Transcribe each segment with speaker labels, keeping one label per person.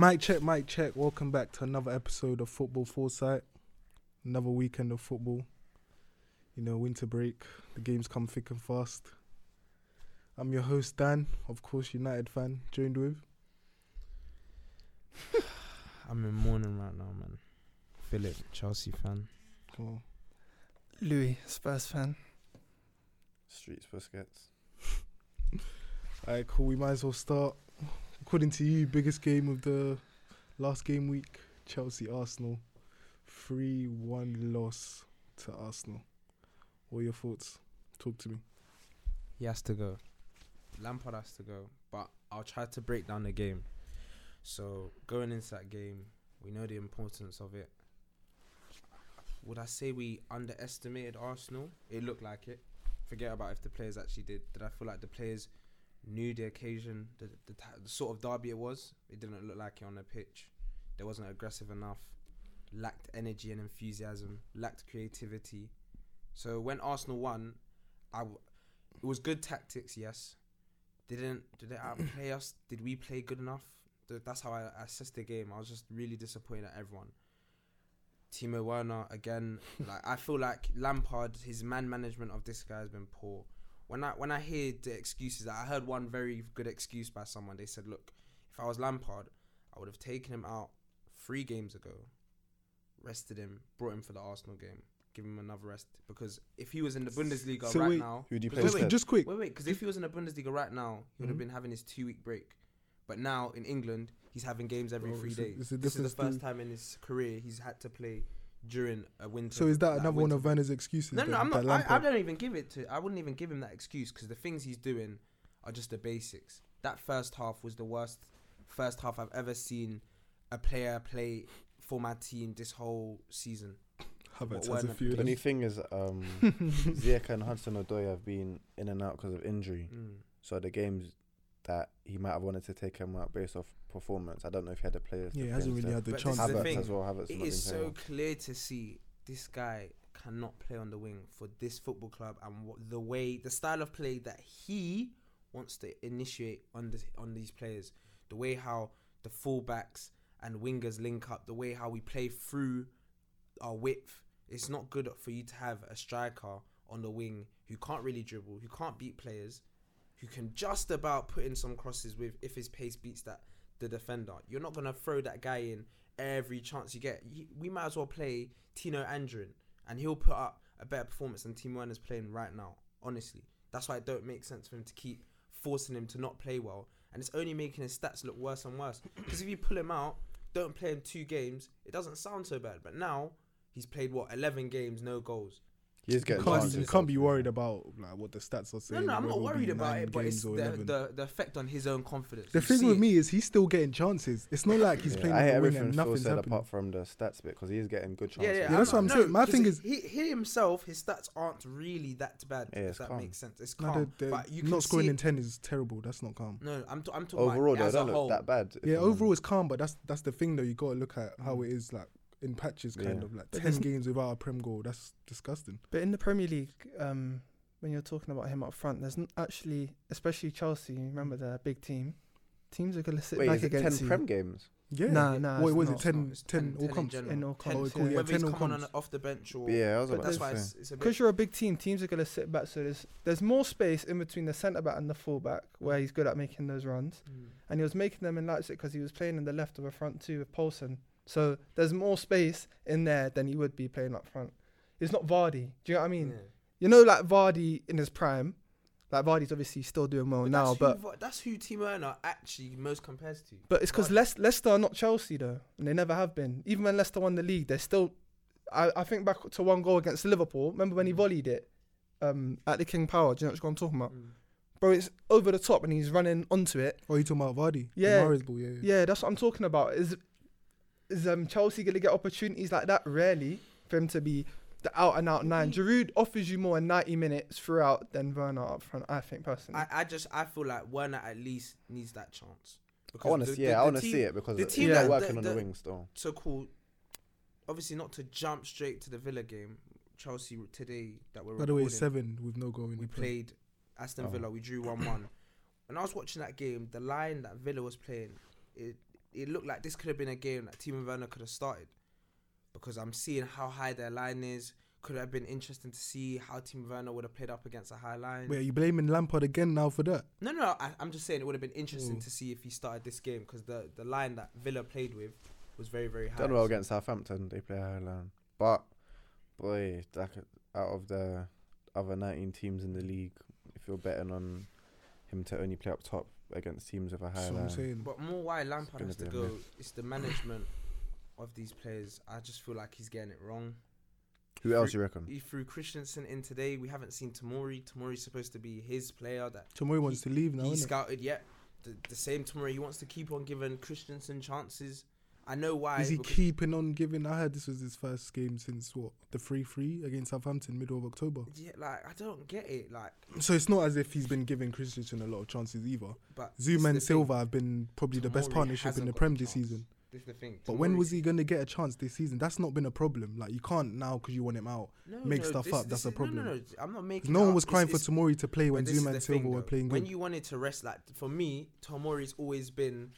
Speaker 1: Mike check, Mike check. Welcome back to another episode of Football Foresight. Another weekend of football. You know, winter break. The games come thick and fast. I'm your host Dan, of course, United fan. Joined with
Speaker 2: I'm in mourning right now, man. Philip, Chelsea fan.
Speaker 1: oh,
Speaker 3: Louis, Spurs fan.
Speaker 4: Streets Busquets.
Speaker 1: Alright, cool. We might as well start. According to you, biggest game of the last game week, Chelsea Arsenal. 3 1 loss to Arsenal. What are your thoughts? Talk to me.
Speaker 2: He has to go. Lampard has to go. But I'll try to break down the game. So going into that game, we know the importance of it. Would I say we underestimated Arsenal? It looked like it. Forget about if the players actually did. Did I feel like the players knew the occasion, the, the, ta- the sort of derby it was? It didn't look like it on the pitch. They wasn't aggressive enough. Lacked energy and enthusiasm. Lacked creativity. So when Arsenal won, I w- it was good tactics. Yes, they didn't. Did they outplay us? Did we play good enough? Th- That's how I assessed the game. I was just really disappointed at everyone. Timo Werner again. like I feel like Lampard, his man management of this guy has been poor. When I when I hear the excuses, I heard one very good excuse by someone. They said, "Look, if I was Lampard, I would have taken him out three games ago, rested him, brought him for the Arsenal game, give him another rest because if he was in the Bundesliga
Speaker 1: So
Speaker 2: right
Speaker 1: wait,
Speaker 2: now,
Speaker 4: Who do you play
Speaker 2: Wait,
Speaker 1: Just,
Speaker 2: wait,
Speaker 4: instead?
Speaker 1: just quick.
Speaker 2: Wait, wait, because if he was in the Bundesliga right now, he would have
Speaker 1: Mhm.
Speaker 2: been having his two week break. But now in England, he's having games every
Speaker 1: Well, Oh,
Speaker 2: three
Speaker 1: it's a-
Speaker 2: days.
Speaker 1: it's a
Speaker 2: this is the
Speaker 1: difference
Speaker 2: first
Speaker 1: to-
Speaker 2: time in his career he's had to play during a winter.
Speaker 1: So is that, another one
Speaker 2: winter
Speaker 1: of Werner's excuses?
Speaker 2: no, no,
Speaker 1: then,
Speaker 2: I'm
Speaker 1: that
Speaker 2: not. I, I
Speaker 1: Lampard-
Speaker 2: don't even give it to. I wouldn't even give him that excuse because the things he's doing are just the basics. That first half was the worst first half I've ever seen a player play for my team this whole season.
Speaker 1: Havertz has
Speaker 2: What
Speaker 1: a
Speaker 2: Werner
Speaker 1: few.
Speaker 4: The
Speaker 1: of
Speaker 4: only
Speaker 1: them.
Speaker 4: thing is, um, Ziyech and Hudson Odoi have been in and out because of injury.
Speaker 2: Mm.
Speaker 4: So the games that he might have wanted to take him out based off performance, I don't know if he had the players.
Speaker 1: Yeah,
Speaker 4: to
Speaker 1: he
Speaker 4: play
Speaker 1: hasn't really
Speaker 4: instead.
Speaker 1: had the
Speaker 2: But this
Speaker 1: chance.
Speaker 2: is the
Speaker 4: Havertz
Speaker 2: thing.
Speaker 4: as well. Havertz
Speaker 2: It is so clear to see this guy cannot play on the wing for this football club and what the way the style of play that he wants to initiate on this, on these players. The way how the fullbacks and wingers link up, the way how we play through our width. It's not good for you to have a striker on the wing who can't really dribble, who can't beat players, who can just about put in some crosses with if his pace beats that the defender. You're not gonna throw that guy in every chance you get. You- We might as well play Tino Andrin, and he'll put up a better performance than Timo Werner's playing right now. Honestly, that's why it don't make sense for him to keep forcing him to not play well, and it's only making his stats look worse and worse. Because if you pull him out, don't play him two games, it doesn't sound so bad. But now he's played what eleven games, no goals.
Speaker 4: He is
Speaker 1: You
Speaker 4: getting
Speaker 1: can't,
Speaker 4: chances.
Speaker 1: you can't be worried about like what the stats are
Speaker 2: No,
Speaker 1: saying.
Speaker 2: no, I'm
Speaker 1: whether
Speaker 2: not
Speaker 1: it'll be
Speaker 2: worried about
Speaker 1: nine
Speaker 2: it, but
Speaker 1: games
Speaker 2: it's the,
Speaker 1: or 11.
Speaker 2: the the effect on his own confidence.
Speaker 1: The
Speaker 2: You see
Speaker 1: thing with
Speaker 2: it.
Speaker 1: me is he's still getting chances. It's not like he's
Speaker 4: Yeah,
Speaker 1: playing
Speaker 4: I
Speaker 1: on
Speaker 4: hate
Speaker 1: the wing
Speaker 4: everything
Speaker 1: and
Speaker 4: Phil
Speaker 1: nothing's
Speaker 4: said
Speaker 1: happening.
Speaker 4: apart from the stats bit because he is getting good
Speaker 2: Yeah,
Speaker 4: chances.
Speaker 2: yeah,
Speaker 1: Yeah, that's what I'm
Speaker 2: no,
Speaker 1: saying. My
Speaker 2: 'cause
Speaker 1: thing
Speaker 2: he-
Speaker 1: is-
Speaker 2: he, he himself, his stats aren't really that bad.
Speaker 4: Yeah,
Speaker 2: if
Speaker 4: it's
Speaker 2: that
Speaker 4: calm.
Speaker 2: makes sense. It's
Speaker 1: No,
Speaker 2: calm,
Speaker 1: the- the-
Speaker 2: but you can
Speaker 1: not scoring
Speaker 2: see
Speaker 1: in ten is terrible. That's not calm.
Speaker 2: No, I'm t- I'm talking
Speaker 4: Overall,
Speaker 2: about
Speaker 4: they
Speaker 2: as a
Speaker 4: don't
Speaker 2: whole.
Speaker 4: look that bad. if
Speaker 1: yeah,
Speaker 4: I'm
Speaker 1: overall
Speaker 4: honest.
Speaker 1: it's calm, but that's that's the thing though. You gotta look at how it is like in patches, kind
Speaker 4: Yeah.
Speaker 1: of like
Speaker 3: But
Speaker 1: ten
Speaker 3: there's-
Speaker 1: games without a prem goal. That's disgusting.
Speaker 3: But in the Premier League, um, when you're talking about him up front, there's n- actually, especially Chelsea. Remember they're a big team. Teams are gonna sit
Speaker 4: Wait,
Speaker 3: back
Speaker 4: is it
Speaker 3: against
Speaker 4: ten
Speaker 3: you.
Speaker 4: prem games?
Speaker 1: Yeah.
Speaker 3: Nah, nah.
Speaker 1: What
Speaker 3: it's
Speaker 1: was it?
Speaker 3: not.
Speaker 1: 10
Speaker 2: It's
Speaker 1: 10 all
Speaker 2: in
Speaker 1: comps.
Speaker 2: general.
Speaker 3: In all
Speaker 2: Ten-
Speaker 3: comps,
Speaker 2: ten-
Speaker 1: yeah.
Speaker 2: Whether he's
Speaker 1: 10 all
Speaker 2: coming on
Speaker 1: comps.
Speaker 2: off the bench or
Speaker 4: Yeah, I was
Speaker 2: but
Speaker 4: about
Speaker 2: that's
Speaker 4: to
Speaker 2: why it's,
Speaker 4: say.
Speaker 2: it's a bit.
Speaker 3: Because you're a big team, teams are going to sit back. So there's there's more space in between the centre back and the full back where he's good at making those runs.
Speaker 2: Mm.
Speaker 3: And he was making them in Leipzig because he was playing in the left of a front two with Poulsen. So there's more space in there than he would be playing up front. He's not Vardy. Do you know what I mean?
Speaker 2: Yeah.
Speaker 3: You know, like Vardy in his prime. Like Vardy's obviously still doing well now,
Speaker 2: that's
Speaker 3: but
Speaker 2: who, Var- that's who Timo Werner actually most compares to.
Speaker 3: but it's because
Speaker 2: Vardy.
Speaker 3: Le- Leicester are not Chelsea though, and they never have been. Even when Leicester won the league, they're still. I, I think back to one goal against Liverpool. Remember when he
Speaker 2: Mm.
Speaker 3: volleyed it um, at the King Power? Do you know what I'm talking about?
Speaker 1: Hmm.
Speaker 2: Mm.
Speaker 3: bro, it's over the top and he's running onto it.
Speaker 1: Oh, you talking about Vardy? The
Speaker 3: Yeah.
Speaker 1: Mahrez ball, yeah, yeah.
Speaker 3: Yeah, that's what I'm talking about. Is is um Chelsea gonna get opportunities like that? Rarely for him to be the out and out nine. Giroud offers you more in 90 minutes throughout than Werner up front. I think personally.
Speaker 2: I, I just I feel like Werner at least needs that chance.
Speaker 4: I want to see. Yeah, I want to see it because
Speaker 2: the
Speaker 4: the
Speaker 2: team
Speaker 4: team
Speaker 3: that-
Speaker 4: working
Speaker 2: the-
Speaker 4: on the
Speaker 2: the-
Speaker 4: wing still.
Speaker 2: So cool. Obviously, not to jump straight to the Villa game. Chelsea today that we're
Speaker 1: By the way,
Speaker 2: recording.
Speaker 1: seven with no goal in
Speaker 2: we
Speaker 1: the play.
Speaker 2: played Aston
Speaker 4: Oh.
Speaker 2: Villa. We drew one one. When I was watching that game, the line that Villa was playing, it it looked like this could have been a game that Timo Werner could have started because I'm seeing how high their line is. Could have been interesting to see how Timo Werner would have played up against a high line.
Speaker 1: Wait, are you blaming Lampard again now for that?
Speaker 2: No, no, I, I'm just saying it would have been interesting
Speaker 1: Mm.
Speaker 2: to see if he started this game because the, the line that Villa played with was very, very high.
Speaker 4: Done well against Southampton. They play high line, but boy, that could, out of the other 19 teams in the league, if you're betting on him to only play up top against teams with a high
Speaker 1: That's what I'm
Speaker 4: line,
Speaker 1: saying.
Speaker 2: But more why Lampard
Speaker 4: gonna
Speaker 2: has to
Speaker 4: be a
Speaker 2: go,
Speaker 4: myth.
Speaker 2: it's the management of these players. I just feel like he's getting it wrong.
Speaker 4: who else you reckon?
Speaker 2: He threw Christensen in today. We haven't seen Tamori. Tamori's supposed to be his player that
Speaker 1: Tomori wants to leave now,
Speaker 2: he
Speaker 1: innit?
Speaker 2: scouted yet. The, the same Tamori. He wants to keep on giving Christensen chances. I know why.
Speaker 1: Is he
Speaker 2: because-
Speaker 1: keeping on giving? I heard this was his first game since what the three three against Southampton, middle of October.
Speaker 2: Yeah, like I don't get it. Like,
Speaker 1: So it's not as if he's been giving Christensen a lot of chances either.
Speaker 2: but this is
Speaker 1: Zoom
Speaker 2: the
Speaker 1: and
Speaker 2: thing.
Speaker 1: Silva have been probably the best
Speaker 2: Tomori
Speaker 1: partnership
Speaker 2: hasn't
Speaker 1: in the
Speaker 2: got
Speaker 1: Prem
Speaker 2: the
Speaker 1: this
Speaker 2: chance.
Speaker 1: season.
Speaker 2: This is the thing.
Speaker 1: But when
Speaker 2: Tomori-
Speaker 1: was he going to get a chance this season? That's not been a problem. Like you can't now because you want him out.
Speaker 2: no,
Speaker 1: make
Speaker 2: no,
Speaker 1: stuff
Speaker 2: this-
Speaker 1: up,
Speaker 2: this
Speaker 1: that's a
Speaker 2: is- no, No,
Speaker 1: problem.
Speaker 2: no, I'm not making.
Speaker 1: No
Speaker 2: it
Speaker 1: one
Speaker 2: up.
Speaker 1: was
Speaker 2: It's-
Speaker 1: crying for
Speaker 2: it's-
Speaker 1: Tomori to play when
Speaker 2: But this is
Speaker 1: Zuma
Speaker 2: the
Speaker 1: and
Speaker 2: thing,
Speaker 1: Silva were
Speaker 2: though.
Speaker 1: playing
Speaker 2: When
Speaker 1: good.
Speaker 2: you wanted to rest, like for me, Tomori's always been,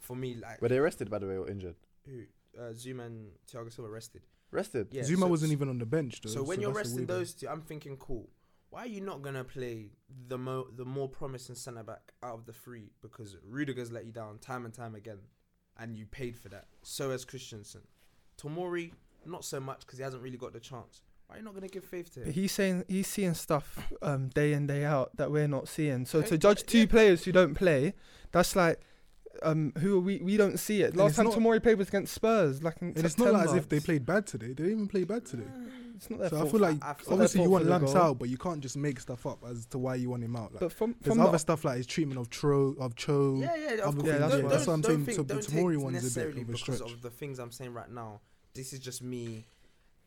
Speaker 2: for me, like
Speaker 4: Were they arrested by the way or injured?
Speaker 2: who uh, Zuma and Thiago Silva rested.
Speaker 4: Rested.
Speaker 2: Yeah,
Speaker 1: Zuma
Speaker 2: so-
Speaker 1: wasn't even on the bench though.
Speaker 2: So when you're
Speaker 1: that's the
Speaker 2: resting
Speaker 1: weirdo.
Speaker 2: those two, I'm thinking, cool. Why are you not gonna play the mo the more promising centre back out of the three? Because Rudiger's let you down time and time again, and you paid for that. So has Christensen. Tomori, not so much because he hasn't really got the chance. Why are you not gonna give faith to
Speaker 3: But
Speaker 2: him?
Speaker 3: he's saying he's seeing stuff um, day in day out that we're not seeing. So
Speaker 2: Okay,
Speaker 3: to judge
Speaker 2: but-
Speaker 3: two
Speaker 2: yeah.
Speaker 3: players who don't play, that's like um, who are we? We don't see it.
Speaker 1: And
Speaker 3: Last
Speaker 1: it's
Speaker 3: time
Speaker 1: not-
Speaker 3: Tomori played was against Spurs, like in
Speaker 1: And it's not like as
Speaker 3: September.
Speaker 1: if they played bad today. They didn't even play bad today.
Speaker 3: It's not their
Speaker 1: So I
Speaker 3: fault.
Speaker 1: feel like
Speaker 2: I feel like
Speaker 1: obviously
Speaker 3: fault
Speaker 1: you
Speaker 3: for
Speaker 1: want
Speaker 3: the
Speaker 1: Lamps
Speaker 3: goal.
Speaker 1: out, but you can't just make stuff up as to why you want him out. Like,
Speaker 3: but from
Speaker 1: there's
Speaker 3: from
Speaker 1: other
Speaker 3: the,
Speaker 1: stuff like his treatment of Tro, of Cho.
Speaker 2: Yeah, yeah,
Speaker 1: other
Speaker 2: of course.
Speaker 3: things,
Speaker 2: Don't-
Speaker 3: yeah.
Speaker 2: don't-
Speaker 3: That's
Speaker 1: what I'm
Speaker 2: don't
Speaker 1: saying,
Speaker 2: think-
Speaker 1: so the
Speaker 2: don't take
Speaker 1: Tomori one's a bit
Speaker 2: necessarily
Speaker 1: of a
Speaker 2: because
Speaker 1: stretch.
Speaker 2: of the things I'm saying right now. This is just me,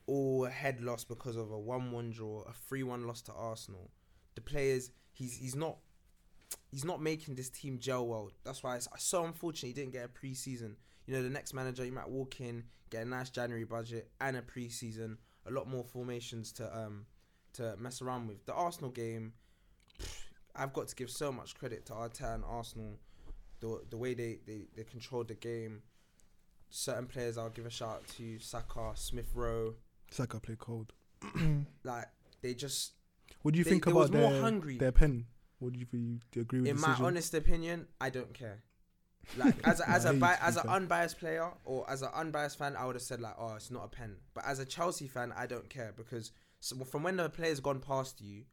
Speaker 2: all head loss because of a one-one draw, a three-one loss to Arsenal. The players, he's he's not. He's not making this team gel well. That's why it's so unfortunate he didn't get a preseason. You know, the next manager, you might walk in, get a nice January budget and a preseason, a lot more formations to um to mess around with. The Arsenal game, I've got to give so much credit to Arteta and Arsenal the the way they, they, they controlled the game. Certain players I'll give a shout out to Saka, Smith Rowe,
Speaker 1: Saka played cold.
Speaker 3: Mm.
Speaker 2: like they just
Speaker 1: What do you
Speaker 2: They-
Speaker 1: think
Speaker 2: they
Speaker 1: about
Speaker 2: was more
Speaker 1: their
Speaker 2: hungry.
Speaker 1: their pen? What do you, you agree with?
Speaker 2: in
Speaker 1: the decision?
Speaker 2: my honest opinion, I don't care. Like as a, as
Speaker 1: Nah,
Speaker 2: a
Speaker 1: he's
Speaker 2: bi- as
Speaker 1: too
Speaker 2: an
Speaker 1: fair.
Speaker 2: unbiased player or as an unbiased fan, I would have said like, oh, it's not a pen. But as a Chelsea fan, I don't care because so from when the player's gone past you,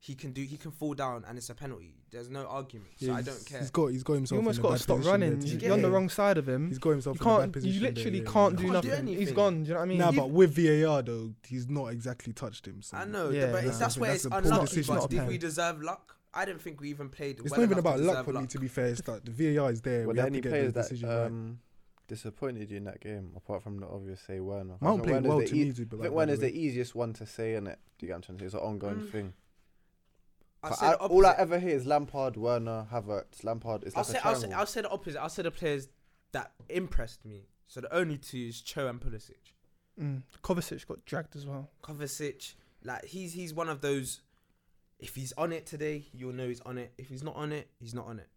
Speaker 2: he can do he can fall down and it's a penalty. There's no argument, so I
Speaker 1: he's-
Speaker 2: don't care.
Speaker 1: He's got he's got himself.
Speaker 3: You almost
Speaker 1: in a
Speaker 3: got to
Speaker 1: bad
Speaker 3: stop
Speaker 1: position
Speaker 3: running.
Speaker 1: there to-
Speaker 3: You're on the wrong side of him.
Speaker 1: He's got himself in
Speaker 3: You
Speaker 1: a bad
Speaker 3: can't.
Speaker 1: position.
Speaker 3: You
Speaker 1: there,
Speaker 3: literally
Speaker 1: yeah,
Speaker 3: can't
Speaker 1: yeah.
Speaker 3: do
Speaker 2: Can't do
Speaker 3: nothing. He's
Speaker 2: anything.
Speaker 3: gone. Do you know what I mean?
Speaker 1: Nah,
Speaker 3: He-
Speaker 1: but with VAR though, he's not exactly touched him. So
Speaker 2: I know,
Speaker 3: Yeah,
Speaker 2: but it's,
Speaker 3: nah.
Speaker 2: that's where
Speaker 1: That's
Speaker 2: it's
Speaker 1: a poor
Speaker 2: unlucky.
Speaker 1: decision.
Speaker 3: It's
Speaker 2: But
Speaker 3: not a
Speaker 2: did
Speaker 3: pen.
Speaker 2: we deserve luck? I didn't think we even played.
Speaker 1: It's
Speaker 2: well
Speaker 1: not even
Speaker 2: enough to
Speaker 1: about luck
Speaker 2: deserve
Speaker 1: for me. To be fair, it's that the VAR is there.
Speaker 4: Were
Speaker 1: we
Speaker 4: there
Speaker 1: have to
Speaker 4: any
Speaker 1: get the
Speaker 4: players
Speaker 1: decision
Speaker 3: uh,
Speaker 4: that
Speaker 1: right.
Speaker 4: um, disappointed you in that game, apart from the obvious say Werner? I
Speaker 1: Mount
Speaker 4: think
Speaker 1: played
Speaker 4: Werner's
Speaker 1: well
Speaker 4: the
Speaker 1: to
Speaker 4: ea-
Speaker 1: me, too, but
Speaker 4: I
Speaker 1: like,
Speaker 4: think
Speaker 1: by
Speaker 4: Werner's
Speaker 1: the
Speaker 4: the easiest one to say in it. Do you get what I'm trying to say? It's an ongoing
Speaker 2: Mm.
Speaker 4: thing.
Speaker 2: I
Speaker 4: But
Speaker 2: said
Speaker 4: I,
Speaker 2: the
Speaker 4: all I
Speaker 2: opposite.
Speaker 4: ever hear is Lampard, Werner, Havertz. Lampard is like
Speaker 2: I'll
Speaker 4: a
Speaker 2: say, I'll, say,
Speaker 4: triangle.
Speaker 2: I'll say the opposite. I'll say the players that impressed me. So the only two is Cho and Pulisic.
Speaker 3: Mm. Kovacic got dragged as well.
Speaker 2: Kovacic, like he's he's one of those. If he's on it today, you'll know he's on it. If he's not on it, he's not on it.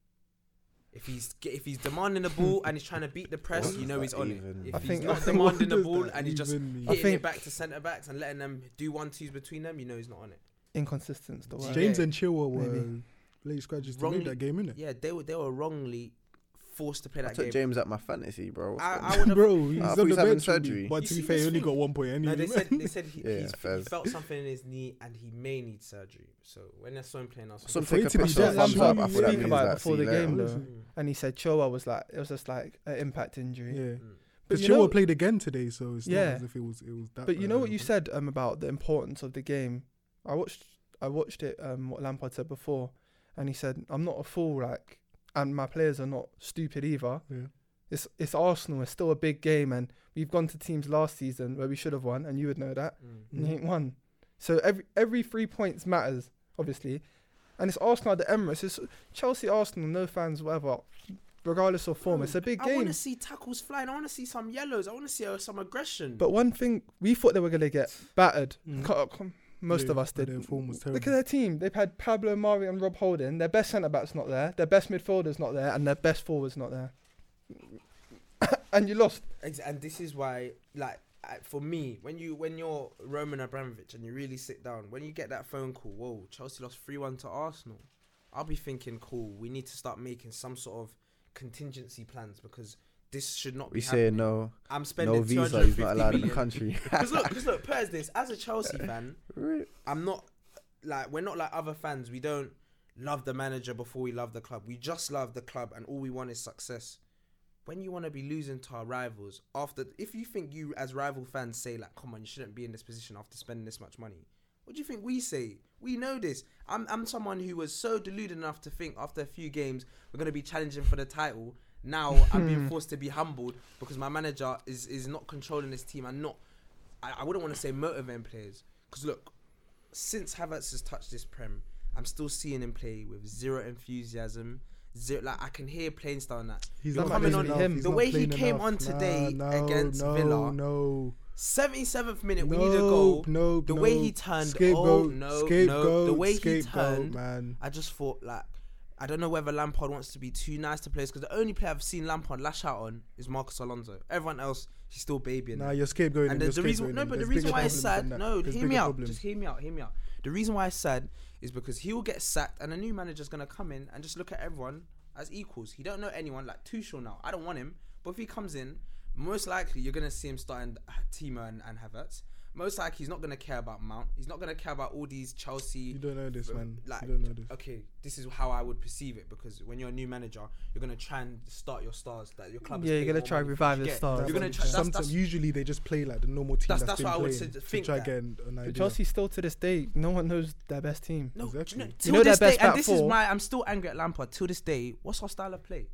Speaker 2: If he's ge- if he's demanding the ball and he's trying to beat the press,
Speaker 4: What
Speaker 2: you
Speaker 4: does
Speaker 2: know
Speaker 4: that
Speaker 2: he's on
Speaker 4: even-
Speaker 2: it. If
Speaker 3: I
Speaker 2: he's
Speaker 3: think-
Speaker 2: not
Speaker 3: what
Speaker 2: demanding the
Speaker 1: does
Speaker 2: ball
Speaker 1: that
Speaker 2: and he's just
Speaker 1: even mean?
Speaker 3: I
Speaker 2: hitting
Speaker 3: think-
Speaker 2: it back to centre backs and letting them do one twos between them, you know he's not on it.
Speaker 3: Inconsistent. the word.
Speaker 1: James and Chilwell were
Speaker 3: Maybe.
Speaker 1: late scratches to make
Speaker 2: Wrongly-
Speaker 1: that game, innit?
Speaker 2: Yeah, they were they were wrongly forced to play
Speaker 4: I
Speaker 2: that
Speaker 4: took
Speaker 2: game.
Speaker 4: James at my fantasy, bro. What's
Speaker 2: I-
Speaker 4: going
Speaker 2: I
Speaker 4: on?
Speaker 2: would-
Speaker 1: Bro, he's
Speaker 4: I thought
Speaker 1: on
Speaker 4: he
Speaker 1: the
Speaker 4: was having
Speaker 1: bench. with me.
Speaker 4: surgery.
Speaker 1: But
Speaker 2: You
Speaker 1: to be
Speaker 2: see
Speaker 1: fair,
Speaker 2: this
Speaker 1: he only
Speaker 2: thing?
Speaker 1: got one point
Speaker 2: No,
Speaker 1: anyway.
Speaker 2: they said they said he,
Speaker 4: Yeah,
Speaker 2: he's, he
Speaker 4: fair.
Speaker 2: felt something in his knee and he may need surgery. So when I saw him playing, I was
Speaker 4: Some
Speaker 1: For it
Speaker 4: take a
Speaker 1: to be
Speaker 4: picture of
Speaker 1: that
Speaker 4: thumbs up.
Speaker 1: long,
Speaker 4: I
Speaker 1: you
Speaker 4: thought that
Speaker 1: speak
Speaker 4: means
Speaker 1: about it
Speaker 4: that.
Speaker 3: before
Speaker 4: see
Speaker 3: the
Speaker 4: you later.
Speaker 3: game, though.
Speaker 2: Mm,
Speaker 3: And he said Choa was like it was just like an impact injury.
Speaker 1: yeah.
Speaker 2: mm.
Speaker 3: But
Speaker 1: Because
Speaker 3: you know-
Speaker 1: Chilwell played again today, so it's not
Speaker 3: Yeah.
Speaker 1: as if it was it was that.
Speaker 3: But you
Speaker 1: bad,
Speaker 3: know
Speaker 1: I
Speaker 3: what you
Speaker 1: think.
Speaker 3: said um, about the importance of the game. I watched I watched it um, what Lampard said before, and he said I'm not a fool like, and my players are not stupid either.
Speaker 1: Yeah.
Speaker 3: It's it's Arsenal. It's still a big game, and we've gone to teams last season where we should have won, and you would know that.
Speaker 2: mm.
Speaker 3: and
Speaker 1: Mm.
Speaker 3: you ain't won. So every every three points matters, obviously. And it's Arsenal at the Emirates. It's Chelsea, Arsenal, no fans, whatever. Regardless of form, it's a big
Speaker 2: Um, I want
Speaker 3: game.
Speaker 2: to see tackles flying. I want to see some yellows. I want to see uh, some aggression.
Speaker 3: But one thing we thought they were gonna get battered.
Speaker 1: Mm.
Speaker 3: Co- co- Most
Speaker 1: Yeah,
Speaker 3: of us
Speaker 1: but
Speaker 3: did.
Speaker 1: Their form was
Speaker 3: Look at
Speaker 1: terrible.
Speaker 3: their team. They've had Pablo, Mari, and Rob Holding. Their best centre back's not there. Their best midfielder's not there, and their best forward's not there. and you lost.
Speaker 2: Ex- And this is why, like, I- for me, when you when you're Roman Abramovich and you really sit down, when you get that phone call, whoa, Chelsea lost three one to Arsenal. I'll be thinking, cool, we need to start making some sort of contingency plans because this should not
Speaker 4: We
Speaker 2: be.
Speaker 4: say
Speaker 2: happening.
Speaker 4: no,
Speaker 2: I'm spending
Speaker 4: no visa. He's not allowed in the country.
Speaker 2: Because look, because look, Pez this as a Chelsea fan, I'm not like we're not like other fans. We don't love the manager before we love the club. We just love the club, and all we want is success. When you want to be losing to our rivals after, if you think you as rival fans say like, "Come on, you shouldn't be in this position after spending this much money," what do you think we say? We know this. I'm I'm someone who was so deluded enough to think after a few games we're gonna be challenging for the title. Now I'm being forced to be humbled because my manager is is not controlling this team and not. I, I wouldn't want to say motivating players because look, since Havertz has touched this prem, I'm still seeing him play with zero enthusiasm. Zero, like I can hear playing style and that.
Speaker 1: He's
Speaker 3: That
Speaker 1: not
Speaker 3: might
Speaker 1: playing
Speaker 3: be
Speaker 1: enough.
Speaker 3: him.
Speaker 1: He's
Speaker 2: The
Speaker 1: not
Speaker 2: way he
Speaker 1: playing
Speaker 2: came
Speaker 1: enough.
Speaker 2: on today against
Speaker 1: no,
Speaker 2: Villa,
Speaker 1: No,
Speaker 2: 77th minute, we
Speaker 1: no,
Speaker 2: need a goal.
Speaker 1: No,
Speaker 2: The
Speaker 1: no.
Speaker 2: way he turned, oh
Speaker 1: Scapegoat,
Speaker 2: no, no,
Speaker 1: scapegoat,
Speaker 2: the way he
Speaker 1: scapegoat,
Speaker 2: turned,
Speaker 1: man.
Speaker 2: I just thought like I don't know whether Lampard wants to be too nice to players because the only player I've seen Lampard lash out on is Marcus Alonso. Everyone else, he's still babying.
Speaker 1: Nah,
Speaker 2: him.
Speaker 1: you're scapegoating.
Speaker 2: And
Speaker 1: you're
Speaker 2: there's the reason,
Speaker 1: scapegoating
Speaker 2: no,
Speaker 1: him.
Speaker 2: but the
Speaker 1: There's
Speaker 2: reason
Speaker 1: bigger
Speaker 2: why it's
Speaker 1: problems than
Speaker 2: sad,
Speaker 1: that.
Speaker 2: no,
Speaker 1: There's
Speaker 2: hear
Speaker 1: bigger
Speaker 2: me out,
Speaker 1: problems.
Speaker 2: just hear me out, hear me out. The reason why it's sad is because he will get sacked and a new manager's gonna come in and just look at everyone as equals. He don't know anyone like Tuchel now. I don't want him, but if he comes in, most likely you're gonna see him starting Timo and, and Havertz. Most likely he's not gonna care about Mount. He's not gonna care about all these Chelsea. uh,
Speaker 1: You don't know this, man.
Speaker 2: Like,
Speaker 1: you don't know this.
Speaker 2: okay, this is how I would perceive it because when you're a new manager, you're gonna try and start your stars that your club. has
Speaker 3: Yeah, you're
Speaker 2: paid
Speaker 3: gonna
Speaker 2: more
Speaker 3: try and
Speaker 2: money for.
Speaker 3: revive
Speaker 2: You
Speaker 3: the
Speaker 2: get-
Speaker 3: stars.
Speaker 2: You're gonna try. That's,
Speaker 1: Sometimes
Speaker 2: that's
Speaker 1: usually they just play like the normal team.
Speaker 2: That's-
Speaker 1: That's,
Speaker 2: that's
Speaker 1: been
Speaker 2: what I would
Speaker 1: playing
Speaker 2: sug-
Speaker 1: to
Speaker 2: think
Speaker 1: try
Speaker 2: that.
Speaker 1: getting an idea.
Speaker 3: But Chelsea still to this day, no one knows their best team.
Speaker 2: No, do you know,
Speaker 1: Exactly.
Speaker 2: till
Speaker 3: know their
Speaker 2: this day,
Speaker 3: best
Speaker 2: and
Speaker 3: back
Speaker 2: this is
Speaker 3: four?
Speaker 2: why I'm still angry at Lampard. Till this day, what's our style of play?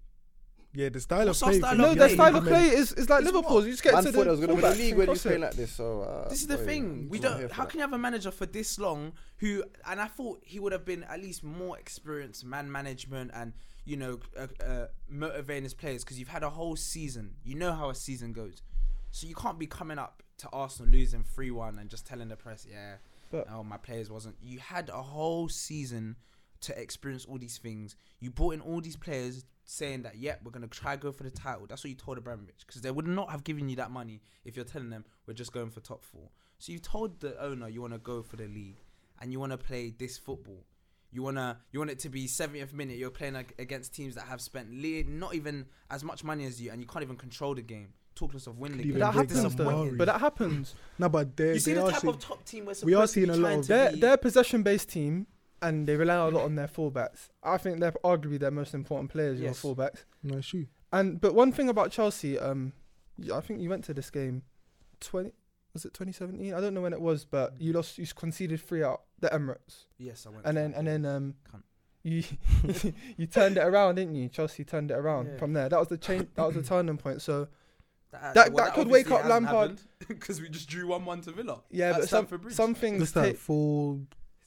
Speaker 1: Yeah, the style
Speaker 2: What's
Speaker 1: of
Speaker 2: our
Speaker 1: play.
Speaker 2: style
Speaker 1: for
Speaker 2: of
Speaker 1: me,
Speaker 3: No,
Speaker 1: I
Speaker 2: play?
Speaker 3: their
Speaker 1: think
Speaker 3: style
Speaker 1: it
Speaker 3: of play
Speaker 1: meant-
Speaker 3: is, is like
Speaker 2: It's
Speaker 3: Liverpool's. You just get
Speaker 4: Man
Speaker 3: to
Speaker 4: thought I
Speaker 3: the
Speaker 4: was gonna win the
Speaker 3: fullbacks
Speaker 4: league
Speaker 3: and
Speaker 4: when you
Speaker 3: cross
Speaker 4: play
Speaker 3: it.
Speaker 4: like this. So uh,
Speaker 2: This is the
Speaker 4: boy,
Speaker 2: thing. We
Speaker 4: I'm
Speaker 2: don't.
Speaker 4: here for
Speaker 2: How
Speaker 4: that.
Speaker 2: can you have a manager for this long? Who and I thought he would have been at least more experienced man management and you know uh, uh, motivating his players because you've had a whole season. You know how a season goes, so you can't be coming up to Arsenal losing three one and just telling the press, yeah,
Speaker 3: But-
Speaker 2: oh my players wasn't. You had a whole season to experience all these things. You brought in all these players saying that, yep, we're gonna try go for the title. That's what you told Abramovich because they would not have given you that money if you're telling them we're just going for top four. So you've told the owner you want to go for the league and you want to play this football. You wanna you want it to be 70th minute. You're playing ag- against teams that have spent le- not even as much money as you, and you can't even control the game. Talk less of winning. the
Speaker 1: Could
Speaker 2: game.
Speaker 3: But
Speaker 1: even
Speaker 3: that
Speaker 1: Even break
Speaker 3: happens,
Speaker 1: down
Speaker 3: though.
Speaker 1: Mahrez.
Speaker 3: But that happens.
Speaker 1: No, but they
Speaker 2: You see
Speaker 1: they
Speaker 2: the
Speaker 1: are
Speaker 2: type
Speaker 1: seeing-
Speaker 2: of top team we're supposed
Speaker 1: we are
Speaker 2: to be
Speaker 1: seeing a lot
Speaker 2: trying
Speaker 1: of-
Speaker 2: to
Speaker 3: They're,
Speaker 2: be-
Speaker 3: they're a possession-based team, and they rely a lot on their fullbacks. I think they're arguably their most important players,
Speaker 2: Yes.
Speaker 3: your fullbacks.
Speaker 1: no shoe.
Speaker 3: And but one thing about Chelsea, um, y- I think you went to this game, twenty was it twenty seventeen? I don't know when it was, but you lost, you conceded three out the Emirates,
Speaker 2: yes, I went.
Speaker 3: and
Speaker 2: to
Speaker 3: then
Speaker 2: that
Speaker 3: and
Speaker 2: game.
Speaker 3: then um,
Speaker 2: Cunt.
Speaker 3: you you turned it around, didn't you? Chelsea turned it around
Speaker 2: Yeah.
Speaker 3: from there. That was the change. That was the turning point. So
Speaker 2: well,
Speaker 3: that could wake
Speaker 2: obviously
Speaker 3: up
Speaker 2: hasn't
Speaker 3: Lampard.
Speaker 2: happened, 'cause we just drew one one to Villa.
Speaker 3: yeah,
Speaker 2: at
Speaker 3: but some
Speaker 2: Stamford Bridge.
Speaker 3: some things
Speaker 1: Just like
Speaker 3: take,
Speaker 1: four,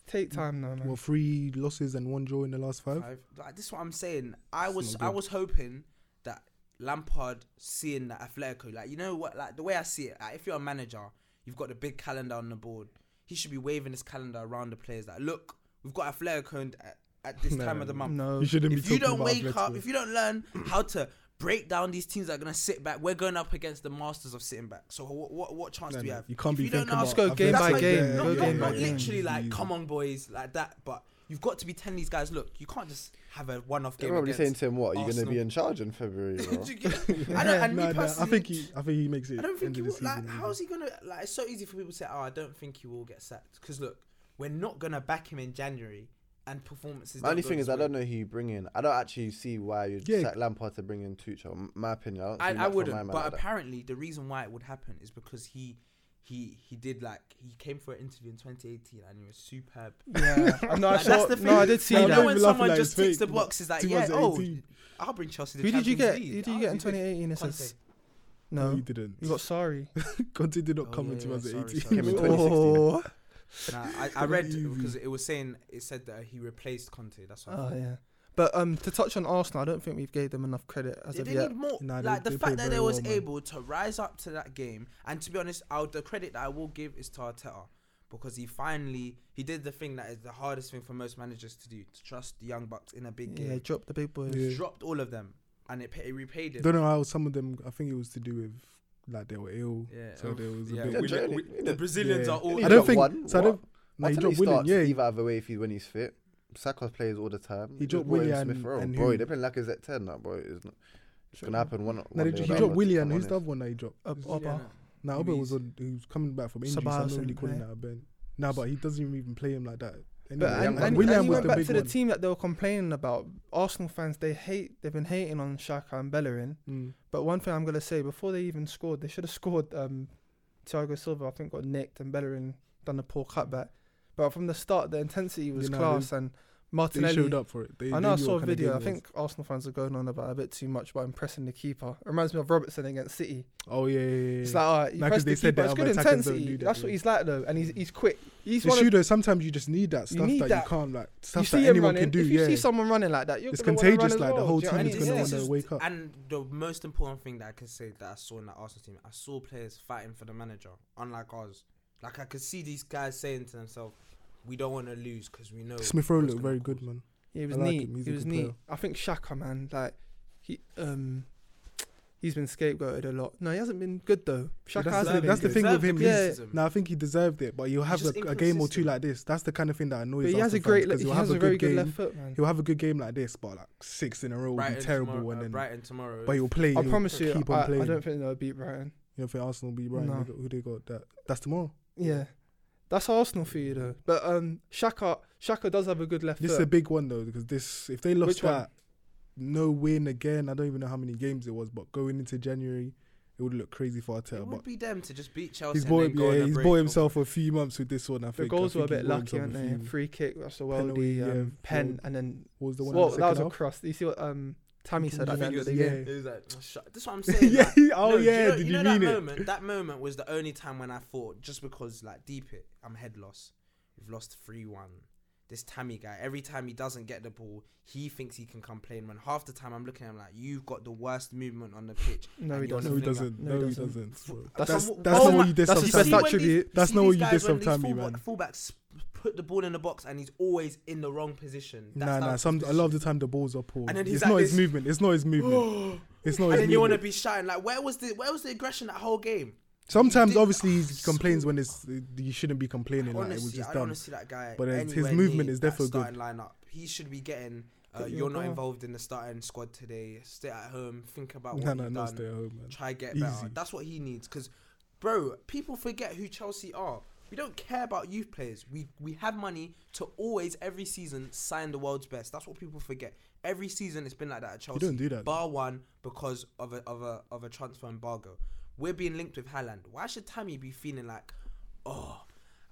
Speaker 3: take time though, man.
Speaker 1: well, three losses and one draw in the last five.
Speaker 2: Five. Like, this is what I'm saying. I
Speaker 1: It's
Speaker 2: was
Speaker 1: not
Speaker 2: I
Speaker 1: good.
Speaker 2: was hoping that Lampard seeing that Atletico, like you know what, like the way I see it, like, if you're a manager, you've got the big calendar on the board. He should be waving his calendar around the players. Like, look, we've got Atletico in- at, at this
Speaker 1: No,
Speaker 2: time
Speaker 1: no,
Speaker 2: of the
Speaker 1: no.
Speaker 2: month.
Speaker 3: No,
Speaker 1: You shouldn't be
Speaker 2: If you
Speaker 1: talking
Speaker 2: don't
Speaker 1: about
Speaker 2: wake
Speaker 1: Atletico.
Speaker 2: up, if you don't learn how to break down these teams that are gonna sit back, we're going up against the masters of sitting back. So what what, what chance
Speaker 1: No,
Speaker 2: do we
Speaker 1: no,
Speaker 2: have?
Speaker 1: you can't
Speaker 2: If
Speaker 1: be
Speaker 2: you don't
Speaker 1: thinking
Speaker 2: know-
Speaker 1: about
Speaker 3: Let's go game
Speaker 1: Atletico.
Speaker 3: by
Speaker 2: like-
Speaker 3: game,
Speaker 2: Not,
Speaker 3: go
Speaker 2: not,
Speaker 3: game
Speaker 2: not
Speaker 3: by game.
Speaker 2: literally like,
Speaker 1: Easy.
Speaker 2: come on, boys, like that. But you've got to be telling these guys, look, you can't just have a one-off
Speaker 4: They're
Speaker 2: game.
Speaker 4: probably saying
Speaker 2: against.
Speaker 4: to him, "What are you going to
Speaker 2: Arsenal.
Speaker 4: be in charge in February?" bro?"
Speaker 2: Do you get- I don't. And
Speaker 1: Nah,
Speaker 2: me
Speaker 1: nah, I
Speaker 2: personally,
Speaker 1: think he, I think he makes it.
Speaker 2: I don't think
Speaker 1: end
Speaker 2: he
Speaker 1: of the
Speaker 2: will. Like,
Speaker 1: season,
Speaker 2: how is he gonna? Like, it's so easy for people to say, "Oh, I don't think he will get sacked." Because look, we're not gonna back him in January, and performances.
Speaker 4: My
Speaker 2: don't
Speaker 4: only
Speaker 2: go
Speaker 4: thing
Speaker 2: his
Speaker 4: is, I
Speaker 2: way.
Speaker 4: don't know who you bring in. I don't actually see why you'd
Speaker 1: Yeah.
Speaker 4: sack Lampard to bring in Tuchel. M- My opinion. I, don't see
Speaker 2: I, I
Speaker 4: much from my
Speaker 2: wouldn't,
Speaker 4: man
Speaker 2: but
Speaker 4: like that.
Speaker 2: apparently the reason why it would happen is because he, he, he did like he came for an interview in 2018 and he was superb.
Speaker 3: yeah, I know. I
Speaker 2: Like,
Speaker 3: saw, No, I did see
Speaker 1: No,
Speaker 2: You
Speaker 3: that.
Speaker 2: know
Speaker 1: don't
Speaker 2: when
Speaker 1: even laugh
Speaker 2: someone
Speaker 1: like
Speaker 2: just
Speaker 1: it's
Speaker 2: ticks the
Speaker 1: fake.
Speaker 2: boxes like,
Speaker 1: Two
Speaker 2: yeah,
Speaker 1: months at
Speaker 2: oh,
Speaker 1: 18.
Speaker 2: I'll bring Chelsea. To
Speaker 3: Who did you
Speaker 2: Champions
Speaker 3: get?
Speaker 2: League.
Speaker 3: Who did
Speaker 2: I'll
Speaker 3: you get in
Speaker 2: do this.
Speaker 3: 2018? It says
Speaker 1: No,
Speaker 3: no.
Speaker 1: he didn't.
Speaker 3: You got sorry.
Speaker 1: Conte did not
Speaker 2: Oh,
Speaker 1: come
Speaker 2: yeah,
Speaker 1: in
Speaker 2: yeah, sorry,
Speaker 1: 2018.
Speaker 2: sorry,
Speaker 4: Came in
Speaker 2: sorry.
Speaker 4: 2016.
Speaker 3: Oh,
Speaker 2: Nah, I, I read
Speaker 1: Easy.
Speaker 2: because it was saying it said that he replaced Conte. That's why.
Speaker 3: Oh yeah. But um, to touch on Arsenal, I don't think we've gave them enough credit as
Speaker 2: They
Speaker 3: of
Speaker 2: they
Speaker 3: yet.
Speaker 2: need more.
Speaker 1: Nah, they-
Speaker 2: like the
Speaker 1: they
Speaker 2: fact
Speaker 1: played
Speaker 2: that they
Speaker 1: very
Speaker 2: was
Speaker 1: well, man.
Speaker 2: able to rise up to that game, and to be honest, I'll, the credit that I will give is to Arteta because he finally he did the thing that is the hardest thing for most managers to do: to trust the young bucks in a big
Speaker 3: Yeah,
Speaker 2: game.
Speaker 3: drop the big boys.
Speaker 1: Yeah.
Speaker 2: Dropped all of them, and it, pa- it repaid him.
Speaker 1: Don't know how some of them. I think it was to do with like they were ill.
Speaker 2: Yeah.
Speaker 1: So
Speaker 2: um,
Speaker 1: there was a
Speaker 2: yeah,
Speaker 1: bit-
Speaker 2: we-
Speaker 4: Yeah,
Speaker 2: we-
Speaker 4: Johnny-
Speaker 2: the Brazilians
Speaker 1: yeah.
Speaker 2: are all.
Speaker 1: I don't
Speaker 4: dropped
Speaker 1: think.
Speaker 4: one,
Speaker 1: so I
Speaker 4: what?
Speaker 1: don't. No,
Speaker 4: I
Speaker 1: he
Speaker 4: tell you,
Speaker 1: dropped Willian.
Speaker 4: starts
Speaker 1: Yeah,
Speaker 4: either other way if he, when he's fit. Saka plays all the time.
Speaker 1: He
Speaker 4: Just
Speaker 1: dropped
Speaker 4: brought in
Speaker 1: Willian
Speaker 4: Smith Rowe.
Speaker 1: and
Speaker 4: Bro,
Speaker 1: who?
Speaker 4: they're playing like it's at ten now, bro. It's, not, it's gonna happen one.
Speaker 1: No,
Speaker 4: one
Speaker 1: they,
Speaker 4: day
Speaker 1: he
Speaker 4: or another,
Speaker 1: dropped
Speaker 4: to
Speaker 1: Willian.
Speaker 4: come
Speaker 1: Who's
Speaker 4: honest.
Speaker 1: the other one that he dropped?
Speaker 3: Up,
Speaker 2: Brazilian,
Speaker 3: up, up.
Speaker 2: innit?
Speaker 1: Nah, Oba
Speaker 2: Maybe
Speaker 1: was
Speaker 2: he's-
Speaker 1: on. He was coming back from injury. So I'm not
Speaker 3: Sabah
Speaker 1: really calling
Speaker 3: Saint,
Speaker 1: that a Ben. Nah, but he doesn't even play him like that.
Speaker 3: But
Speaker 1: Anyway,
Speaker 3: and,
Speaker 1: and
Speaker 3: and, and
Speaker 1: Willian
Speaker 3: he
Speaker 1: was
Speaker 3: went
Speaker 1: the
Speaker 3: back
Speaker 1: big
Speaker 3: to the
Speaker 1: one.
Speaker 3: team that they were complaining about. Arsenal fans, they hate. They've been hating on Shaka and Bellerin.
Speaker 1: Mm.
Speaker 3: But one thing I'm gonna say before they even scored, they should have scored. Um, Thiago Silva, I think, got nicked, and Bellerin done a poor cutback. But from the start, the intensity was
Speaker 1: You know,
Speaker 3: class, and
Speaker 1: They
Speaker 3: Martinelli.
Speaker 1: showed up for it. They,
Speaker 3: I
Speaker 1: they
Speaker 3: know I
Speaker 1: knew
Speaker 3: saw a
Speaker 1: what kind of
Speaker 3: video. I
Speaker 1: game it was.
Speaker 3: think Arsenal fans are going on about it a bit too much about impressing the keeper. It reminds me of Robertson against City.
Speaker 1: Oh yeah, yeah, yeah.
Speaker 3: It's
Speaker 1: yeah.
Speaker 3: like, all right, you
Speaker 1: Nah, 'cause
Speaker 3: press
Speaker 1: they
Speaker 3: the
Speaker 1: said
Speaker 3: keeper.
Speaker 1: that
Speaker 3: It's
Speaker 1: other
Speaker 3: good
Speaker 1: attackers don't
Speaker 3: intensity.
Speaker 1: do that,
Speaker 3: That's
Speaker 1: yeah.
Speaker 3: what he's like, though, and he's he's quick. He's
Speaker 1: the
Speaker 3: one of
Speaker 1: shooter. Sometimes you just need that stuff
Speaker 3: need
Speaker 1: that,
Speaker 3: that.
Speaker 1: you can't like
Speaker 3: you
Speaker 1: stuff
Speaker 3: see
Speaker 1: that
Speaker 3: him
Speaker 1: anyone
Speaker 3: running.
Speaker 1: can do.
Speaker 3: If you
Speaker 1: Yeah,
Speaker 3: see someone running like that, you're
Speaker 1: It's
Speaker 3: gonna wanna run
Speaker 1: contagious,
Speaker 3: as
Speaker 1: like, the
Speaker 3: well,
Speaker 1: whole
Speaker 3: do you know
Speaker 1: team
Speaker 3: what I
Speaker 1: is
Speaker 3: mean?
Speaker 1: gonna
Speaker 3: Yeah.
Speaker 1: wanna- wake up.
Speaker 2: And the most important thing that I can say that I saw in that Arsenal team, I saw players fighting for the manager, unlike ours. Like I could see these guys saying to themselves, "We don't want to lose because we know."
Speaker 1: Smith Rowe
Speaker 2: what's
Speaker 1: looked
Speaker 2: gonna
Speaker 1: very
Speaker 2: cause
Speaker 1: good, man.
Speaker 3: Yeah, he was
Speaker 1: I like
Speaker 3: neat.
Speaker 1: him. He's
Speaker 3: He
Speaker 1: a
Speaker 3: was
Speaker 1: good
Speaker 3: neat.
Speaker 1: player.
Speaker 3: I think Shaka, man, like he um, he's been scapegoated a lot. No, he hasn't been good though. Shaka
Speaker 1: that's
Speaker 3: has
Speaker 1: the-
Speaker 3: been
Speaker 1: that's the
Speaker 3: good.
Speaker 1: thing with
Speaker 2: Deserved
Speaker 1: him,
Speaker 2: the
Speaker 3: yeah.
Speaker 2: criticism.
Speaker 1: Now I think he deserved it, but you'll have
Speaker 2: just
Speaker 1: a, a game or two
Speaker 2: inconsistent.
Speaker 1: like this. That's the kind of thing that annoys.
Speaker 3: But he has a
Speaker 1: Arsenal
Speaker 3: great.
Speaker 1: fans, 'cause
Speaker 3: He
Speaker 1: he'll
Speaker 3: has
Speaker 1: have
Speaker 3: a very good
Speaker 1: game.
Speaker 3: left foot, man.
Speaker 1: He'll have a good game like this, but like six in a row will be
Speaker 2: Brighton
Speaker 1: terrible,
Speaker 2: tomorrow,
Speaker 1: and
Speaker 2: uh,
Speaker 1: then
Speaker 2: Brighton tomorrow.
Speaker 1: but he'll play.
Speaker 3: I
Speaker 1: he'll
Speaker 3: promise you,
Speaker 1: keep
Speaker 3: I,
Speaker 1: on
Speaker 3: I
Speaker 1: playing.
Speaker 3: don't think they'll beat Brighton.
Speaker 1: You know, for Arsenal will be Brighton.
Speaker 3: No.
Speaker 1: They got, who they got? That that's tomorrow.
Speaker 3: Yeah, that's Arsenal for you though. But um, Shaka, Shaka does have a good left
Speaker 1: This is a
Speaker 3: foot.
Speaker 1: big one though because this if they lost
Speaker 3: Which one?
Speaker 1: that, no win again. I don't even know how many games it was, but going into January, it would look crazy for Arteta.
Speaker 2: it
Speaker 1: But
Speaker 2: would be them to just beat Chelsea.
Speaker 1: he's
Speaker 2: and then
Speaker 1: bought,
Speaker 2: go on
Speaker 1: yeah,
Speaker 2: a
Speaker 1: he's
Speaker 2: break
Speaker 1: bought
Speaker 2: or-
Speaker 1: himself a few months with this one. I
Speaker 3: the
Speaker 1: think
Speaker 3: goals
Speaker 1: I
Speaker 3: were a
Speaker 1: think
Speaker 3: bit
Speaker 1: he bought
Speaker 3: lucky,
Speaker 1: himself
Speaker 3: weren't
Speaker 1: a
Speaker 3: they?
Speaker 1: few.
Speaker 3: Free kick, that's a
Speaker 1: Penalty,
Speaker 3: worldie
Speaker 1: yeah,
Speaker 3: um, pen,
Speaker 1: forward.
Speaker 3: and then
Speaker 1: What was the one? in
Speaker 3: well,
Speaker 1: the
Speaker 3: that was
Speaker 1: second
Speaker 3: a
Speaker 1: half?
Speaker 3: cross. You see what um, Tammy said at the
Speaker 2: Yeah,
Speaker 3: end
Speaker 2: he was-
Speaker 3: of the
Speaker 1: yeah.
Speaker 3: game.
Speaker 2: he was like, "Oh, shut-" That's what I'm saying.
Speaker 1: yeah.
Speaker 2: like,
Speaker 1: Oh
Speaker 2: no, do you
Speaker 1: yeah.
Speaker 2: know-
Speaker 1: Did
Speaker 2: you
Speaker 1: you,
Speaker 2: know
Speaker 1: mean
Speaker 2: that
Speaker 1: it?
Speaker 2: Moment, that moment was the only time when I thought, just because like deep it, I'm head loss. We've lost three one. This Tammy guy, every time he doesn't get the ball, he thinks he can complain. When half the time I'm looking at him like, you've got the worst movement on the pitch.
Speaker 3: No, he
Speaker 2: And you're
Speaker 1: No, he
Speaker 3: doesn't.
Speaker 1: doesn't.
Speaker 3: No, he
Speaker 1: No, he
Speaker 3: doesn't.
Speaker 1: doesn't. bro.
Speaker 3: That's-
Speaker 1: That's
Speaker 2: And what-
Speaker 1: that's
Speaker 3: oh
Speaker 1: not
Speaker 3: my-
Speaker 1: what you did.
Speaker 3: that's his
Speaker 1: sometimes.
Speaker 2: when
Speaker 3: best
Speaker 2: these-
Speaker 3: attribute.
Speaker 1: That's
Speaker 2: see
Speaker 1: not
Speaker 2: these
Speaker 1: what you
Speaker 2: guys
Speaker 1: did
Speaker 2: when these
Speaker 1: sometime,
Speaker 2: fullba-
Speaker 1: man.
Speaker 2: Fullbacks put the ball in the box and he's always in the wrong position. That's
Speaker 1: Nah,
Speaker 2: down
Speaker 1: nah.
Speaker 2: to
Speaker 1: Some
Speaker 2: his
Speaker 1: a lot of the
Speaker 2: position.
Speaker 1: time the balls are poor.
Speaker 2: And then he's
Speaker 1: It's
Speaker 2: like
Speaker 1: not his
Speaker 2: this.
Speaker 1: movement. It's not his movement. It's not.
Speaker 2: And
Speaker 1: his
Speaker 2: then you want
Speaker 1: movement.
Speaker 2: to be shouting like, where was the where was the aggression that whole game?
Speaker 1: Sometimes,
Speaker 2: did-
Speaker 1: obviously, he
Speaker 2: so-
Speaker 1: complains when it's you shouldn't be complaining. Like it was
Speaker 2: Honestly,
Speaker 1: just
Speaker 2: I
Speaker 1: done.
Speaker 2: don't see that guy.
Speaker 1: But then his
Speaker 2: anywhere
Speaker 1: movement
Speaker 2: near
Speaker 1: is
Speaker 2: that
Speaker 1: therefore good.
Speaker 2: starting Lineup. He should be getting. Uh,
Speaker 3: Put your
Speaker 2: you're not
Speaker 3: goal.
Speaker 2: involved in the starting squad today. Stay at home. Think about
Speaker 1: No,
Speaker 2: what
Speaker 1: no,
Speaker 2: you've
Speaker 1: no.
Speaker 2: done.
Speaker 1: Stay at home, man.
Speaker 2: Try get better.
Speaker 1: Easy.
Speaker 2: That's what he needs. Because, bro, people forget who Chelsea are. We don't care about youth players. We we have money to always every season sign the world's best. That's what people forget. Every season it's been like that at Chelsea.
Speaker 1: don't do that, though.
Speaker 2: Bar one because of a of a of a transfer embargo. We're being linked with Haaland. Why should Tammy be feeling like, oh,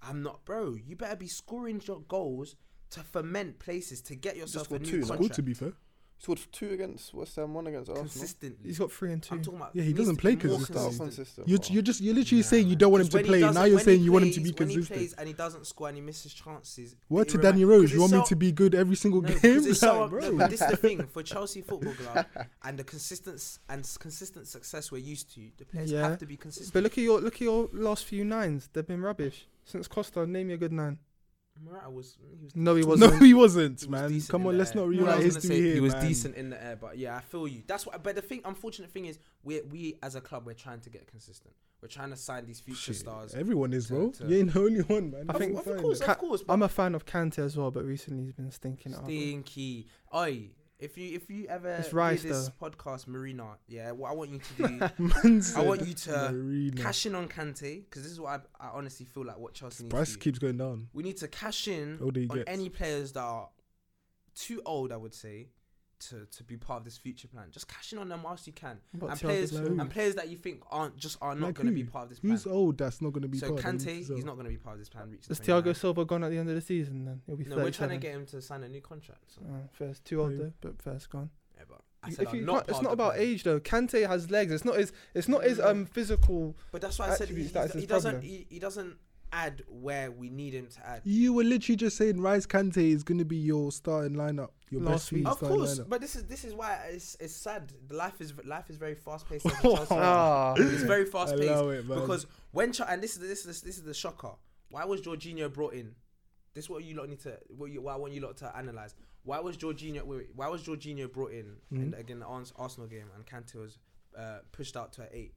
Speaker 2: I'm not, bro? You better be scoring your goals to ferment places to get yourself a
Speaker 4: scored
Speaker 2: new
Speaker 4: two, no?
Speaker 1: It's
Speaker 2: contract
Speaker 1: good to be fair.
Speaker 4: He scored two against West Ham, one against Arsenal.
Speaker 2: consistently.
Speaker 3: He's got three and
Speaker 2: I'm
Speaker 3: two.
Speaker 2: talking about
Speaker 1: Yeah, he
Speaker 2: needs
Speaker 1: doesn't
Speaker 2: to be
Speaker 1: play
Speaker 2: more
Speaker 1: consistently.
Speaker 4: Start
Speaker 2: consistent.
Speaker 4: consistent.
Speaker 1: You're
Speaker 4: bro.
Speaker 1: you're just you're literally
Speaker 2: Nah,
Speaker 1: saying you
Speaker 2: man.
Speaker 1: don't want him to
Speaker 2: Because when he
Speaker 1: play.
Speaker 2: doesn't-
Speaker 1: Now you're
Speaker 2: when he
Speaker 1: saying you want him to
Speaker 2: plays-
Speaker 1: be
Speaker 2: When he plays
Speaker 1: consistent.
Speaker 2: and he doesn't score and he misses chances.
Speaker 1: Word
Speaker 2: it
Speaker 1: to
Speaker 2: remi-
Speaker 1: Danny Rose,
Speaker 2: 'cause
Speaker 1: you
Speaker 2: it's
Speaker 1: want me
Speaker 2: so-
Speaker 1: to be good every single
Speaker 2: no, 'cause
Speaker 1: game?
Speaker 2: it's
Speaker 1: Like,
Speaker 2: so- no,
Speaker 1: bro.
Speaker 2: but this is the thing for Chelsea Football Club and the consistent s- and s- consistent success we're used to. The players
Speaker 3: Yeah.
Speaker 2: have to be consistent.
Speaker 3: But look at your look at your last few nines. They've been rubbish since Costa. Name me a good nine.
Speaker 2: Morata was he was
Speaker 3: No, he
Speaker 1: no,
Speaker 3: wasn't.
Speaker 1: he wasn't,
Speaker 2: He was
Speaker 1: man.
Speaker 2: decent
Speaker 1: Come
Speaker 2: in
Speaker 1: on,
Speaker 2: the
Speaker 1: let's
Speaker 2: air.
Speaker 1: not
Speaker 2: No, I
Speaker 1: rewrite
Speaker 2: was gonna
Speaker 1: history
Speaker 2: say
Speaker 1: here.
Speaker 2: He was
Speaker 1: man.
Speaker 2: decent in the air, but yeah, I feel you. That's what. But the thing, unfortunate thing is, we we as a club, we're trying to get consistent. We're trying to sign these future
Speaker 1: Shit,
Speaker 2: stars.
Speaker 1: Everyone is,
Speaker 2: to-
Speaker 1: bro.
Speaker 2: to-
Speaker 1: You ain't the only one, man.
Speaker 3: I
Speaker 1: It's
Speaker 3: think-
Speaker 1: all
Speaker 2: of
Speaker 1: fine.
Speaker 2: course,
Speaker 3: Ca-
Speaker 2: of course.
Speaker 3: I'm a fan of Kante as well, but recently he's been stinking out.
Speaker 2: Stinky. Oi, if you if you ever
Speaker 3: It's
Speaker 2: hear
Speaker 3: rice,
Speaker 2: this podcast, Marina, yeah, what I want you to do,
Speaker 1: Man said
Speaker 2: want you to
Speaker 1: Marina.
Speaker 2: cash in on Kante, because this is what I, I honestly feel like what Chelsea needs
Speaker 1: Price
Speaker 2: to do.
Speaker 1: keeps going down.
Speaker 2: We need to cash in
Speaker 1: Older he
Speaker 2: on
Speaker 1: gets.
Speaker 2: any players that are too old, I would say, to, to be part of this future plan. Just cash in on them whilst you can.
Speaker 3: What,
Speaker 2: and
Speaker 3: Thiago
Speaker 2: players
Speaker 3: Silva?
Speaker 2: and players that you think aren't just are not
Speaker 1: Like
Speaker 2: going to be
Speaker 1: who?
Speaker 2: part of this plan.
Speaker 1: Who's old? That's not going to be
Speaker 2: so
Speaker 1: part of uh, the
Speaker 2: Kante,
Speaker 1: Leeds
Speaker 2: he's
Speaker 1: result?
Speaker 2: not going to be part of this plan. Reach
Speaker 3: Is
Speaker 2: the 29.
Speaker 3: Thiago Silva gone at the end of the season? Then he'll be.
Speaker 2: No, we're trying to
Speaker 3: 37.
Speaker 2: get him to sign a new contract. So.
Speaker 3: Oh, first too old
Speaker 1: Yeah.
Speaker 3: though, but first gone.
Speaker 2: Yeah, but I
Speaker 3: You-
Speaker 2: said
Speaker 3: if
Speaker 2: I'm
Speaker 3: you
Speaker 2: not
Speaker 3: can't-
Speaker 2: part
Speaker 3: it's
Speaker 2: of
Speaker 3: not
Speaker 2: the
Speaker 3: about
Speaker 2: plan.
Speaker 3: age though. Kante has legs. It's not his. It's not his
Speaker 2: No, no, no.
Speaker 3: um physical.
Speaker 2: But that's why I said he,
Speaker 3: attributes, that is
Speaker 2: he
Speaker 3: his
Speaker 2: doesn't.
Speaker 3: problem.
Speaker 2: He, he doesn't add where we need him to add.
Speaker 1: You were literally just saying Rice Kante is going to be your starting lineup, your
Speaker 3: Last
Speaker 1: best
Speaker 3: week.
Speaker 1: week.
Speaker 2: Of
Speaker 1: starting
Speaker 2: course,
Speaker 1: lineup.
Speaker 2: but this is this is why it's it's sad. The life is life is very fast paced.
Speaker 3: Ah.
Speaker 2: it's very fast paced
Speaker 1: Allow it, man.
Speaker 2: because when Ch- and this is this is this is the shocker. Why was Jorginho brought in? This is what you lot need to. What, you, what I want you lot to analyze. Why was Jorginho? Wait, wait, why was Jorginho brought in and
Speaker 1: Mhm.
Speaker 2: again the Ars- Arsenal game and Kante was uh, pushed out to an eight?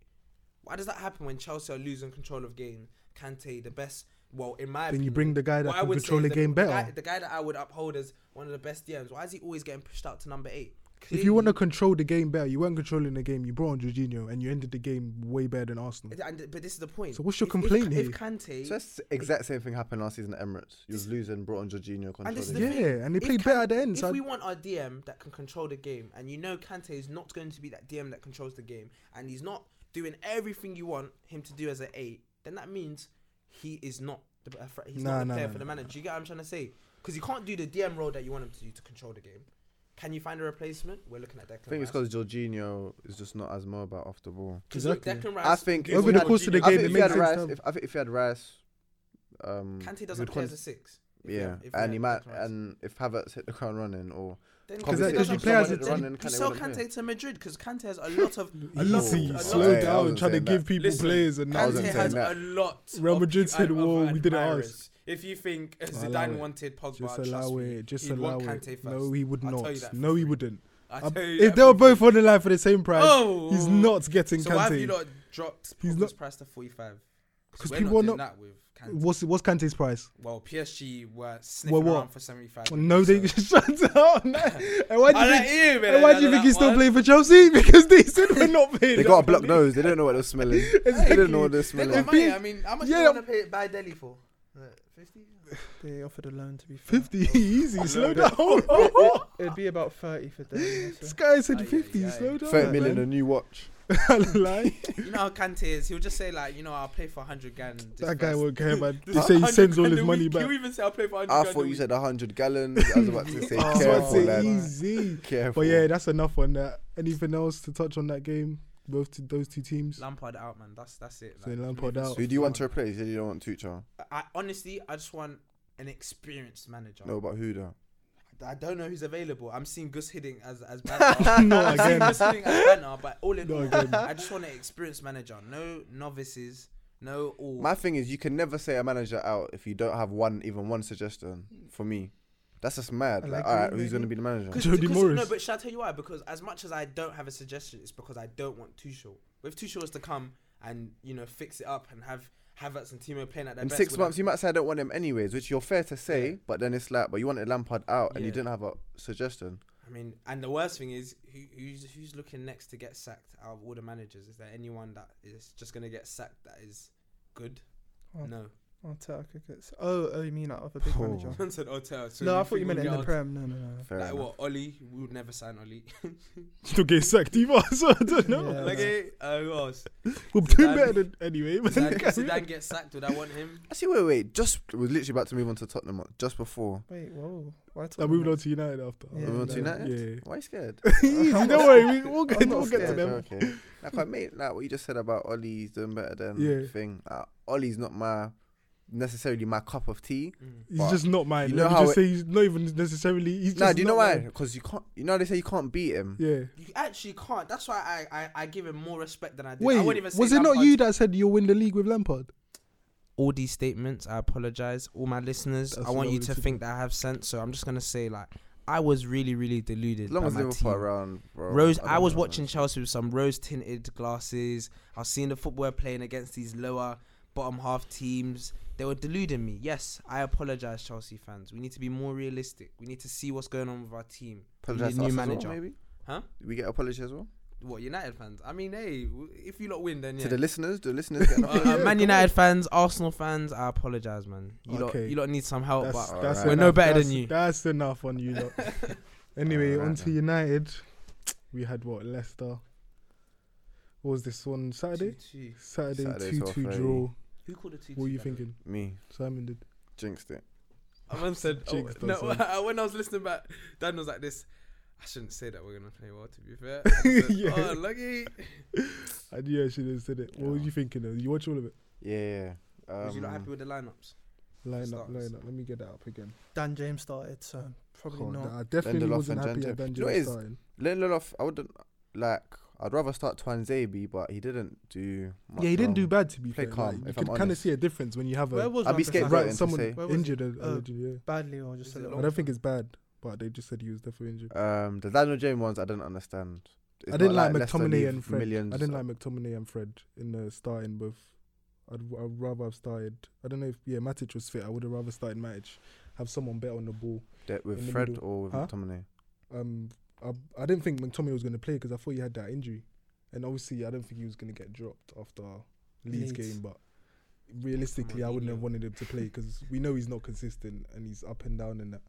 Speaker 2: Why does that happen when Chelsea are losing control of game? Kante, the best. Well, in my
Speaker 1: Then you
Speaker 2: opinion,
Speaker 1: bring the guy that
Speaker 2: what I
Speaker 1: can
Speaker 2: would say
Speaker 1: control
Speaker 2: is
Speaker 1: the game better.
Speaker 2: Guy, the guy that I would uphold as one of the best DMs. Why is he always getting pushed out to number eight?
Speaker 1: if you want to control the game better, you weren't controlling the game. You brought on Jorginho and you ended the game way better than Arsenal.
Speaker 2: Clearly- and- but this is the point.
Speaker 1: So what's your
Speaker 2: If-
Speaker 1: complaint
Speaker 2: if,
Speaker 1: here?
Speaker 2: If Kante,
Speaker 4: So that's the exact same thing happened last season at Emirates. You was losing, brought on Jorginho,
Speaker 2: And this
Speaker 4: controlled
Speaker 2: is
Speaker 4: the
Speaker 2: the
Speaker 4: game.
Speaker 1: Yeah,
Speaker 2: thing,
Speaker 1: and they
Speaker 2: if
Speaker 1: played
Speaker 2: Kan-
Speaker 1: better at the end,
Speaker 2: If
Speaker 1: so I-
Speaker 2: we want our DM that can control the game, and you know Kante is not going to be that DM that controls the game, and he's not doing everything you want him to do as an eight, then that means he is not the be- he's
Speaker 1: Nah,
Speaker 2: not the
Speaker 1: nah,
Speaker 2: player
Speaker 1: nah,
Speaker 2: for the
Speaker 1: nah,
Speaker 2: manager. You get what I'm trying to say? Because you can't do the DM role that you want him to do to control the game. Can you find a replacement? We're looking at Declan.
Speaker 4: I think it's
Speaker 2: Rice.
Speaker 4: because Jorginho is just not as mobile off the ball.
Speaker 2: look,
Speaker 1: Exactly.
Speaker 2: Declan Rice.
Speaker 4: I think
Speaker 1: Over
Speaker 4: we
Speaker 1: the
Speaker 4: had-
Speaker 1: course of the game,
Speaker 4: I think
Speaker 1: it
Speaker 4: if
Speaker 1: makes
Speaker 4: you had
Speaker 1: sense.
Speaker 4: Rice,
Speaker 1: to
Speaker 4: if,
Speaker 1: have-
Speaker 4: I think if you had Rice, um,
Speaker 2: Kante
Speaker 4: he'd
Speaker 2: doesn't play
Speaker 4: con-
Speaker 2: as a six. If you
Speaker 4: yeah,
Speaker 2: have- if you
Speaker 4: and
Speaker 2: have
Speaker 4: he might,
Speaker 2: Declan Rice.
Speaker 4: and if Havertz hit the ground running, or
Speaker 2: Then
Speaker 4: Because
Speaker 2: Kante
Speaker 4: that-
Speaker 1: because you
Speaker 2: doesn't
Speaker 1: play as a
Speaker 2: play.
Speaker 1: ten.
Speaker 2: Then You
Speaker 4: Kante
Speaker 2: sell
Speaker 4: wouldn't play.
Speaker 2: Kante to Madrid because Kante has a lot of a lot of-
Speaker 1: Easy,
Speaker 2: a lot
Speaker 1: slow
Speaker 2: of-
Speaker 4: Hey, I
Speaker 1: down,
Speaker 4: wasn't
Speaker 1: trying to
Speaker 4: saying
Speaker 1: give
Speaker 4: that.
Speaker 1: people
Speaker 2: Listen,
Speaker 1: players and
Speaker 4: I
Speaker 1: now.
Speaker 4: wasn't
Speaker 2: Kante
Speaker 4: saying
Speaker 2: has
Speaker 4: that.
Speaker 2: a lot.
Speaker 1: Real
Speaker 2: of
Speaker 1: Madrid
Speaker 2: peop-
Speaker 1: said,
Speaker 2: of
Speaker 1: "Whoa, we didn't
Speaker 2: admirers."
Speaker 1: ask."
Speaker 2: If you think
Speaker 1: Allow
Speaker 2: Zidane
Speaker 1: it.
Speaker 2: wanted Pogba,
Speaker 1: Just
Speaker 2: trust
Speaker 1: allow
Speaker 2: me,
Speaker 1: it. Just
Speaker 2: he'd
Speaker 1: allow
Speaker 2: want Kante
Speaker 1: it.
Speaker 2: first.
Speaker 1: No, he would
Speaker 2: I'll tell
Speaker 1: not.
Speaker 2: you that for
Speaker 1: No, he
Speaker 2: free.
Speaker 1: wouldn't.
Speaker 2: I
Speaker 1: Um,
Speaker 2: tell you
Speaker 1: if
Speaker 2: that
Speaker 1: they were
Speaker 2: for free.
Speaker 1: both on the line for the same price,
Speaker 2: oh,
Speaker 1: he's not getting
Speaker 2: So why have you
Speaker 1: Kante.
Speaker 2: not dropped
Speaker 1: He's
Speaker 2: Pogba's
Speaker 1: not-
Speaker 2: price to forty-five?
Speaker 1: 'Cause
Speaker 2: we're
Speaker 1: people
Speaker 2: not
Speaker 1: are
Speaker 2: doing
Speaker 1: not-
Speaker 2: that with Kante.
Speaker 1: What's what's Kante's price?
Speaker 2: Well, PSG were sniffing
Speaker 1: what?
Speaker 2: around for seventy-five.
Speaker 1: No, they shut up. man. And why do
Speaker 2: uh, I
Speaker 1: you
Speaker 2: like
Speaker 1: think?
Speaker 2: you, man.
Speaker 1: And why
Speaker 2: I
Speaker 1: do you
Speaker 2: like
Speaker 1: think he's
Speaker 2: that
Speaker 1: still
Speaker 2: one.
Speaker 1: playing for Chelsea? Because they said we're not playing.
Speaker 4: they got a blocked nose. They don't know what they're smelling. They don't know what they're
Speaker 2: They
Speaker 4: smelling.
Speaker 2: got money. I mean, how much do
Speaker 1: Yeah.
Speaker 2: you want to pay buy Delhi for? Fifty.
Speaker 3: They offered a loan to be fair.
Speaker 1: Fifty, easy, slow down.
Speaker 3: It'd be about thirty for them.
Speaker 1: This guy said
Speaker 2: Aye, aye,
Speaker 1: fifty,
Speaker 2: aye.
Speaker 1: slow down.
Speaker 4: 30 million
Speaker 1: man.
Speaker 4: a new watch.
Speaker 1: Lie.
Speaker 2: You know how Kante is. He'll just say like, you know, I'll play for hundred grand. this
Speaker 1: That guy
Speaker 2: first-
Speaker 1: won't care, man. They
Speaker 2: this
Speaker 1: say he
Speaker 2: 100
Speaker 1: sends all
Speaker 2: grand
Speaker 1: his
Speaker 2: a
Speaker 1: money
Speaker 2: week.
Speaker 1: back.
Speaker 2: He'll even say I'll play for hundred
Speaker 4: I
Speaker 2: grand.
Speaker 4: thought
Speaker 2: a
Speaker 4: you
Speaker 2: week.
Speaker 4: said 100 gallons. I was about to say,
Speaker 1: Oh,
Speaker 3: so I'd
Speaker 4: careful,
Speaker 1: say
Speaker 3: lad.
Speaker 1: easy.
Speaker 4: Careful.
Speaker 1: But yeah, that's enough on that. Anything else to touch on that game? Both to those two teams.
Speaker 2: Lampard out, man. That's that's it.
Speaker 1: So Lampard
Speaker 2: moving
Speaker 1: out.
Speaker 4: Who do you want to replace? You said you don't want Tuchel.
Speaker 2: I honestly, I just want an experienced manager.
Speaker 4: No, but who though?
Speaker 2: I don't know who's available. I'm seeing Gus Hiddink as as banner.
Speaker 1: Not
Speaker 2: I'm seeing
Speaker 1: again.
Speaker 2: Gus Hiddink as banner, but all in
Speaker 1: Not
Speaker 2: all,
Speaker 1: again.
Speaker 2: I just want an experienced manager. No novices. No all.
Speaker 4: My thing is, you can never say a manager out if you don't have one, even one suggestion. For me, that's just mad.
Speaker 3: I
Speaker 4: Like,
Speaker 3: like
Speaker 4: all right,
Speaker 3: you, really.
Speaker 4: who's gonna be the manager?
Speaker 2: Cause,
Speaker 1: Jody
Speaker 2: because-
Speaker 1: Morris.
Speaker 2: No, but shall I tell you why? Because as much as I don't have a suggestion, it's because I don't want Tuchel. But if Tuchel was to come and you know fix it up and have Havertz and Timo playing at their
Speaker 4: In
Speaker 2: best,
Speaker 4: six
Speaker 2: with
Speaker 4: months,
Speaker 2: that-
Speaker 4: you might say I don't want him anyways, which you're fair to say.
Speaker 2: Yeah.
Speaker 4: But then it's like, but you wanted Lampard out, and you
Speaker 2: Yeah.
Speaker 4: didn't have a suggestion.
Speaker 2: I mean, and the worst thing is, who, who's who's looking next to get sacked out of all the managers? Is there anyone that is just gonna get sacked that is good?
Speaker 3: Oh.
Speaker 2: No.
Speaker 3: Oh, oh, you mean out of a big
Speaker 4: Oh.
Speaker 3: manager?
Speaker 2: Someone said Otel. So
Speaker 3: no, I thought you
Speaker 2: think
Speaker 3: meant
Speaker 2: we'll
Speaker 3: in the
Speaker 2: get
Speaker 3: prem. No, no, no.
Speaker 4: Fair
Speaker 2: Otel- Like
Speaker 4: enough.
Speaker 2: what? Oli, we would never sign Oli.
Speaker 1: Still get sacked either, so I don't know.
Speaker 3: Yeah.
Speaker 2: like, eh, uh, who else?
Speaker 1: We're doing
Speaker 2: Zidane.
Speaker 1: better than anyway. man.
Speaker 2: Zidane, Zidane gets sacked. Would I want him?
Speaker 4: Actually, wait, wait. Just we're literally about to move on to Tottenham. uh, Just before.
Speaker 3: Wait, whoa. Why
Speaker 1: I'm moving on to United after.
Speaker 3: Yeah. Moving on to
Speaker 4: United?
Speaker 1: Yeah.
Speaker 4: Why are you scared?
Speaker 1: Easy, don't worry. We, we'll
Speaker 3: I'm
Speaker 1: get,
Speaker 3: not
Speaker 1: we'll get to
Speaker 3: scared,
Speaker 1: them.
Speaker 4: Okay. okay. Now, quite mate, like what you just said about Ollie's doing better than
Speaker 1: Yeah.
Speaker 4: thing. Uh, Ollie's not my necessarily my cup of tea.
Speaker 2: Mm.
Speaker 1: He's
Speaker 4: But
Speaker 1: just not mine.
Speaker 4: you
Speaker 1: Let
Speaker 4: know
Speaker 1: me
Speaker 4: how
Speaker 1: just
Speaker 4: it-
Speaker 1: say he's not even necessarily. He's
Speaker 4: Nah,
Speaker 1: just
Speaker 4: do you know
Speaker 1: not
Speaker 4: why?
Speaker 1: mine.
Speaker 4: Because you can't. You know how they say you can't beat him.
Speaker 1: Yeah.
Speaker 2: You actually can't. That's why I, I, I give him more respect than I did. I
Speaker 1: Wait,
Speaker 2: wouldn't even say
Speaker 1: was it not
Speaker 2: Lampard-
Speaker 1: you that said you'll win the league with Lampard?
Speaker 2: All these statements, I apologize. All my listeners,
Speaker 1: That's
Speaker 2: I want
Speaker 1: what
Speaker 2: you
Speaker 1: I
Speaker 2: to
Speaker 1: wanted
Speaker 2: think that I have sense. So I'm just gonna say like I was really, really deluded.
Speaker 4: As long
Speaker 2: by
Speaker 4: as
Speaker 2: my team.
Speaker 4: Liverpool are around, bro.
Speaker 2: Rose,
Speaker 4: don't
Speaker 2: I was
Speaker 4: know,
Speaker 2: watching
Speaker 4: man.
Speaker 2: Chelsea with some rose tinted glasses. I was seeing the football playing against these lower bottom half teams. They were deluding me. Yes, I apologize, Chelsea fans. We need to be more realistic. We need to see what's going on with our team. We need
Speaker 4: Apologise
Speaker 2: a
Speaker 4: to us
Speaker 2: new
Speaker 4: as well,
Speaker 2: manager.
Speaker 4: maybe.
Speaker 2: Huh?
Speaker 4: We get apology as well
Speaker 2: What United fans? I mean, hey, w- if you lot win, then yeah.
Speaker 4: to the listeners. Do the listeners get an
Speaker 2: Uh, uh,
Speaker 4: apology?
Speaker 1: Yeah,
Speaker 2: Man
Speaker 1: come
Speaker 2: United fans, Arsenal fans, I apologise, man. You
Speaker 1: Okay.
Speaker 2: lot, you lot need some help.
Speaker 1: That's,
Speaker 2: but
Speaker 1: that's
Speaker 4: We're
Speaker 1: enough.
Speaker 2: no better
Speaker 1: That's-
Speaker 2: than you.
Speaker 1: That's enough on you. Lot. anyway,
Speaker 4: Alright
Speaker 1: on to
Speaker 4: then.
Speaker 1: United. We had what Leicester. What was this one Saturday?
Speaker 2: Two, two.
Speaker 1: Saturday
Speaker 4: Saturday,
Speaker 1: two two
Speaker 4: 12:30.
Speaker 1: draw.
Speaker 2: Who called it two?
Speaker 1: What were you thinking?
Speaker 2: um,
Speaker 4: Me
Speaker 1: Simon did.
Speaker 4: jinxed it.
Speaker 2: I once said, oh,
Speaker 1: Jinxed
Speaker 2: no,
Speaker 1: us,
Speaker 2: when I was listening back, Dan was like this. I shouldn't say that we're gonna play well. To be fair, I just said,
Speaker 1: Yeah.
Speaker 2: oh, lucky.
Speaker 1: I knew I should have said it. What were
Speaker 4: Yeah.
Speaker 1: you thinking? Though? You watch all of it.
Speaker 4: Yeah. yeah. Um,
Speaker 2: was you not happy with the lineups?
Speaker 1: Line up,
Speaker 2: Starts.
Speaker 1: line up. Let me get that up again.
Speaker 3: Dan James started, so probably
Speaker 1: Oh,
Speaker 3: not.
Speaker 1: nah, I definitely
Speaker 4: Lindelof
Speaker 1: wasn't
Speaker 4: and
Speaker 1: happy at
Speaker 4: Janjo. Do you
Speaker 1: Benjamin
Speaker 4: know what it is?
Speaker 1: starting.
Speaker 4: Lindelof, I wouldn't like. I'd rather start Twanzebe, but he didn't do. Much
Speaker 1: yeah, he didn't do
Speaker 4: wrong.
Speaker 1: bad to be
Speaker 4: Play
Speaker 1: fair.
Speaker 4: calm,
Speaker 1: Like, you
Speaker 4: if I'm
Speaker 1: could kind of
Speaker 4: honest.
Speaker 1: see a difference when you have
Speaker 3: Where
Speaker 1: a
Speaker 3: was
Speaker 4: I'd be
Speaker 3: Wan-Bissaka?
Speaker 4: scared
Speaker 1: right
Speaker 4: to
Speaker 1: someone
Speaker 4: say.
Speaker 3: Where was
Speaker 1: injured.
Speaker 3: it? Uh,
Speaker 1: allegedly, yeah.
Speaker 3: badly or just a
Speaker 2: Is it
Speaker 3: little?
Speaker 1: I don't think it's bad, but they just said he was definitely injured.
Speaker 4: Um, the Daniel James ones I didn't understand. It's
Speaker 1: I didn't
Speaker 4: not
Speaker 1: like,
Speaker 4: Leicester
Speaker 1: McTominay
Speaker 4: leave
Speaker 1: and Fred.
Speaker 4: Millions.
Speaker 1: I didn't like McTominay and Fred in the starting both. I'd, I'd rather have started. I don't know if yeah Matic was fit. I would have rather started Matic, have someone better on the ball. in
Speaker 4: that with
Speaker 1: the
Speaker 4: Fred
Speaker 1: middle.
Speaker 4: or with
Speaker 1: Huh?
Speaker 4: McTominay.
Speaker 1: Um, I, I didn't think McTominay was going to play because I thought he had that injury, and obviously I don't think he was going to get dropped after Leeds,
Speaker 3: Leeds.
Speaker 1: game. But realistically, I wouldn't have
Speaker 2: Mourinho.
Speaker 1: wanted him to play because we know he's not consistent and he's up and down and that,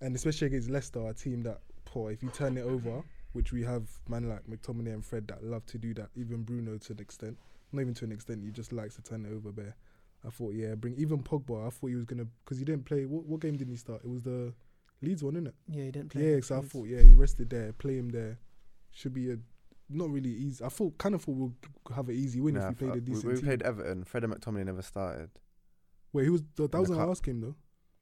Speaker 1: and especially against Leicester, a team that poor. If you turn it over, which we have man like McTominay and Fred that love to do that, even Bruno to an extent, not even to an extent, he just likes to turn it over. There, I thought yeah, bring even Pogba. I thought he was gonna because he didn't play. What, what game didn't he start? It was the Leeds one, innit?
Speaker 3: Yeah, he didn't play.
Speaker 1: Yeah,
Speaker 3: against
Speaker 1: so I
Speaker 3: Leeds.
Speaker 1: thought, yeah, he rested there, play him there. Should be a not really easy. I thought kind of thought we'll g- have an easy win if
Speaker 4: Nah,
Speaker 1: we played a
Speaker 4: we-
Speaker 1: decent
Speaker 4: we,
Speaker 1: team.
Speaker 4: played Everton. Fred and McTominay never started,
Speaker 1: Wait, who was that,
Speaker 4: the
Speaker 1: that was our
Speaker 4: cup.
Speaker 1: last game though?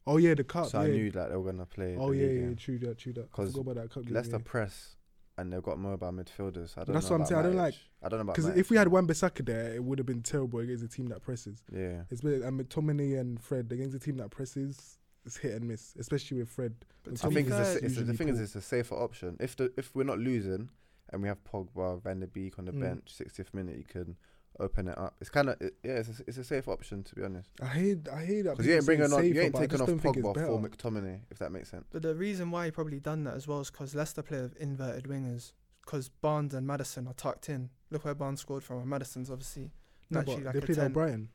Speaker 1: Oh yeah, the cup.
Speaker 4: so
Speaker 1: yeah.
Speaker 4: I knew that they were gonna play.
Speaker 1: oh
Speaker 4: the
Speaker 1: yeah,
Speaker 4: league
Speaker 1: yeah,
Speaker 4: game.
Speaker 1: true that, true that. I
Speaker 4: 'Cause
Speaker 1: forgot about that cup game.
Speaker 4: Leicester press, and they've got mobile midfielders. I don't
Speaker 1: That's what
Speaker 4: know
Speaker 1: I'm
Speaker 4: about
Speaker 1: saying, I don't
Speaker 4: Matic.
Speaker 1: like-
Speaker 4: I don't know about
Speaker 1: Because
Speaker 4: Matic,
Speaker 1: if we had
Speaker 4: man.
Speaker 1: Wan Bissaka there, it would have been terrible against a team that presses.
Speaker 4: yeah,
Speaker 1: It's been, and McTominay and Fred against a team that presses, it's hit and miss, especially with Fred.
Speaker 3: But
Speaker 1: It's
Speaker 3: to
Speaker 4: I
Speaker 1: Tommy
Speaker 3: be
Speaker 4: think it's
Speaker 3: fair,
Speaker 1: Fred
Speaker 4: a, sa- it's a, the
Speaker 1: usually
Speaker 4: thing is
Speaker 1: pull.
Speaker 4: it's a safer option. If the if we're not losing and we have Pogba, Van der Beek on the
Speaker 1: Mm.
Speaker 4: bench, 60th minute, you can open it up. It's kind of yeah, it's a, it's a safe option to be honest.
Speaker 1: I hate, I hate that.
Speaker 4: Because you
Speaker 1: people
Speaker 4: ain't
Speaker 1: say
Speaker 4: bringing
Speaker 1: it's
Speaker 4: on, you
Speaker 1: safer,
Speaker 4: ain't
Speaker 1: but I
Speaker 4: taking
Speaker 1: just
Speaker 4: off
Speaker 1: don't think it's
Speaker 4: Pogba for
Speaker 1: better.
Speaker 4: McTominay, if that makes sense.
Speaker 3: But the reason why he probably done that as well is because Leicester play with inverted wingers. Because Barnes and Madison are tucked in. Look where Barnes scored from. And Madison's obviously
Speaker 1: No,
Speaker 3: actually
Speaker 1: but
Speaker 3: like
Speaker 1: they
Speaker 3: a
Speaker 1: played
Speaker 3: 10.
Speaker 1: out Brighton.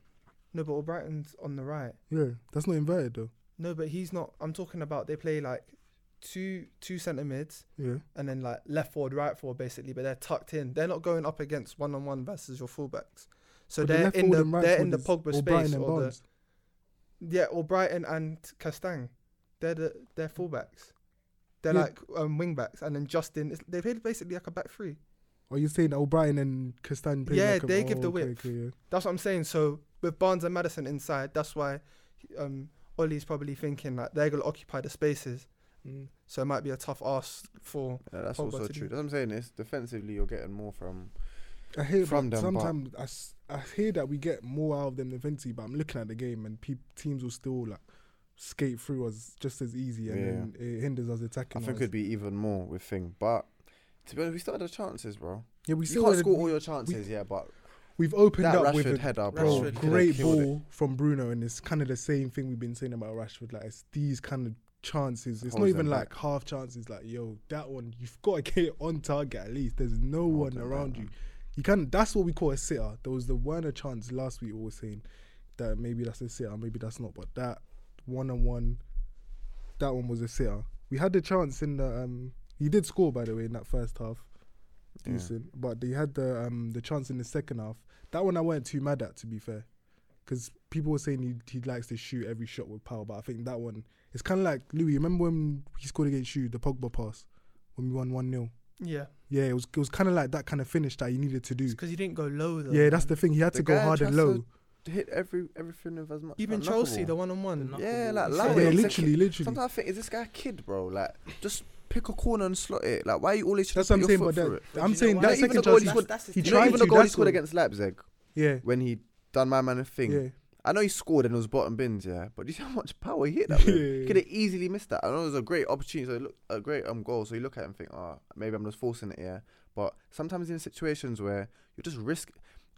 Speaker 3: no, but Brighton's on the right.
Speaker 1: Yeah, that's not inverted though.
Speaker 3: No, but he's not. I'm talking about they play like two two centre mids
Speaker 1: Yeah.
Speaker 3: and then like left forward, right forward, basically. But they're tucked in. They're not going up against one on one versus your fullbacks. So
Speaker 1: But the
Speaker 3: they're
Speaker 1: left
Speaker 3: in
Speaker 1: forward
Speaker 3: the
Speaker 1: and right
Speaker 3: they're in the
Speaker 1: forward
Speaker 3: Pogba
Speaker 1: is O'Brien
Speaker 3: space
Speaker 1: and
Speaker 3: or the
Speaker 1: Barnes.
Speaker 3: yeah or Brighton and Castang. They're the they're fullbacks. They're
Speaker 1: Mm. Yeah.
Speaker 3: like um, wing backs, and then Justin. Is, they played basically like a back three.
Speaker 1: Are you saying O'Brien and Castan? play
Speaker 3: Yeah,
Speaker 1: like a- oh,
Speaker 3: they give the
Speaker 1: okay,
Speaker 3: width.
Speaker 1: okay, yeah.
Speaker 3: That's what I'm saying. So with Barnes and Madison inside, that's why um, Ollie's probably thinking like they're gonna occupy the spaces.
Speaker 1: Mm.
Speaker 3: So it might be a tough ask for.
Speaker 4: Yeah, that's
Speaker 3: Pogba
Speaker 4: also
Speaker 3: to do.
Speaker 4: true. That's what I'm saying. Is defensively, you're getting more from.
Speaker 1: I hear from
Speaker 4: From them, but-
Speaker 1: sometimes I, s- I hear that we get more out of them than Venti, but I'm looking at the game and peop teams will still like skate through us just as easy, and
Speaker 4: Yeah.
Speaker 1: then it hinders us
Speaker 4: I
Speaker 1: attacking.
Speaker 4: think
Speaker 1: us.
Speaker 4: it'd be even more with thing, but to be honest, we still had the chances, bro.
Speaker 1: yeah, we
Speaker 4: You
Speaker 1: still
Speaker 4: can't
Speaker 1: had-
Speaker 4: score all your chances, yeah, but
Speaker 1: We've opened
Speaker 4: that
Speaker 1: up with
Speaker 4: Rashford
Speaker 1: a bro,
Speaker 4: header, bro,
Speaker 2: Rashford coulda
Speaker 1: great
Speaker 4: killed it.
Speaker 1: ball from Bruno, and it's kind of the same thing we've been saying about Rashford. Like it's these kind of chances. It's not
Speaker 4: Holds
Speaker 1: even
Speaker 4: them
Speaker 1: like
Speaker 4: back.
Speaker 1: half chances. Like yo, that one you've got to get it on target at least. There's no
Speaker 4: Holds
Speaker 1: one
Speaker 4: them
Speaker 1: around
Speaker 4: back,
Speaker 1: you.
Speaker 4: man.
Speaker 1: You can. That's what we call a sitter. There was the Werner chance last week. We were saying that maybe that's a sitter, maybe that's not. But that one on one, that one was a sitter. We had the chance in the. Um, he did score by the way in that first half
Speaker 4: Yeah.
Speaker 1: decent. But they had the um the chance in the second half. That one I weren't too mad at, to be fair, because people were saying he he likes to shoot every shot with power. But I think that one it's kind of like Louis. Remember when he scored against you, the Pogba pass when we won one 0
Speaker 3: Yeah,
Speaker 1: Yeah, it was it was kind of like that kind of finish that he needed to do.
Speaker 3: because he didn't go low though.
Speaker 1: Yeah, that's the thing. He had
Speaker 4: The
Speaker 1: to go
Speaker 4: guy
Speaker 1: hard and
Speaker 4: tries to-
Speaker 1: low.
Speaker 4: hit every everything with as much.
Speaker 3: even
Speaker 4: like,
Speaker 3: Chelsea
Speaker 4: knuckleball.
Speaker 3: the one on one.
Speaker 2: The
Speaker 4: Yeah,
Speaker 2: Knuckleball.
Speaker 4: like
Speaker 1: Yeah,
Speaker 2: It's
Speaker 4: Lowry.
Speaker 2: like-
Speaker 4: I'm thinking-
Speaker 1: literally, literally.
Speaker 4: Sometimes I think, is this guy a kid, bro? Like, just pick a corner and slot it. Like, why are you always trying
Speaker 1: That's
Speaker 4: to
Speaker 1: what I'm
Speaker 4: put
Speaker 1: saying.
Speaker 4: your
Speaker 1: But
Speaker 4: foot through
Speaker 1: that,
Speaker 4: it?
Speaker 2: But
Speaker 1: I'm
Speaker 2: you know
Speaker 1: saying
Speaker 2: what?
Speaker 1: that's
Speaker 4: Even
Speaker 1: second
Speaker 4: the goal
Speaker 1: chance.
Speaker 4: he scored-
Speaker 2: that's the
Speaker 1: he
Speaker 4: You
Speaker 2: thing.
Speaker 4: know,
Speaker 1: tried
Speaker 4: even
Speaker 1: to,
Speaker 4: the goal he
Speaker 1: that's
Speaker 4: scored
Speaker 1: all.
Speaker 4: against Leipzig
Speaker 1: Yeah,
Speaker 4: when he done my man a thing.
Speaker 1: yeah.
Speaker 4: I know he scored and it was bottom bins, yeah. But do you see how much power he hit that with?
Speaker 1: Yeah.
Speaker 4: He could have easily missed that. I know it was a great opportunity, so it look, a great um goal. So you look at it and think, oh, maybe I'm just forcing it here. But sometimes in situations where you just risk,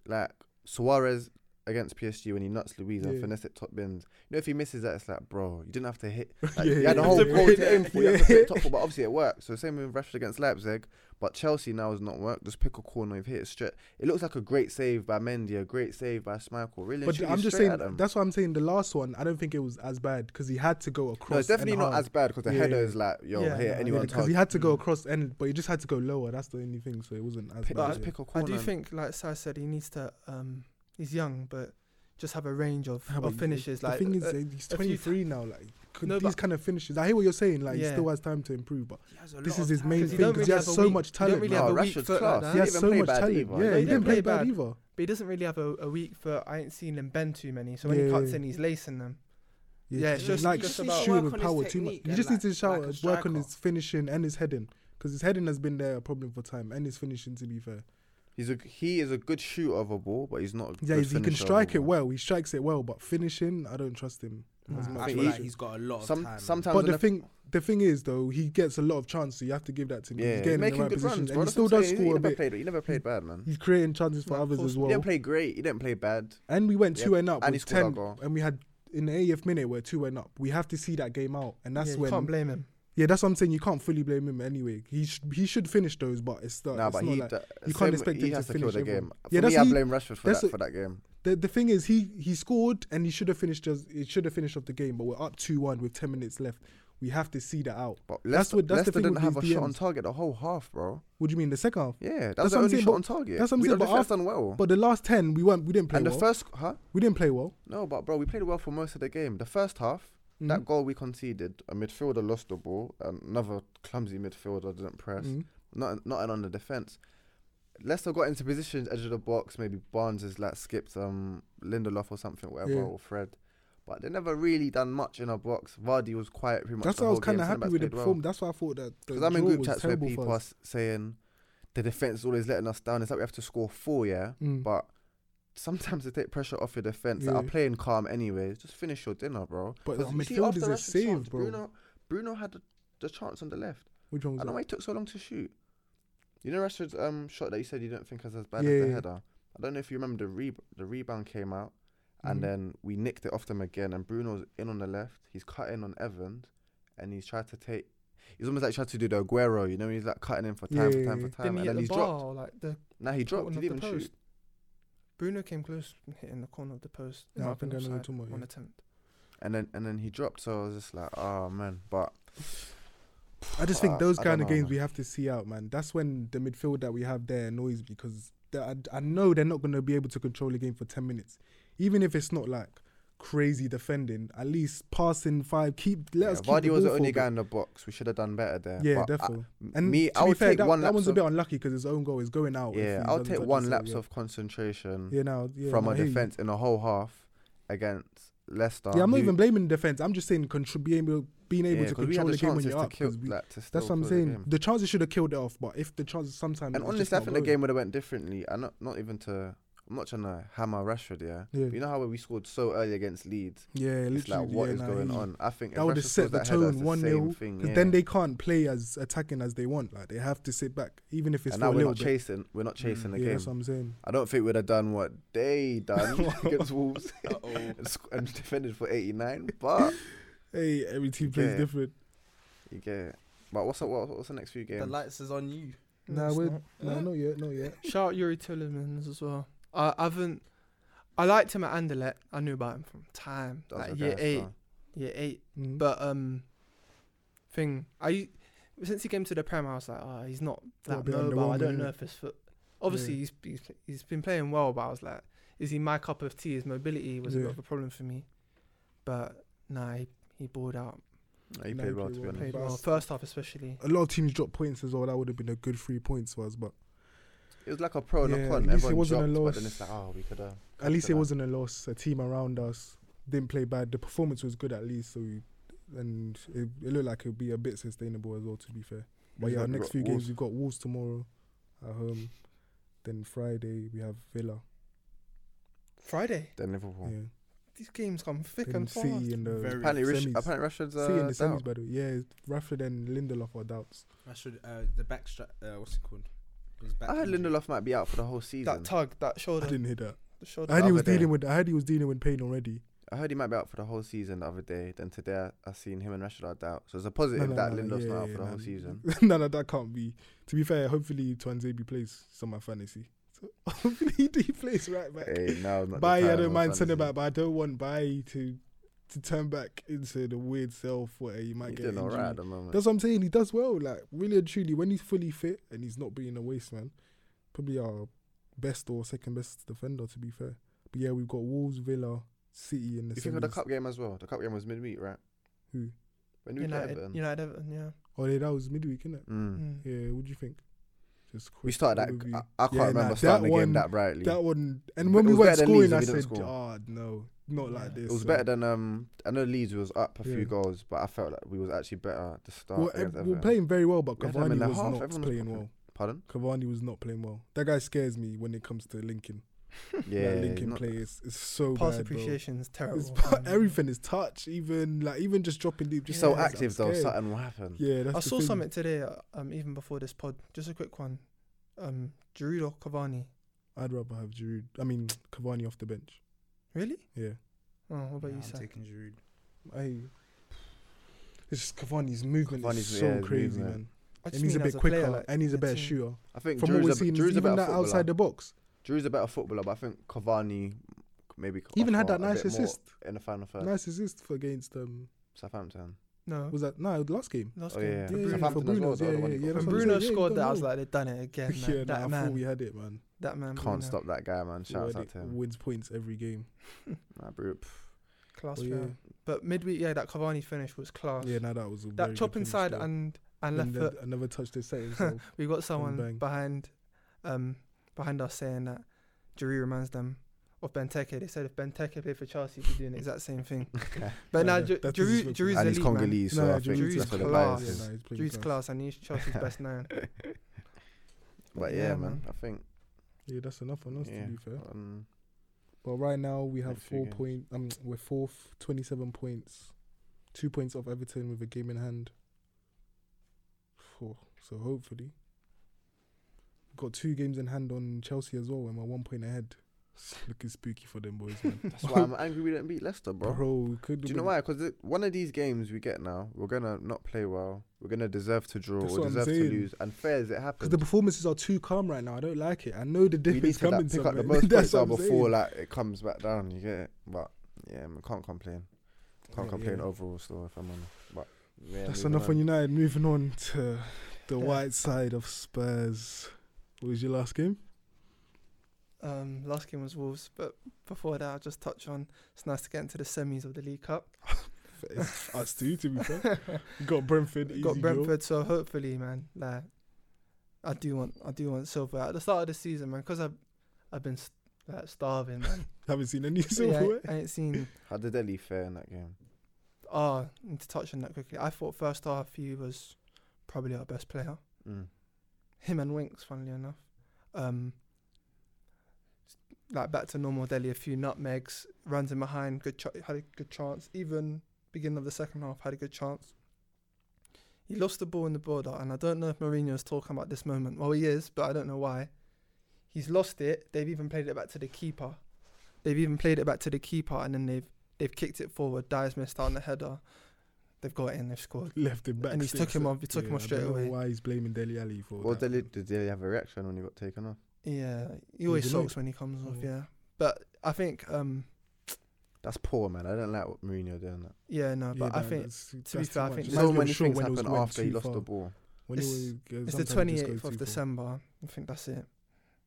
Speaker 4: like Suarez against PSG when he nuts Louise and
Speaker 1: Yeah.
Speaker 4: finesse it top bins. You know, if he misses that, it's like, bro, you didn't have to hit. Like,
Speaker 1: Yeah,
Speaker 4: you had a
Speaker 1: yeah,
Speaker 4: whole
Speaker 1: yeah.
Speaker 4: goal to aim for. You had to
Speaker 1: Yeah.
Speaker 4: put it top four, but obviously it worked. So same with Rashford against Leipzig. But Chelsea now has not worked. Just pick a corner, you've hit it straight. It looks like a great save by Mendy, a great save by Schmeichel. Really, and
Speaker 1: But
Speaker 4: shoot you
Speaker 1: I'm just
Speaker 4: straight
Speaker 1: saying
Speaker 4: at them.
Speaker 1: that's why I'm saying the last one. I don't think it was as bad because he had to go across.
Speaker 4: No, it's
Speaker 1: and
Speaker 4: definitely not
Speaker 1: hard.
Speaker 4: as bad because the
Speaker 1: Yeah,
Speaker 4: header
Speaker 1: yeah.
Speaker 4: is like, yo,
Speaker 3: Yeah,
Speaker 4: here,
Speaker 3: no,
Speaker 4: anyone
Speaker 1: because
Speaker 4: touch.
Speaker 1: he had to go
Speaker 3: Mm.
Speaker 1: across and but he just had to go lower. That's the only thing. So it wasn't as
Speaker 4: Pick-
Speaker 1: bad.
Speaker 4: just
Speaker 1: yeah.
Speaker 4: pick a
Speaker 3: I
Speaker 4: corner.
Speaker 3: do
Speaker 4: and-
Speaker 3: think, like Sai said, he needs to. Um, he's young, but just have a range of,
Speaker 1: How about
Speaker 3: of
Speaker 1: you?
Speaker 3: finishes.
Speaker 1: the
Speaker 3: like
Speaker 1: thing is, eh,
Speaker 3: uh,
Speaker 1: he's
Speaker 3: a few
Speaker 1: 23 now. Like could
Speaker 3: No,
Speaker 1: these
Speaker 3: but-
Speaker 1: kind of finishes. I hear what you're saying. Like he
Speaker 3: Yeah.
Speaker 1: still has time to improve, but
Speaker 2: He has a
Speaker 1: this is
Speaker 2: lot of
Speaker 1: his main
Speaker 2: talent.
Speaker 1: thing
Speaker 3: don't
Speaker 1: because
Speaker 3: really
Speaker 1: he has
Speaker 3: have a
Speaker 1: so
Speaker 3: weak-
Speaker 1: much
Speaker 3: you don't
Speaker 1: talent.
Speaker 3: really
Speaker 1: now.
Speaker 3: have
Speaker 4: no,
Speaker 3: a weak
Speaker 4: Rashford's
Speaker 3: foot like
Speaker 4: class.
Speaker 3: that.
Speaker 1: He
Speaker 4: He
Speaker 1: has
Speaker 4: didn't
Speaker 1: so
Speaker 4: play
Speaker 1: much
Speaker 4: bad
Speaker 1: talent.
Speaker 4: either.
Speaker 1: Yeah,
Speaker 3: No,
Speaker 1: he
Speaker 3: he
Speaker 1: didn't
Speaker 3: didn't
Speaker 1: play
Speaker 3: play
Speaker 1: bad
Speaker 3: bad.
Speaker 1: either.
Speaker 3: but he doesn't really have a, a weak foot. I ain't seen him bend too many. So when
Speaker 1: Yeah,
Speaker 3: he cuts
Speaker 1: yeah.
Speaker 3: in, he's lacing them. Yeah, it's
Speaker 1: he
Speaker 3: just-
Speaker 1: likes
Speaker 3: just about-
Speaker 1: shooting
Speaker 2: Work
Speaker 1: with
Speaker 2: on his
Speaker 1: power too much.
Speaker 2: technique
Speaker 1: You
Speaker 2: and
Speaker 1: just need
Speaker 2: like-
Speaker 1: to shout
Speaker 2: like a
Speaker 1: work on
Speaker 2: striker.
Speaker 1: his finishing and his heading. because his heading has been there a problem for time and his finishing. To be fair,
Speaker 4: He's a he is a good shooter of a ball, but he's not. A
Speaker 1: yeah,
Speaker 4: good
Speaker 1: he's- he can
Speaker 4: finisher of a
Speaker 1: strike it
Speaker 4: ball.
Speaker 1: well. He strikes it well, but finishing, I don't trust him. as
Speaker 2: Nah,
Speaker 1: much
Speaker 2: I
Speaker 4: as
Speaker 2: feel
Speaker 4: he-
Speaker 2: like he's got a lot of
Speaker 4: Some,
Speaker 2: time.
Speaker 4: sometimes,
Speaker 1: But
Speaker 4: in
Speaker 1: the thing, the thing is though, he gets a lot of chances. So you have to give that to him.
Speaker 4: yeah,
Speaker 1: he's
Speaker 4: he's
Speaker 1: getting in
Speaker 4: making
Speaker 1: the right
Speaker 4: good runs.
Speaker 1: positions, and
Speaker 4: Bro,
Speaker 1: he
Speaker 4: that's
Speaker 1: still
Speaker 4: what I'm
Speaker 1: does
Speaker 4: saying.
Speaker 1: score
Speaker 4: he
Speaker 1: a
Speaker 4: never
Speaker 1: bit.
Speaker 4: Played, he never played bad, man.
Speaker 1: He's creating chances for
Speaker 3: Nah, of
Speaker 1: others
Speaker 3: course.
Speaker 1: as
Speaker 4: He
Speaker 1: well.
Speaker 4: didn't play great. He didn't play bad.
Speaker 1: And we went
Speaker 4: Yeah.
Speaker 1: two and up
Speaker 4: And he
Speaker 1: with
Speaker 4: scored that
Speaker 1: ten,
Speaker 4: goal.
Speaker 1: and we had in the 80th minute we're two and up. We have to see that game out, and that's
Speaker 3: yeah,
Speaker 1: when
Speaker 3: you can't blame him.
Speaker 1: yeah, that's what I'm saying. You can't fully blame him anyway. He sh- he should finish those, but it's, the,
Speaker 4: Nah,
Speaker 1: it's
Speaker 4: but
Speaker 1: not
Speaker 4: he,
Speaker 1: like
Speaker 4: d-
Speaker 1: you can't
Speaker 4: same-
Speaker 1: expect
Speaker 4: he
Speaker 1: him to
Speaker 4: has kill
Speaker 1: finish
Speaker 4: the
Speaker 1: everyone.
Speaker 4: game.
Speaker 1: Yeah,
Speaker 4: For me,
Speaker 1: that's
Speaker 4: I
Speaker 1: he-
Speaker 4: blame Rashford for
Speaker 1: that's
Speaker 4: that
Speaker 1: a-
Speaker 4: for that game.
Speaker 1: the the thing is he he scored and he should have finished us. It should have finished off the game, but we're up two one with ten minutes left. We have to see that out.
Speaker 4: But
Speaker 1: That's
Speaker 4: Leicester,
Speaker 1: what- that's the
Speaker 4: Leicester
Speaker 1: thing
Speaker 4: didn't
Speaker 1: with
Speaker 4: have a
Speaker 1: these
Speaker 4: shot on
Speaker 1: DMs.
Speaker 4: target the whole half, bro.
Speaker 1: What do you mean the second half?
Speaker 4: Yeah, that
Speaker 1: That's
Speaker 4: was the
Speaker 1: what I'm
Speaker 4: only
Speaker 1: saying,
Speaker 4: shot
Speaker 1: but-
Speaker 4: on target.
Speaker 1: that's what I'm
Speaker 4: we,
Speaker 1: saying,
Speaker 4: the
Speaker 1: but
Speaker 4: defense
Speaker 1: after-
Speaker 4: done well.
Speaker 1: But the last ten we weren't we didn't play
Speaker 4: and the
Speaker 1: well.
Speaker 4: first, huh?
Speaker 1: we didn't play well.
Speaker 4: No, but bro, we played well for most of the game. The first half, that
Speaker 1: Mhm.
Speaker 4: goal we conceded, a midfielder lost the ball, and another clumsy midfielder didn't press.
Speaker 1: Mhm.
Speaker 4: Not not on the defense. Leicester got into positions edge of the box. Maybe Barnes has like skipped um Lindelof or something, whatever,
Speaker 1: Yeah.
Speaker 4: or Fred. But they never really done much in our box. Vardy was quiet pretty much.
Speaker 1: That's
Speaker 4: the
Speaker 1: why I was
Speaker 4: whole game.
Speaker 1: kind of
Speaker 4: Centre
Speaker 1: happy
Speaker 4: backs
Speaker 1: with the
Speaker 4: played well.
Speaker 1: performance. That's why I thought that the
Speaker 4: Because I'm in
Speaker 1: draw
Speaker 4: group
Speaker 1: was
Speaker 4: chats where
Speaker 1: terrible
Speaker 4: people
Speaker 1: for
Speaker 4: are
Speaker 1: us.
Speaker 4: saying the defense is always letting us down. It's like we have to score four, yeah.
Speaker 1: Mm.
Speaker 4: But sometimes they take pressure off your defense. That
Speaker 1: Yeah.
Speaker 4: are playing calm anyways. Just finish your dinner, bro.
Speaker 1: But
Speaker 4: 'Cause
Speaker 1: our
Speaker 4: you see
Speaker 1: midfielders
Speaker 4: after
Speaker 1: are
Speaker 4: Rashford's
Speaker 1: saved,
Speaker 4: chance,
Speaker 1: bro.
Speaker 4: Bruno, Bruno had the, the chance on the left.
Speaker 1: Which one
Speaker 4: I
Speaker 1: was
Speaker 4: don't know why
Speaker 1: that?
Speaker 4: it took so long to shoot. You know Rashford's um shot that you said you don't think is as bad
Speaker 1: Yeah,
Speaker 4: as
Speaker 1: yeah.
Speaker 4: the header. I don't know if you remember the re- the rebound came out and
Speaker 1: Mhm.
Speaker 4: then we nicked it off them again and Bruno's in on the left. He's cut in on Evans and he's tried to take he's almost like tried to do the Aguero, you know, he's like cutting in for time for
Speaker 1: Yeah,
Speaker 4: time
Speaker 1: yeah, yeah.
Speaker 4: for time
Speaker 3: Didn't he
Speaker 4: and
Speaker 3: hit
Speaker 4: then
Speaker 3: the
Speaker 4: he's
Speaker 3: bar?
Speaker 4: dropped.
Speaker 3: like the
Speaker 4: Now he dropped,
Speaker 3: corner
Speaker 4: he
Speaker 3: of
Speaker 4: didn't
Speaker 3: the
Speaker 4: even
Speaker 3: post.
Speaker 4: shoot.
Speaker 3: Bruno came close, and hitting the corner of the post.
Speaker 1: Yeah,
Speaker 3: Might
Speaker 1: I
Speaker 3: have
Speaker 1: think I
Speaker 3: been
Speaker 1: know what you're
Speaker 3: offside
Speaker 1: talking about,
Speaker 3: on
Speaker 1: yeah.
Speaker 3: attempt.
Speaker 4: And then and then he dropped, so I was just like, Oh man, but
Speaker 1: I just think
Speaker 4: I-
Speaker 1: those
Speaker 4: Uh, I don't
Speaker 1: kind of
Speaker 4: know,
Speaker 1: games
Speaker 4: man.
Speaker 1: we have to see out, man. That's when the midfield that we have there annoys me because they're- I, I know they're not going to be able to control the game for 10 minutes. Even if it's not like crazy defending, at least passing five, keep, let
Speaker 4: yeah,
Speaker 1: us keep the
Speaker 4: Vardy
Speaker 1: ball
Speaker 4: was the
Speaker 1: for a
Speaker 4: only
Speaker 1: bit.
Speaker 4: guy in the box. We should have done better there.
Speaker 1: Yeah,
Speaker 4: but I-
Speaker 1: definitely.
Speaker 4: m-
Speaker 1: and
Speaker 4: me,
Speaker 1: to
Speaker 4: I
Speaker 1: be
Speaker 4: would
Speaker 1: fair,
Speaker 4: take
Speaker 1: that,
Speaker 4: one
Speaker 1: that
Speaker 4: lapse
Speaker 1: one's a
Speaker 4: of
Speaker 1: bit unlucky because his own goal is going out. if
Speaker 4: Yeah,
Speaker 1: he
Speaker 4: I'll
Speaker 1: doesn't
Speaker 4: take
Speaker 1: touch
Speaker 4: one
Speaker 1: it,
Speaker 4: lapse
Speaker 1: yeah.
Speaker 4: of concentration
Speaker 1: yeah, now, yeah,
Speaker 4: from
Speaker 1: no,
Speaker 4: a
Speaker 1: I hear you.
Speaker 4: defense in a whole half against Leicester.
Speaker 1: Yeah, I'm not
Speaker 4: who-
Speaker 1: even blaming defense. I'm just saying contr- being able, being able
Speaker 4: yeah,
Speaker 1: to
Speaker 4: 'cause we had
Speaker 1: control the game when
Speaker 4: chances
Speaker 1: you're
Speaker 4: to
Speaker 1: up.
Speaker 4: kill-
Speaker 1: 'cause we-
Speaker 4: like, to still
Speaker 1: that's what I'm
Speaker 4: kill the
Speaker 1: saying.
Speaker 4: game.
Speaker 1: The chances should have killed it off, but if the chances sometimes
Speaker 4: And
Speaker 1: it's just
Speaker 4: honestly, I
Speaker 1: not
Speaker 4: think the
Speaker 1: going.
Speaker 4: game would have went differently. And not, not even to. I'm not trying to hammer Rashford, yeah.
Speaker 1: Yeah.
Speaker 4: But You know how we scored so early against Leeds?
Speaker 1: Yeah, literally.
Speaker 4: It's like, what
Speaker 1: yeah,
Speaker 4: is
Speaker 1: nah, I
Speaker 4: going
Speaker 1: hear you.
Speaker 4: on? I think
Speaker 1: That
Speaker 4: if
Speaker 1: would
Speaker 4: Rashford
Speaker 1: have
Speaker 4: scores
Speaker 1: set the
Speaker 4: that header, it's
Speaker 1: tone
Speaker 4: the
Speaker 1: one 0
Speaker 4: same thing.
Speaker 1: because
Speaker 4: Yeah.
Speaker 1: then they can't play as attacking as they want. Like they have to sit back, even if it's
Speaker 4: and
Speaker 1: for
Speaker 4: now
Speaker 1: a
Speaker 4: we're
Speaker 1: little
Speaker 4: not
Speaker 1: bit. Mm,
Speaker 4: chasing. We're not chasing the
Speaker 1: yeah,
Speaker 4: game.
Speaker 1: that's what I'm saying.
Speaker 4: I don't think we'd have done what they done against Wolves
Speaker 2: Uh-oh.
Speaker 4: and, sc- and defended for 89. But
Speaker 1: Hey, every team plays
Speaker 4: Yeah.
Speaker 1: different.
Speaker 4: you get it. But what's the, what, what's the next few games?
Speaker 2: the lights is on you.
Speaker 3: No,
Speaker 1: Nah,
Speaker 3: it's
Speaker 1: we're
Speaker 3: not.
Speaker 1: no, not yet, not yet.
Speaker 3: Shout out Yuri Tillemans as well. I I haven't. I liked him at Anderlecht. I knew about him from time,
Speaker 4: That
Speaker 1: uh,
Speaker 4: was
Speaker 3: like
Speaker 4: a
Speaker 3: year
Speaker 4: gas,
Speaker 3: eight,
Speaker 4: though.
Speaker 3: year eight.
Speaker 1: Mm.
Speaker 3: But um, thing I since he came to the Prem, I was like, oh, he's not
Speaker 1: Got a
Speaker 3: that
Speaker 1: bit
Speaker 3: mobile. I
Speaker 1: underwhelming,
Speaker 3: don't know
Speaker 1: innit?
Speaker 3: if his foot. Obviously,
Speaker 1: Yeah.
Speaker 3: he's, he's he's been playing well, but I was like, is he my cup of tea? His mobility was a
Speaker 1: Yeah.
Speaker 3: bit of a problem for me, but nah, he, he balled out,
Speaker 4: No, he
Speaker 1: No,
Speaker 4: played
Speaker 1: he
Speaker 4: well,
Speaker 1: played
Speaker 4: to be
Speaker 1: well.
Speaker 4: honest.
Speaker 3: played
Speaker 1: But I
Speaker 3: well.
Speaker 1: s-
Speaker 3: First half especially.
Speaker 1: a lot of teams drop points as well. That would have been a good three points for us, but
Speaker 4: It was like a pro and
Speaker 1: Yeah,
Speaker 4: a
Speaker 1: at
Speaker 4: con.
Speaker 1: least it
Speaker 4: Everyone
Speaker 1: wasn't a
Speaker 4: dropped, but then
Speaker 1: loss.
Speaker 4: it's like, oh, we could have.
Speaker 1: at least it
Speaker 4: that.
Speaker 1: wasn't a loss. A team around us didn't play bad. The performance was good at least, so we, and it, it looked like it would be a bit sustainable as well. To be fair, but yeah, our next few games we've got Wolves tomorrow at home. Then Friday we have Villa.
Speaker 3: Friday,
Speaker 4: Then Liverpool.
Speaker 1: Yeah.
Speaker 3: these games come thick
Speaker 1: Then
Speaker 3: and fast.
Speaker 1: City in the
Speaker 2: Very-
Speaker 4: Apparently, Rich,
Speaker 1: semis.
Speaker 4: apparently, Rashford's uh,
Speaker 1: City in the semis,
Speaker 4: doubt.
Speaker 1: by the way. Yeah, Rashford and Lindelof are doubts.
Speaker 2: I should uh, the back strap. Uh, what's it called? His back
Speaker 4: I heard
Speaker 2: injury.
Speaker 4: Lindelof might be out for the whole season.
Speaker 3: That tug, that
Speaker 1: I
Speaker 3: shoulder,
Speaker 1: didn't hear that.
Speaker 3: the shoulder.
Speaker 1: I heard he
Speaker 4: other
Speaker 1: was
Speaker 4: day.
Speaker 1: dealing with. I heard he was dealing with pain already.
Speaker 4: I heard he might be out for the whole season the other day. Then today, I, I seen him and Rashford are doubt. So it's a positive that Lindelof's
Speaker 1: yeah,
Speaker 4: not out
Speaker 1: yeah,
Speaker 4: for the
Speaker 1: nah.
Speaker 4: whole season.
Speaker 1: no, no, that can't be. To be fair, hopefully Twanzebi plays some of my fantasy. So hopefully he do- he plays right back.
Speaker 4: Hey, no, not the
Speaker 1: Bye, I
Speaker 4: time
Speaker 1: don't
Speaker 4: of
Speaker 1: mind sending
Speaker 4: fantasy.
Speaker 1: back, but I don't want Bye to to turn back into the weird self where he might
Speaker 4: He's
Speaker 1: get
Speaker 4: doing
Speaker 1: injured.
Speaker 4: alright at the moment.
Speaker 1: That's what I'm saying. He does well. Like really and truly, when he's fully fit and he's not being a waste man, probably our best or second best defender. To be fair, but yeah, we've got Wolves, Villa, City in the.
Speaker 4: you think of the
Speaker 1: semis.
Speaker 4: cup game as well? The cup game was midweek, right?
Speaker 1: Who?
Speaker 4: When did we play
Speaker 3: United,
Speaker 4: Everton?
Speaker 3: United, Everton, yeah.
Speaker 1: Oh, yeah, that was midweek, innit?
Speaker 4: Mm.
Speaker 3: Mm.
Speaker 1: Yeah. What do you think? Just quick.
Speaker 4: We started that.
Speaker 1: overview.
Speaker 4: I, I can't
Speaker 1: Yeah, nah,
Speaker 4: remember
Speaker 1: that
Speaker 4: starting the game
Speaker 1: one-
Speaker 4: that brightly.
Speaker 1: That one,
Speaker 4: But
Speaker 1: and when
Speaker 4: it
Speaker 1: we
Speaker 4: was
Speaker 1: went
Speaker 4: better than
Speaker 1: scoring,
Speaker 4: Leeds
Speaker 1: I
Speaker 4: if we didn't
Speaker 1: said,
Speaker 4: score.
Speaker 1: "Ah, no, not like
Speaker 3: Yeah.
Speaker 1: this."
Speaker 4: it was
Speaker 1: So-
Speaker 4: better than um. I know Leeds was up a few
Speaker 1: Yeah.
Speaker 4: goals, but I felt like we was actually better at the start.
Speaker 1: Well,
Speaker 4: against
Speaker 1: ev- we're
Speaker 4: Everton.
Speaker 1: playing very well, but
Speaker 4: We had them in
Speaker 1: Cavani
Speaker 4: the
Speaker 1: was
Speaker 4: half,
Speaker 1: not
Speaker 4: everyone was
Speaker 1: playing
Speaker 4: popping.
Speaker 1: well.
Speaker 4: Pardon?
Speaker 1: Cavani was not playing well. That guy scares me when it comes to linking.
Speaker 4: Yeah,
Speaker 1: that linking
Speaker 4: not-
Speaker 1: play is, is so
Speaker 3: Pass
Speaker 1: bad,
Speaker 3: appreciation is
Speaker 1: Bro.
Speaker 3: terrible. Mm.
Speaker 1: It's,
Speaker 3: man.
Speaker 1: everything is touch, even like even just dropping deep.
Speaker 4: Just
Speaker 1: Just
Speaker 4: so
Speaker 1: yeah, I'm
Speaker 4: active though.
Speaker 1: scared.
Speaker 4: Something will happen.
Speaker 1: Yeah, that's
Speaker 3: I
Speaker 1: the
Speaker 3: saw
Speaker 1: thing.
Speaker 3: something today, uh, um, even before this pod. Just a quick one. Um, Giroud or Cavani?
Speaker 1: I'd rather have Giroud. I mean Cavani off the bench.
Speaker 3: Really?
Speaker 1: Yeah,
Speaker 3: Oh, what about
Speaker 2: Nah,
Speaker 3: you,
Speaker 2: I'm
Speaker 3: Sam?
Speaker 2: taking Giroud.
Speaker 1: I. It's just Cavani's movement
Speaker 4: Cavani's-
Speaker 1: is so
Speaker 4: yeah, his
Speaker 1: crazy,
Speaker 4: movement.
Speaker 1: man.
Speaker 3: I just
Speaker 1: And he's a
Speaker 3: mean as
Speaker 1: bit quicker,
Speaker 3: player, like,
Speaker 1: and he's a
Speaker 3: the
Speaker 1: better
Speaker 3: team.
Speaker 1: shooter.
Speaker 4: I think
Speaker 1: From
Speaker 4: Drew's
Speaker 1: what
Speaker 4: a,
Speaker 1: we've seen,
Speaker 4: Drew's a
Speaker 1: even
Speaker 4: better
Speaker 1: that
Speaker 4: footballer.
Speaker 1: outside the box,
Speaker 4: Drew's a better footballer, but I think Cavani maybe could
Speaker 1: he even had
Speaker 4: offer
Speaker 1: that
Speaker 4: a
Speaker 1: nice
Speaker 4: bit more
Speaker 1: assist.
Speaker 4: in the final third.
Speaker 1: Nice assist for against um
Speaker 4: Southampton.
Speaker 3: No.
Speaker 1: was that no last game.
Speaker 3: Last
Speaker 4: Oh
Speaker 3: game.
Speaker 4: yeah,
Speaker 3: De Bruyne.
Speaker 1: Yeah,
Speaker 4: Southampton
Speaker 1: for
Speaker 4: as well,
Speaker 1: Bruno's,
Speaker 4: they're the
Speaker 1: yeah,
Speaker 4: one
Speaker 1: yeah,
Speaker 4: who
Speaker 1: yeah,
Speaker 4: got
Speaker 1: that's
Speaker 3: When
Speaker 1: what I'm saying.
Speaker 4: Bruno.
Speaker 3: Bruno
Speaker 1: Yeah, he
Speaker 3: scored
Speaker 1: got
Speaker 3: that, I
Speaker 1: the
Speaker 3: was
Speaker 1: goal.
Speaker 3: like, they're done it again. man.
Speaker 1: yeah, nah,
Speaker 3: that,
Speaker 1: I thought
Speaker 3: man,
Speaker 1: we had it, man.
Speaker 3: that man.
Speaker 4: Can't
Speaker 3: Bruno.
Speaker 4: stop that guy, man.
Speaker 1: Thought we
Speaker 4: Shouts
Speaker 1: had
Speaker 4: out
Speaker 1: it.
Speaker 4: to him.
Speaker 1: Wins points every game.
Speaker 4: Nah, Bruno, pff,
Speaker 3: Class
Speaker 1: Oh,
Speaker 3: player.
Speaker 1: yeah.
Speaker 3: But midweek, yeah, that Cavani finish was class.
Speaker 1: Yeah, now that was a very
Speaker 3: that
Speaker 1: good
Speaker 3: chop
Speaker 1: finish
Speaker 3: inside
Speaker 1: there.
Speaker 3: and and left
Speaker 1: And
Speaker 3: foot.
Speaker 1: then another touch they set himself.
Speaker 3: We got
Speaker 1: bang.
Speaker 3: someone behind, um, behind us saying that Giroud reminds them of Benteke. They said if Benteke played for Chelsea, he'd be doing the exact same thing. But
Speaker 1: Yeah,
Speaker 3: now
Speaker 1: that-
Speaker 3: Gi-
Speaker 1: that is
Speaker 3: Giroud,
Speaker 1: what-
Speaker 3: Giroud's
Speaker 4: and he's
Speaker 3: elite, man.
Speaker 4: Congolese, so
Speaker 1: No,
Speaker 4: I think
Speaker 1: Giroud's
Speaker 4: that's what the
Speaker 3: class.
Speaker 4: bias
Speaker 1: Yeah,
Speaker 4: is.
Speaker 1: nah, he's playing
Speaker 3: Giroud's class, and he's Chelsea's best nine.
Speaker 4: But yeah, man, I think
Speaker 1: Yeah, that's enough on us
Speaker 4: yeah,
Speaker 1: to be fair.
Speaker 4: um,
Speaker 1: But right now we have
Speaker 4: Next few
Speaker 1: four
Speaker 4: games.
Speaker 1: point. Um, we're fourth, twenty-seven points, two points off Everton with a game in hand. Four. So hopefully, got two games in hand on Chelsea as well, and we're one point ahead. It's looking spooky for them boys, man.
Speaker 4: that's why I'm angry we didn't beat Leicester, bro.
Speaker 1: Bro, could
Speaker 4: Do you know why? Because one of these games we get now, we're gonna not play well. We're gonna deserve to draw.
Speaker 1: That's
Speaker 4: or
Speaker 1: what I'm
Speaker 4: deserve to
Speaker 1: saying.
Speaker 4: lose. And fair as it
Speaker 1: Because
Speaker 4: happens,
Speaker 1: the performances are too calm right now. I don't like it. I know the
Speaker 4: we
Speaker 1: dip
Speaker 4: need
Speaker 1: is
Speaker 4: to like,
Speaker 1: coming.
Speaker 4: pick up the
Speaker 1: somewhere.
Speaker 4: most points
Speaker 1: That's
Speaker 4: out
Speaker 1: what I'm
Speaker 4: before
Speaker 1: saying.
Speaker 4: like it comes back down. You get it, but yeah, we can't complain. Can't
Speaker 1: Yeah,
Speaker 4: complain
Speaker 1: yeah.
Speaker 4: overall, still if I'm honest. But yeah,
Speaker 1: That's
Speaker 4: moving
Speaker 1: enough on United. Moving on to the
Speaker 3: Yeah.
Speaker 1: white side of Spurs. What was your last game?
Speaker 3: Um, last game was Wolves, but before that, I'll just touch on. It's nice to get into the semis of the League Cup.
Speaker 1: It's us two, to be fair. You got Brentford. Easy
Speaker 3: got
Speaker 1: goal.
Speaker 3: Brentford, so hopefully, man, like, I do want, I do want silver at the start of the season, man, because I've, I've been st- like starving, man.
Speaker 1: Haven't seen any
Speaker 3: yeah,
Speaker 1: silverware.
Speaker 3: I, I ain't seen.
Speaker 4: How did Delhi fare in that game?
Speaker 3: Oh, I need to touch on that quickly. I thought first half he was probably our best player.
Speaker 4: Mm.
Speaker 3: Him and Winks, funnily enough. Um, s- like back to normal Delhi, a few nutmegs, runs in behind, good ch- had a good chance. Even beginning of the second half, had a good chance. He lost the ball in the border, and I don't know if Mourinho's talking about this moment. Well, he is, but I don't know why. He's lost it. They've even played it back to the keeper. They've even played it back to the keeper, and then they've they've kicked it forward. Dyer's missed out on the header. They've got it in. They've scored.
Speaker 1: Left him back.
Speaker 3: And he's
Speaker 1: six.
Speaker 3: took him off- he took him off
Speaker 1: I
Speaker 3: straight
Speaker 1: don't know
Speaker 3: away.
Speaker 1: Why he's blaming Deli Ali for?
Speaker 4: Well,
Speaker 1: that.
Speaker 4: Delhi, did Delhi have a reaction when he got taken off?
Speaker 3: Yeah, he
Speaker 1: He's
Speaker 3: always
Speaker 1: annoyed.
Speaker 3: sulks when he comes off.
Speaker 1: Mm.
Speaker 3: Yeah, but I think um
Speaker 4: That's poor, man. I don't like what Mourinho doing that.
Speaker 3: yeah no,
Speaker 1: Yeah,
Speaker 3: but I
Speaker 1: nah,
Speaker 3: think
Speaker 1: that's- that's
Speaker 3: be
Speaker 1: too
Speaker 3: fair, I
Speaker 1: much.
Speaker 3: think-
Speaker 1: It
Speaker 4: So
Speaker 1: reminds me of
Speaker 4: many
Speaker 1: Shaw
Speaker 4: things
Speaker 1: when it was
Speaker 4: happened
Speaker 1: went
Speaker 4: after he
Speaker 1: too
Speaker 4: lost the
Speaker 1: far.
Speaker 4: ball.
Speaker 1: When it
Speaker 3: It's-
Speaker 1: was- yeah,
Speaker 3: it's the
Speaker 1: sometimes it
Speaker 3: twenty
Speaker 1: just
Speaker 3: eighth
Speaker 1: goes
Speaker 3: of
Speaker 1: too far.
Speaker 3: December. I think that's it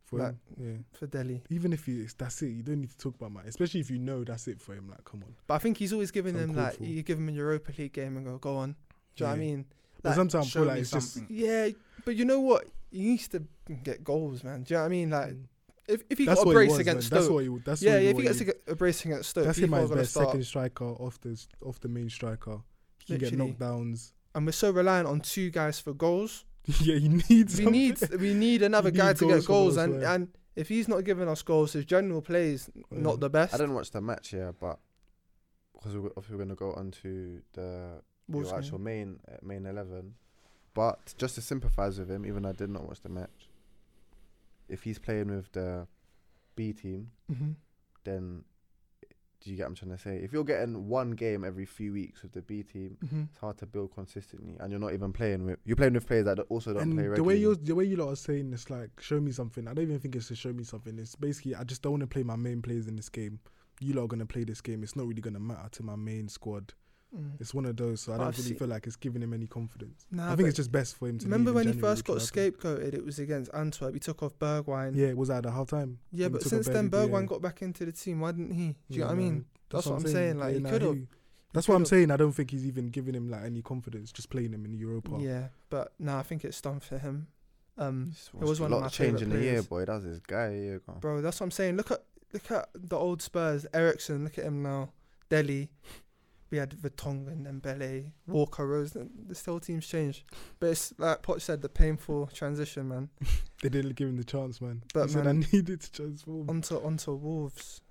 Speaker 1: For
Speaker 3: like-
Speaker 1: him, yeah.
Speaker 3: for Delhi.
Speaker 1: Even if he, that's it, you don't need to talk about that. Especially if you know that's it for him. Like, come on.
Speaker 3: But I think he's always giving
Speaker 1: Some
Speaker 3: them
Speaker 1: call
Speaker 3: like
Speaker 1: for.
Speaker 3: you give him a Europa League game and go go on. Do you know what I
Speaker 1: Yeah.
Speaker 3: mean?
Speaker 1: But
Speaker 3: Like,
Speaker 1: sometimes I
Speaker 2: Show
Speaker 1: feel like
Speaker 2: me
Speaker 1: it's just.
Speaker 2: something.
Speaker 3: Yeah, but you know what? He needs to get goals, man. Do you know what I mean? Like if if he
Speaker 1: Mm. that's
Speaker 3: got a
Speaker 1: what he
Speaker 3: brace
Speaker 1: was, man.
Speaker 3: against
Speaker 1: That's
Speaker 3: Stoke,
Speaker 1: what he. That's
Speaker 3: yeah,
Speaker 1: what he
Speaker 3: yeah, if he
Speaker 1: wanted.
Speaker 3: gets a, g- a brace against Stoke,
Speaker 1: That's him
Speaker 3: people
Speaker 1: at
Speaker 3: are
Speaker 1: his
Speaker 3: gonna
Speaker 1: best.
Speaker 3: start.
Speaker 1: Second striker off the off the main striker. He can get
Speaker 3: Literally.
Speaker 1: knockdowns.
Speaker 3: And we're so reliant on two guys for goals.
Speaker 1: yeah, he needs.
Speaker 3: we
Speaker 1: something.
Speaker 3: need we need another
Speaker 1: need
Speaker 3: guy to
Speaker 1: goals
Speaker 3: get
Speaker 1: from
Speaker 3: goals, and
Speaker 1: elsewhere.
Speaker 3: and if he's not giving us goals, his general play is
Speaker 1: Yeah.
Speaker 3: not the best.
Speaker 4: I didn't watch the match here, but because we're, obviously we're gonna go on to the
Speaker 3: Wolves
Speaker 4: your
Speaker 3: game.
Speaker 4: actual main uh, main eleven. But just to sympathise with him, even though I did not watch the match, if he's playing with the B team,
Speaker 3: Mhm.
Speaker 4: then do you get what I'm trying to say? If you're getting one game every few weeks with the B team,
Speaker 3: Mhm.
Speaker 4: it's hard to build consistently, and you're not even playing with you're playing with players that also don't
Speaker 1: and
Speaker 4: play regularly.
Speaker 1: the way you the way you lot are saying it's like show me something. I don't even think it's to show me something. It's basically I just don't want to play my main players in this game. You lot are gonna play this game. It's not really gonna matter to my main squad.
Speaker 3: Mm.
Speaker 1: It's one of those. So I
Speaker 3: But
Speaker 1: don't
Speaker 3: I've
Speaker 1: really
Speaker 3: seen-
Speaker 1: feel like it's giving him any confidence.
Speaker 3: Nah,
Speaker 1: I
Speaker 3: but
Speaker 1: think it's just best for him to. leave
Speaker 3: remember
Speaker 1: in
Speaker 3: when he
Speaker 1: January,
Speaker 3: first
Speaker 1: which
Speaker 3: got
Speaker 1: will happen.
Speaker 3: scapegoated. It was against Antwerp. He took off Bergwijn.
Speaker 1: Yeah, it was at the half time.
Speaker 3: Yeah,
Speaker 1: He
Speaker 3: but
Speaker 1: took a
Speaker 3: since then
Speaker 1: barely-
Speaker 3: Bergwijn
Speaker 1: yeah.
Speaker 3: got back into the team. Why didn't he? Do you
Speaker 1: Yeah,
Speaker 3: know what I
Speaker 1: no,
Speaker 3: mean? That's what I'm saying, like, he
Speaker 1: nah,
Speaker 3: could've-
Speaker 1: he- That's what I'm
Speaker 3: could've-
Speaker 1: saying. I don't think he's even giving him like any confidence. Just playing him in Europa.
Speaker 3: Yeah, but no, I think it's done for him. Um,
Speaker 4: It
Speaker 3: was one of
Speaker 4: lot
Speaker 3: my
Speaker 4: change
Speaker 3: favourite
Speaker 4: in the year,
Speaker 3: players.
Speaker 4: boy. That was his guy a year ago.
Speaker 3: bro, that's what I'm saying. Look at look at the old Spurs, Ericsson. Look at him now. Delhi, we had Vertonghen and Bele, Walker, Rose. This whole team's changed, but it's like Poch said, the painful transition, man.
Speaker 1: They didn't give him the chance, man.
Speaker 3: But
Speaker 1: he said I
Speaker 3: man-
Speaker 1: needed to transform.
Speaker 3: Onto onto Wolves,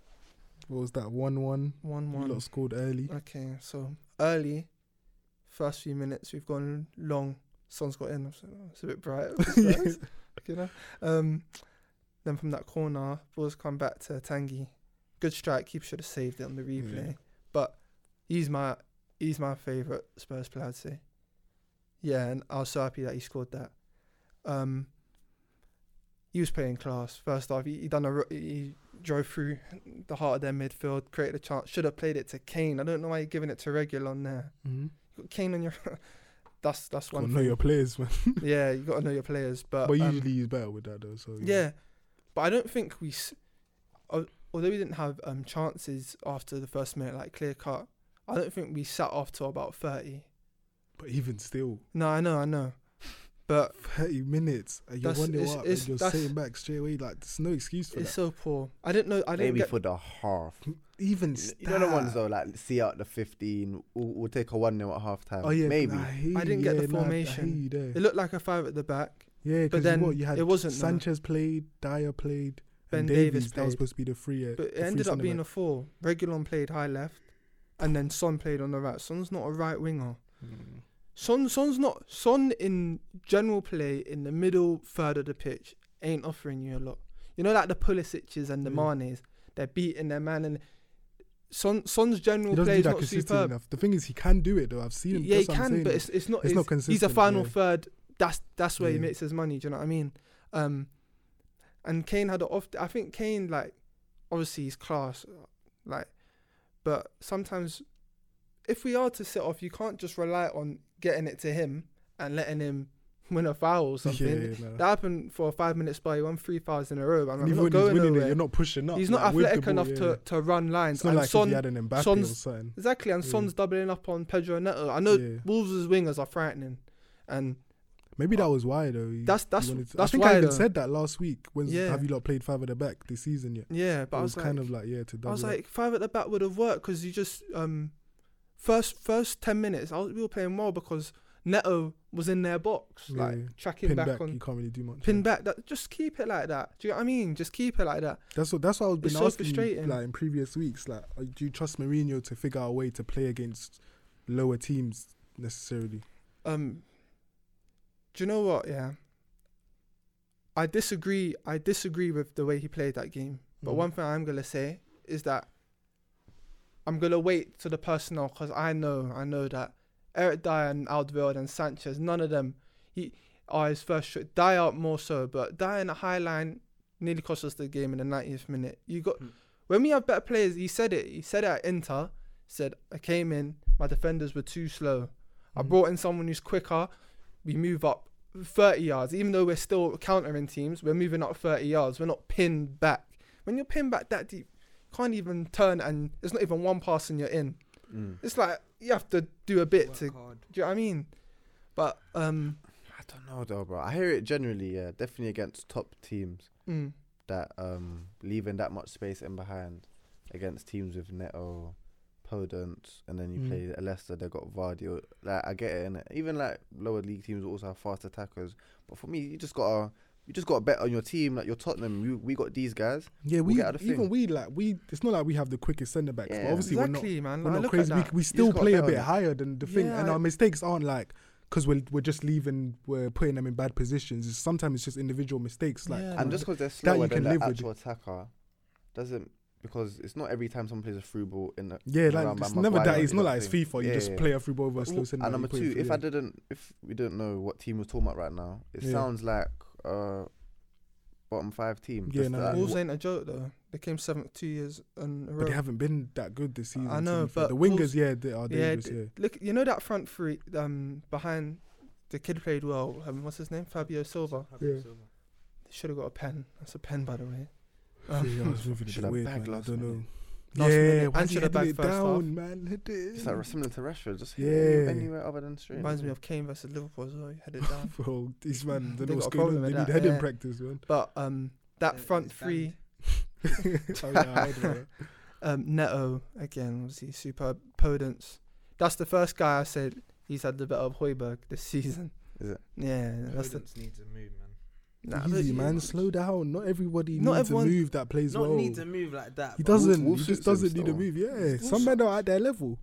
Speaker 1: what was that? One one.
Speaker 3: one
Speaker 1: You
Speaker 3: one.
Speaker 1: lot scored early.
Speaker 3: Okay, so early, first few minutes, we've gone long. Sun's got in. So it's a bit bright. Spurs, you know. Um, then from that corner, balls come back to Tangi. Good strike. Keeper should have saved it on the replay. But he's my he's my favourite Spurs player. I'd say. Yeah, and I was so happy that he scored that. Um, he was playing class. First off, he, he done a ro- he drove through the heart of their midfield, created a chance. Should have played it to Kane. I don't know why you're giving it to Regulon on there.
Speaker 1: Mm-hmm.
Speaker 3: You got Kane on your. that's that's
Speaker 1: Gotta
Speaker 3: one.
Speaker 1: know
Speaker 3: thing.
Speaker 1: your players, man.
Speaker 3: yeah, you got to know your players, but,
Speaker 1: But
Speaker 3: um,
Speaker 1: usually he's better with that though. So
Speaker 3: yeah, but I don't think we. S- al- although we didn't have um chances after the first minute, like clear cut, I don't think we sat off to about thirty.
Speaker 1: But even still,
Speaker 3: No, I know, I know, but
Speaker 1: thirty minutes and you're
Speaker 3: That's-
Speaker 1: one 0
Speaker 3: it's-
Speaker 1: up
Speaker 3: it's-
Speaker 1: and you're
Speaker 3: that's-
Speaker 1: sitting back straight away. Like there's no excuse for
Speaker 3: it's
Speaker 1: that.
Speaker 3: so poor. I didn't know. I didn't
Speaker 4: Maybe
Speaker 3: get.
Speaker 4: for the half.
Speaker 1: Even
Speaker 4: You know the ones
Speaker 1: that-
Speaker 4: though, like see out the fifteen. We'll, we'll take a one 0 at half time.
Speaker 1: Oh yeah,
Speaker 4: maybe.
Speaker 1: nah, I, hear
Speaker 3: I
Speaker 1: you,
Speaker 3: didn't get the
Speaker 1: yeah, nah, I hear
Speaker 3: formation.
Speaker 1: you there.
Speaker 3: It looked like a five at the back.
Speaker 1: Yeah, because
Speaker 3: then
Speaker 1: what, you had
Speaker 3: it wasn't, no.
Speaker 1: Sanchez played, Dyer played,
Speaker 3: Ben
Speaker 1: and
Speaker 3: Davies
Speaker 1: Davies. That was
Speaker 3: played.
Speaker 1: supposed to be the three. Yeah,
Speaker 3: But it ended up being a four. Regulon played high left, and then Son played on the right. Son's not a right winger. Son Son's not Son in general play in the middle third of the pitch ain't offering you a lot. You know, like the Pulisic's and the
Speaker 1: Yeah.
Speaker 3: Manes, they're beating their man, and Son Son's
Speaker 1: He
Speaker 3: general
Speaker 1: doesn't
Speaker 3: play
Speaker 1: do
Speaker 3: is
Speaker 1: that
Speaker 3: not
Speaker 1: consistent
Speaker 3: superb.
Speaker 1: enough. The thing is, he can do it though. I've seen him.
Speaker 3: Yeah, he
Speaker 1: that's what I'm
Speaker 3: can, but
Speaker 1: saying.
Speaker 3: it's it's not.
Speaker 1: It's
Speaker 3: It's
Speaker 1: not
Speaker 3: He's a
Speaker 1: consistent,
Speaker 3: final
Speaker 1: yeah.
Speaker 3: third. That's that's where he
Speaker 1: Yeah.
Speaker 3: makes his money. Do you know what I mean? Um, and Kane had it off. I think Kane like obviously he's class, like, but sometimes if we are to sit off, you can't just rely on getting it to him and letting him win a foul or something.
Speaker 1: Yeah, yeah, nah.
Speaker 3: That happened for a five minute spell. He won three fouls in a row. Man.
Speaker 1: And
Speaker 3: I'm
Speaker 1: even
Speaker 3: not
Speaker 1: when he's
Speaker 3: going
Speaker 1: winning it,
Speaker 3: nowhere.
Speaker 1: you're not pushing up.
Speaker 3: he's not
Speaker 1: like, with the
Speaker 3: athletic
Speaker 1: ball,
Speaker 3: enough
Speaker 1: yeah.
Speaker 3: to, to run lines.
Speaker 1: It's not
Speaker 3: and
Speaker 1: like if
Speaker 3: Son
Speaker 1: he had an Mbappe or
Speaker 3: Son's-
Speaker 1: something.
Speaker 3: Exactly, and
Speaker 1: Yeah.
Speaker 3: Son's doubling up on Pedro Neto. I know
Speaker 1: Yeah.
Speaker 3: Wolves' wingers are frightening, and
Speaker 1: Maybe that was why though. He,
Speaker 3: That's-
Speaker 1: he
Speaker 3: that's-
Speaker 1: wanted to-
Speaker 3: that's
Speaker 1: I think
Speaker 3: why,
Speaker 1: I even
Speaker 3: though.
Speaker 1: said that last week. When
Speaker 3: Yeah.
Speaker 1: have you lot played five at the back this season yet?
Speaker 3: yeah, but
Speaker 1: it
Speaker 3: I
Speaker 1: was
Speaker 3: was,
Speaker 1: kind
Speaker 3: like,
Speaker 1: of like yeah to double.
Speaker 3: I was
Speaker 1: up.
Speaker 3: like, five at the back would have worked because you just um, first first ten minutes, I was, we were playing well because Neto was in their box,
Speaker 1: Yeah, yeah.
Speaker 3: like tracking
Speaker 1: pin
Speaker 3: back,
Speaker 1: back,
Speaker 3: on
Speaker 1: you can't really do much.
Speaker 3: pin
Speaker 1: yeah.
Speaker 3: back. That just keep it like that. Do you know what I mean? Just keep it like that.
Speaker 1: That's what that's what I've been
Speaker 3: It's so
Speaker 1: asking you,
Speaker 3: frustrating.
Speaker 1: like in previous weeks. Like, uh, do you trust Mourinho to figure out a way to play against lower teams necessarily?
Speaker 3: Um, do you know what? Yeah, I disagree. I disagree with the way he played that game. But
Speaker 1: Mhm.
Speaker 3: one thing I'm gonna say is that I'm gonna wait to the personnel because I know, I know that Eric Dyer and Alderweireld and Sanchez, none of them, he are his first shot. Dyer more so, but Dyer in a high line nearly cost us the game in the 90th minute. You got
Speaker 2: Hmm.
Speaker 3: when we have better players. He said it. He said it at Inter. Said I came in, my defenders were too slow. I
Speaker 1: Mhm.
Speaker 3: brought in someone who's quicker. We move up 30 yards, even though we're still countering teams. We're moving up 30 yards. We're not pinned back. When you're pinned back that deep, you can't even turn, and it's not even one pass and you're in.
Speaker 4: Mm.
Speaker 3: It's like you have to do a bit to. Do
Speaker 2: hard.
Speaker 3: you know what I mean? But um,
Speaker 4: I don't know though, bro. I hear it generally. Yeah, definitely against top teams
Speaker 3: mm,
Speaker 4: that um leaving that much space in behind against teams with Neto, Podence, and then you
Speaker 1: Mm.
Speaker 4: play Leicester. They got Vardy. or- Like I get it, and even like lower league teams also have fast attackers. But for me, you just gotta you just gotta bet on your team. Like your Tottenham, you, we got these guys.
Speaker 1: Yeah,
Speaker 4: We'll
Speaker 1: we
Speaker 4: get out of the
Speaker 1: even
Speaker 4: thing.
Speaker 1: we like we. It's not like we have the quickest centre backs,
Speaker 4: Yeah.
Speaker 1: but obviously
Speaker 3: exactly, man.
Speaker 1: we're not we're
Speaker 3: I
Speaker 1: not
Speaker 3: look
Speaker 1: crazy.
Speaker 3: at
Speaker 1: We,
Speaker 3: that.
Speaker 1: we still
Speaker 4: gotta
Speaker 1: play a
Speaker 4: bet on
Speaker 1: bit
Speaker 4: it.
Speaker 1: higher than the thing,
Speaker 3: Yeah,
Speaker 1: and
Speaker 3: I-
Speaker 1: our mistakes aren't like. Because we're, we're just leaving, we're putting them in bad positions. It's, sometimes it's just individual mistakes. Like,
Speaker 3: Yeah,
Speaker 1: come
Speaker 4: And
Speaker 1: on.
Speaker 4: just because they're slower
Speaker 1: you
Speaker 4: than
Speaker 1: can
Speaker 4: the
Speaker 1: live with.
Speaker 4: actual attacker, doesn't because it's not every time someone plays a through ball in the
Speaker 1: yeah, like
Speaker 4: around
Speaker 1: it's
Speaker 4: by
Speaker 1: never that.
Speaker 4: Maguire,
Speaker 1: It's not
Speaker 4: you know
Speaker 1: like it's
Speaker 4: what I mean?
Speaker 1: FIFA. You
Speaker 4: Yeah,
Speaker 1: just
Speaker 4: yeah.
Speaker 1: play a free ball over a slow centre.
Speaker 4: and number
Speaker 1: back, you put it
Speaker 4: two,
Speaker 1: through,
Speaker 4: if
Speaker 1: yeah.
Speaker 4: I didn't, if we didn't know what team was talking about right now, it
Speaker 1: Yeah.
Speaker 4: sounds like uh, bottom five team.
Speaker 1: Yeah,
Speaker 4: just
Speaker 1: no,
Speaker 4: that-
Speaker 1: no.
Speaker 3: Wolves ain't a joke though. They came seventh two years in a row.
Speaker 1: but they haven't been that good this season.
Speaker 3: I
Speaker 1: to
Speaker 3: know,
Speaker 1: be fair.
Speaker 3: but
Speaker 1: the wingers,
Speaker 3: Wolves-
Speaker 1: yeah, they are
Speaker 3: yeah,
Speaker 1: dangerous.
Speaker 3: d-
Speaker 1: Yeah,
Speaker 3: look, you know that front three um behind the kid played well. Um, what's his name? Fabio Silva.
Speaker 1: Yeah.
Speaker 3: Should have got a pen. That's a pen, by the way.
Speaker 1: Yeah,
Speaker 3: Um,
Speaker 1: I was moving a
Speaker 4: Should
Speaker 1: bit
Speaker 4: I
Speaker 1: weird,
Speaker 4: bag
Speaker 1: man. I
Speaker 4: last
Speaker 1: don't
Speaker 4: minute?
Speaker 1: know.
Speaker 3: Last
Speaker 1: yeah,
Speaker 3: minute,
Speaker 1: why
Speaker 3: and
Speaker 1: is he
Speaker 3: should have
Speaker 1: heading
Speaker 3: bagged
Speaker 1: it
Speaker 3: first half.
Speaker 1: down, man? Head it
Speaker 4: It's
Speaker 1: in.
Speaker 4: like similar to Rashford, just yeah.
Speaker 1: Yeah.
Speaker 4: anywhere other than straight.
Speaker 3: Reminds me of Kane versus Liverpool as well. He headed down.
Speaker 1: Bro, these man, they
Speaker 3: They
Speaker 1: know what's
Speaker 3: got a
Speaker 1: going on.
Speaker 3: problem
Speaker 1: They
Speaker 3: with
Speaker 1: need
Speaker 3: that,
Speaker 1: heading
Speaker 3: yeah.
Speaker 1: practice, man.
Speaker 3: but um, that
Speaker 2: It's
Speaker 3: front
Speaker 2: banned.
Speaker 3: three,
Speaker 1: Sorry, nah, I don't know.
Speaker 3: um, Neto again, obviously superb podence. That's the first guy I said he's had the better of Hoiberg this season.
Speaker 4: Is it?
Speaker 3: Yeah, that's the
Speaker 2: Rodents needs a move, man.
Speaker 3: nah, but
Speaker 1: Easy,
Speaker 3: yeah,
Speaker 1: man. Slow down. Not everybody
Speaker 3: Not
Speaker 1: needs a
Speaker 3: everyone-
Speaker 1: move that plays
Speaker 2: Not
Speaker 1: well.
Speaker 2: need to move like that.
Speaker 1: he
Speaker 2: but-
Speaker 1: doesn't.
Speaker 4: Wolf
Speaker 1: he
Speaker 4: suits
Speaker 1: just
Speaker 4: him
Speaker 1: doesn't need a
Speaker 4: still.
Speaker 1: move. Yeah,
Speaker 3: Wolf
Speaker 1: some men are at their level.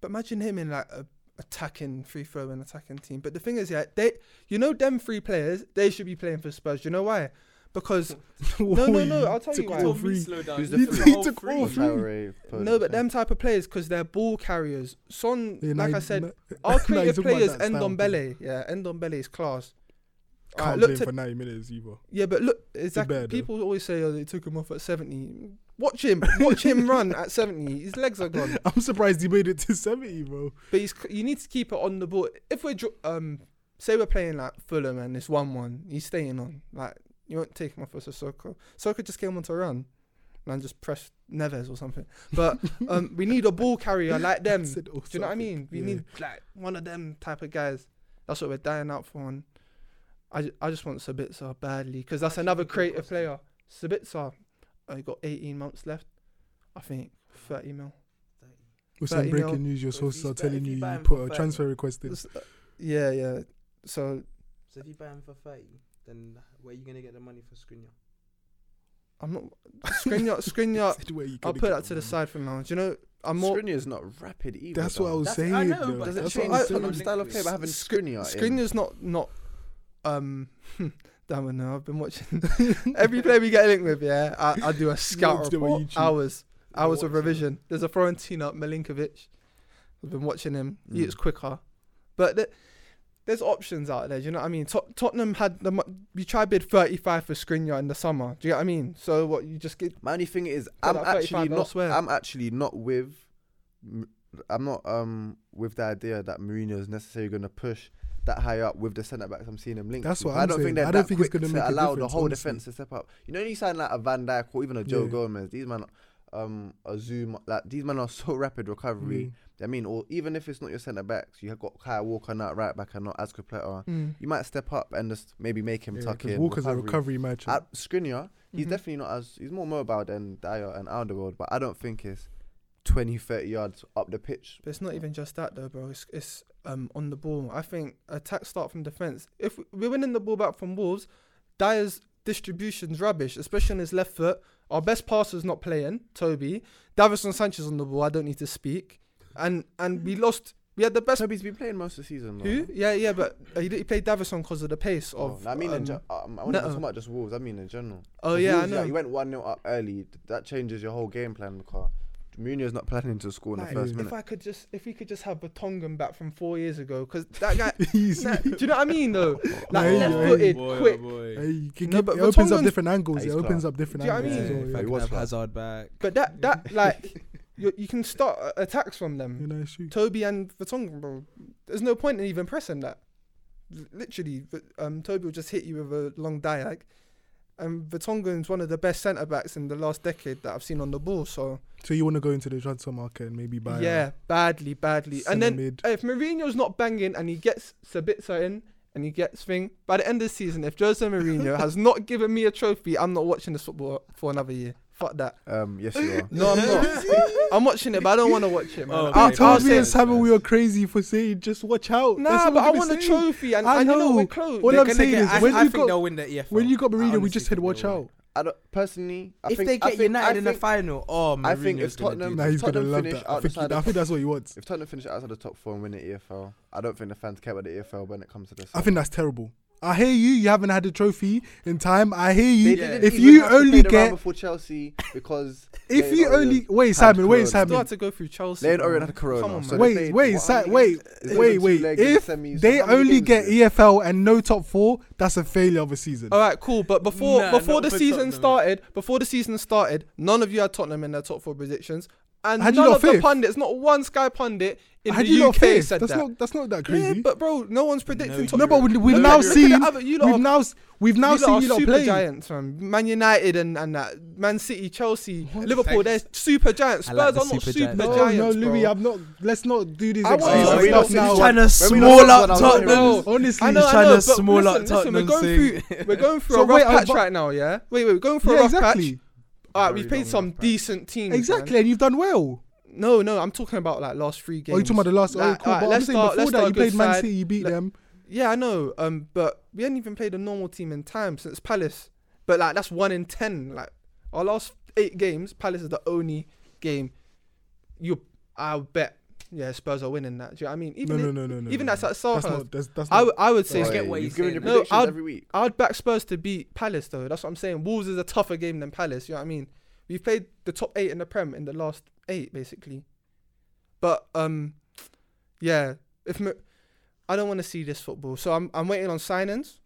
Speaker 3: But imagine him in like a attacking free throw and attacking team. But the thing is, yeah, they you know them three players they should be playing for Spurs. You know why? Because no, no, no. I'll tell you
Speaker 1: Took
Speaker 3: why.
Speaker 1: all
Speaker 2: Told me
Speaker 1: three.
Speaker 2: slow down.
Speaker 4: Who's
Speaker 2: You
Speaker 4: the
Speaker 2: took
Speaker 4: three?
Speaker 2: all
Speaker 1: He took
Speaker 2: three.
Speaker 1: all three.
Speaker 4: Traore, Podence,
Speaker 3: No, but them
Speaker 4: and-
Speaker 3: type of players because they're ball carriers. Son,
Speaker 1: Yeah, nah,
Speaker 3: like
Speaker 1: he-
Speaker 3: I said,
Speaker 1: nah,
Speaker 3: our
Speaker 1: nah, he's
Speaker 3: creative
Speaker 1: talking about
Speaker 3: players
Speaker 1: that
Speaker 3: end
Speaker 1: style
Speaker 3: on
Speaker 1: thing.
Speaker 3: Belly. Yeah, end on Belly is class. Alright,
Speaker 1: Can't
Speaker 3: look
Speaker 1: play him
Speaker 3: to-
Speaker 1: for 90 minutes either.
Speaker 3: Yeah, but look, exactly.
Speaker 1: bear, though.
Speaker 3: people always say, "Oh, they took him off at 70. Watch him, watch him run at 70. His legs are gone.
Speaker 1: I'm surprised he made it to 70, bro.
Speaker 3: But he's, you need to keep it on the ball. If we're dr- um, say we're playing like Fulham and it's one-one, he's staying on. Like you won't take him off as a Soko. Soko just came on to run, and just pressed Neves or something. But um, we need a ball carrier like them. Do
Speaker 1: Said all
Speaker 3: you know what I
Speaker 1: something.
Speaker 3: mean? We
Speaker 1: Yeah.
Speaker 3: need like one of them type of guys. That's what we're dying out for. And I, ju- I just want Sabitzer badly because that's
Speaker 2: Actually,
Speaker 3: another
Speaker 2: we could
Speaker 3: creative
Speaker 2: cost him.
Speaker 3: player. Sabitzer, uh, he got 18 months left. I think 30 mil.
Speaker 1: With
Speaker 3: But,
Speaker 1: some
Speaker 3: you know,
Speaker 1: breaking news, your
Speaker 2: if you
Speaker 1: sources are
Speaker 2: spend-
Speaker 1: telling
Speaker 2: if you
Speaker 1: you
Speaker 2: buy
Speaker 1: you
Speaker 2: him for
Speaker 1: put a
Speaker 2: 30.
Speaker 1: transfer request in.
Speaker 3: S- Yeah, yeah. So
Speaker 2: So if you buy him for thirty, then where are you gonna get the money for Skriniar?
Speaker 3: I'm not Skriniar. Skriniar.
Speaker 1: Said where you
Speaker 3: I'll
Speaker 1: gonna
Speaker 3: put
Speaker 1: get
Speaker 3: that to the
Speaker 1: money.
Speaker 3: side for now. Do you know? I'm more.
Speaker 4: Skriniar's not rapid either.
Speaker 1: That's what I
Speaker 4: though.
Speaker 1: was
Speaker 2: That's-
Speaker 1: saying.
Speaker 2: I know,
Speaker 1: though.
Speaker 2: but
Speaker 4: Does it
Speaker 1: That's what
Speaker 4: change
Speaker 1: I was
Speaker 4: the
Speaker 1: saying.
Speaker 2: Tottenam's
Speaker 4: style of play by having
Speaker 3: Skri-
Speaker 4: Skriniar? in?
Speaker 3: Skriniar's not not. Um, damn it! No, I've been watching every player we get linked with. Yeah, I, I do a scout
Speaker 1: Watch them on
Speaker 3: report.
Speaker 1: YouTube.
Speaker 3: Hours, hours
Speaker 2: Watch
Speaker 3: of
Speaker 2: him.
Speaker 3: revision. There's a Fiorentina Milinkovic. I've been watching him. He
Speaker 4: Mm.
Speaker 3: is quicker, but th- there's options out there. Do you know what I mean? Tot- Tottenham had the mo- we tried bid 35 for Skriniar in the summer. Do you get what I mean? So what you just get mm.
Speaker 4: My only thing is,
Speaker 3: Put
Speaker 4: I'm
Speaker 3: that 35
Speaker 4: actually not.
Speaker 3: elsewhere.
Speaker 4: I'm actually not with. M- I'm not um with the idea that Mourinho is necessarily going to push that high up with the centre backs. I'm seeing him linked.
Speaker 1: That's
Speaker 4: to.
Speaker 1: what
Speaker 4: But I
Speaker 1: I'm
Speaker 4: don't
Speaker 1: saying.
Speaker 4: think they're
Speaker 1: I
Speaker 4: that
Speaker 1: don't think it's
Speaker 4: quick
Speaker 1: gonna
Speaker 4: to
Speaker 1: make a
Speaker 4: allow the
Speaker 1: difference,
Speaker 4: whole
Speaker 1: honestly.
Speaker 4: defence to step up. You know, when you sign like a Van Dijk or even a Joe
Speaker 1: Yeah.
Speaker 4: Gomez, these men, um, a Zoom, like these men are so rapid
Speaker 1: Mm.
Speaker 4: recovery. I mean, or even if it's not your centre backs, you have got Kyle Walker not right back and not Azpilicueta. You might step up and just maybe make him
Speaker 1: Yeah,
Speaker 4: tuck
Speaker 1: 'cause
Speaker 4: in.
Speaker 1: Walker's a
Speaker 4: recovery.
Speaker 1: recovery match.
Speaker 4: At Skriniar,
Speaker 2: Mm-hmm.
Speaker 4: he's
Speaker 3: Mhm.
Speaker 4: definitely not as he's more mobile than Dyer and Alderweireld, but I don't think it's 20, 30 yards up the pitch.
Speaker 3: But it's not even just that though, bro. It's it's um on the ball. I think attack start from defense. If we're winning the ball back from Wolves, Dyer's distribution's rubbish, especially on his left foot. Our best passer's not playing. Toby, Davison Sanchez on the ball. I don't need to speak. And and we lost. We had the best.
Speaker 4: Toby's been playing most of the season. though.
Speaker 3: Who? Yeah, yeah, but uh, he, he played Davison because of the pace
Speaker 4: Oh,
Speaker 3: of.
Speaker 4: no, I mean, in
Speaker 3: um,
Speaker 4: ge- um, I wasn't
Speaker 3: Neto.
Speaker 4: talking about just Wolves. I mean in general.
Speaker 3: oh
Speaker 4: 'Cause
Speaker 3: yeah, I
Speaker 4: Wolves,
Speaker 3: know.
Speaker 4: you went one 0 up early. Th- That changes your whole game plan. Because Mourinho's not planning to score in
Speaker 3: Like,
Speaker 4: the first
Speaker 1: Yeah.
Speaker 4: minute.
Speaker 3: if I could just, if we could just have Batongan back from four years ago, because that guy.
Speaker 1: Easy.
Speaker 3: Nah, do you know what I mean though? Like
Speaker 1: Hey,
Speaker 3: left
Speaker 1: hey,
Speaker 3: footed,
Speaker 2: Boy, oh
Speaker 3: quick.
Speaker 2: boy.
Speaker 1: Hey, you can
Speaker 3: No,
Speaker 1: give-
Speaker 3: but
Speaker 1: it opens up
Speaker 3: Vertonghen-
Speaker 1: different angles.
Speaker 4: He's
Speaker 1: It opens
Speaker 4: class.
Speaker 1: up different
Speaker 3: Do you know what I
Speaker 1: angles.
Speaker 3: mean?
Speaker 1: as well,
Speaker 2: if I
Speaker 1: yeah.
Speaker 4: He
Speaker 2: could
Speaker 4: was
Speaker 2: have
Speaker 4: class.
Speaker 2: Hazard back.
Speaker 3: But that that like you, you can start uh, attacks from
Speaker 1: You
Speaker 3: them.
Speaker 1: know, shoot.
Speaker 3: Toby and Vertonghen, bro. There's no point in even pressing that. L- Literally, V- um, Toby will just hit you with a long diag. And Vertonghen's one of the best centre backs in the last decade that I've seen on the ball. So
Speaker 1: So you want to go into the transfer market and maybe buy? a
Speaker 3: yeah, badly, badly. And then
Speaker 1: centre-mid.
Speaker 3: if Mourinho's not banging and he gets Sabitzer in and he gets thing by the end of the season, if Jose Mourinho has not given me a trophy, I'm not watching this football for another year. Fuck that.
Speaker 4: Um, yes, you are.
Speaker 3: No, I'm not. I'm watching it, but I don't want to watch it,
Speaker 2: Oh,
Speaker 3: man. I'll-
Speaker 2: okay,
Speaker 1: They
Speaker 2: I'll
Speaker 1: told
Speaker 2: say
Speaker 1: me
Speaker 2: it
Speaker 1: and Simon
Speaker 2: first.
Speaker 1: we were crazy for saying just watch out. That's
Speaker 3: Nah,
Speaker 1: what
Speaker 3: but
Speaker 1: we're
Speaker 3: I
Speaker 1: gonna
Speaker 3: want a
Speaker 1: say.
Speaker 3: trophy, and
Speaker 1: I
Speaker 3: and you know
Speaker 1: know.
Speaker 3: we're close.
Speaker 1: All
Speaker 2: They're
Speaker 1: I'm
Speaker 2: gonna
Speaker 1: saying
Speaker 2: get-
Speaker 1: is
Speaker 2: I,
Speaker 1: when
Speaker 2: I
Speaker 1: you
Speaker 2: think
Speaker 1: got
Speaker 2: they'll win the EFL.
Speaker 1: when you got Mourinho, we
Speaker 2: honestly
Speaker 1: just
Speaker 2: think
Speaker 1: said
Speaker 2: they'll
Speaker 1: watch
Speaker 2: win it.
Speaker 1: out.
Speaker 4: I don't, personally, I
Speaker 2: if
Speaker 4: think
Speaker 2: they
Speaker 4: I
Speaker 2: get
Speaker 4: think, I
Speaker 2: United in the
Speaker 4: think-
Speaker 2: final, oh,
Speaker 4: I
Speaker 2: Mourinho's
Speaker 4: think if
Speaker 2: gonna do
Speaker 4: Tottenham-
Speaker 2: that.
Speaker 1: Nah, he's gonna
Speaker 4: Tottenham
Speaker 1: love
Speaker 4: finish
Speaker 1: that. I think, he,
Speaker 4: outside
Speaker 1: I
Speaker 4: of-
Speaker 1: think that's what he wants.
Speaker 4: if Tottenham finish outside the top four and win the EFL, I don't think the fans care about the EFL when it comes to this.
Speaker 3: Oh,
Speaker 1: I think that's terrible. I hear you. You haven't had a trophy in time. I hear you.
Speaker 4: They didn't
Speaker 1: If
Speaker 4: even
Speaker 1: you
Speaker 4: have to
Speaker 1: only
Speaker 4: play the round
Speaker 1: get-
Speaker 4: before Chelsea because
Speaker 1: If
Speaker 4: Leon
Speaker 1: you
Speaker 4: Orient
Speaker 1: only wait,
Speaker 4: had
Speaker 1: Simon, wait,
Speaker 4: Corona.
Speaker 3: Still
Speaker 1: Simon,
Speaker 3: had to go through Chelsea.
Speaker 4: Leon
Speaker 3: bro.
Speaker 4: Orient had Corona.
Speaker 3: Come on,
Speaker 4: so
Speaker 3: man.
Speaker 1: Wait,
Speaker 4: they played-
Speaker 1: wait,
Speaker 4: what,
Speaker 1: si-
Speaker 4: how many
Speaker 1: wait,
Speaker 4: games- it's
Speaker 1: wait,
Speaker 4: been
Speaker 1: wait.
Speaker 4: two-legged
Speaker 1: If
Speaker 4: semis,
Speaker 1: they
Speaker 4: so how many
Speaker 1: only
Speaker 4: games
Speaker 1: get
Speaker 4: is it?
Speaker 1: EFL and no top four. That's a failure of a season.
Speaker 3: All right, cool. But before
Speaker 2: Nah,
Speaker 3: before
Speaker 2: not
Speaker 3: the
Speaker 2: for
Speaker 3: season
Speaker 2: Tottenham.
Speaker 3: started, before the season started, none of you had Tottenham in their top four predictions. And
Speaker 1: Had you
Speaker 3: none
Speaker 1: lot
Speaker 3: of the
Speaker 1: faith?
Speaker 3: pundits, not one Sky pundit in
Speaker 1: Had
Speaker 3: the
Speaker 1: you
Speaker 3: UK
Speaker 1: not faith?
Speaker 3: said
Speaker 1: That's
Speaker 3: that.
Speaker 1: not that's not that
Speaker 3: yeah,
Speaker 1: crazy.
Speaker 3: but bro, no one's predicting.
Speaker 2: you
Speaker 3: top-
Speaker 1: no, but we, we've
Speaker 3: Look
Speaker 1: now
Speaker 3: at- look at the
Speaker 1: seen
Speaker 3: other- you lot
Speaker 1: we've
Speaker 3: are
Speaker 1: now s- we've now
Speaker 3: you lot
Speaker 1: seen
Speaker 3: are
Speaker 1: you lot
Speaker 3: super
Speaker 1: play.
Speaker 3: giants, man. Man United and, and that Man City, Chelsea,
Speaker 1: What?
Speaker 3: Liverpool. They're super giants.
Speaker 2: I
Speaker 3: Spurs
Speaker 2: like the
Speaker 3: are not
Speaker 2: super
Speaker 3: super giants.
Speaker 2: giants.
Speaker 1: No, no,
Speaker 3: giants,
Speaker 1: Louis,
Speaker 3: bro.
Speaker 1: I'm not. Let's not do this.
Speaker 3: I want
Speaker 1: exercise
Speaker 3: to-
Speaker 1: stuff
Speaker 3: Louis,
Speaker 4: not
Speaker 1: now.
Speaker 4: now.
Speaker 2: trying to
Speaker 4: When we last
Speaker 2: small
Speaker 4: won, I
Speaker 2: up
Speaker 4: was on
Speaker 2: Tottenham.
Speaker 3: Tottenham.
Speaker 1: Honestly,
Speaker 3: I know,
Speaker 2: He's
Speaker 3: I
Speaker 2: trying
Speaker 3: know,
Speaker 2: to
Speaker 3: but
Speaker 2: small
Speaker 3: listen,
Speaker 2: up
Speaker 3: listen, we're
Speaker 2: Tottenham.
Speaker 3: going
Speaker 2: so-
Speaker 3: We're going through
Speaker 1: So
Speaker 3: a rough
Speaker 1: wait, I-
Speaker 3: patch
Speaker 1: but-
Speaker 3: right now, yeah. Wait, wait, we're going through a
Speaker 1: yeah,
Speaker 3: rough
Speaker 1: exactly,
Speaker 3: patch. All right,
Speaker 2: Very
Speaker 3: we've played
Speaker 2: long
Speaker 3: some
Speaker 2: rough patch.
Speaker 3: decent teams. man.
Speaker 1: exactly, and you've done well.
Speaker 3: No, no, I'm talking about like last three games.
Speaker 1: Oh, you talking about the last?
Speaker 3: Like,
Speaker 1: oh, cool.
Speaker 3: alright,
Speaker 1: but I'm
Speaker 3: let's
Speaker 1: saying
Speaker 3: start-
Speaker 1: before
Speaker 3: let's start
Speaker 1: that,
Speaker 3: a
Speaker 1: you
Speaker 3: good
Speaker 1: played Man
Speaker 3: side.
Speaker 1: City, you beat
Speaker 3: Let-
Speaker 1: them.
Speaker 3: Yeah, I know. Um, but we haven't even played a normal team in time since Palace. But like that's one in ten. Like our last eight games, Palace is the only game. You, I'll bet. Yeah, Spurs are winning that. Do you know what I mean?
Speaker 1: No,
Speaker 3: Even
Speaker 1: no,
Speaker 3: if-
Speaker 1: no, no, no.
Speaker 3: even
Speaker 1: no.
Speaker 3: at Sa-
Speaker 1: that's
Speaker 3: Salhurst,
Speaker 1: not. That's that's
Speaker 3: I
Speaker 1: not.
Speaker 3: w- I would say
Speaker 2: Right.
Speaker 3: Spurs-
Speaker 2: get what
Speaker 4: you've
Speaker 2: he's
Speaker 4: given your
Speaker 2: saying.
Speaker 3: No,
Speaker 4: predictions
Speaker 3: I'd-
Speaker 4: every week.
Speaker 3: I'd back Spurs to beat Palace though. That's what I'm saying. Wolves is a tougher game than Palace. You know what I mean? We've played the top eight in the Prem in the last eight basically. But um, yeah. If Mo- I don't want to see this football, so I'm I'm waiting on signings.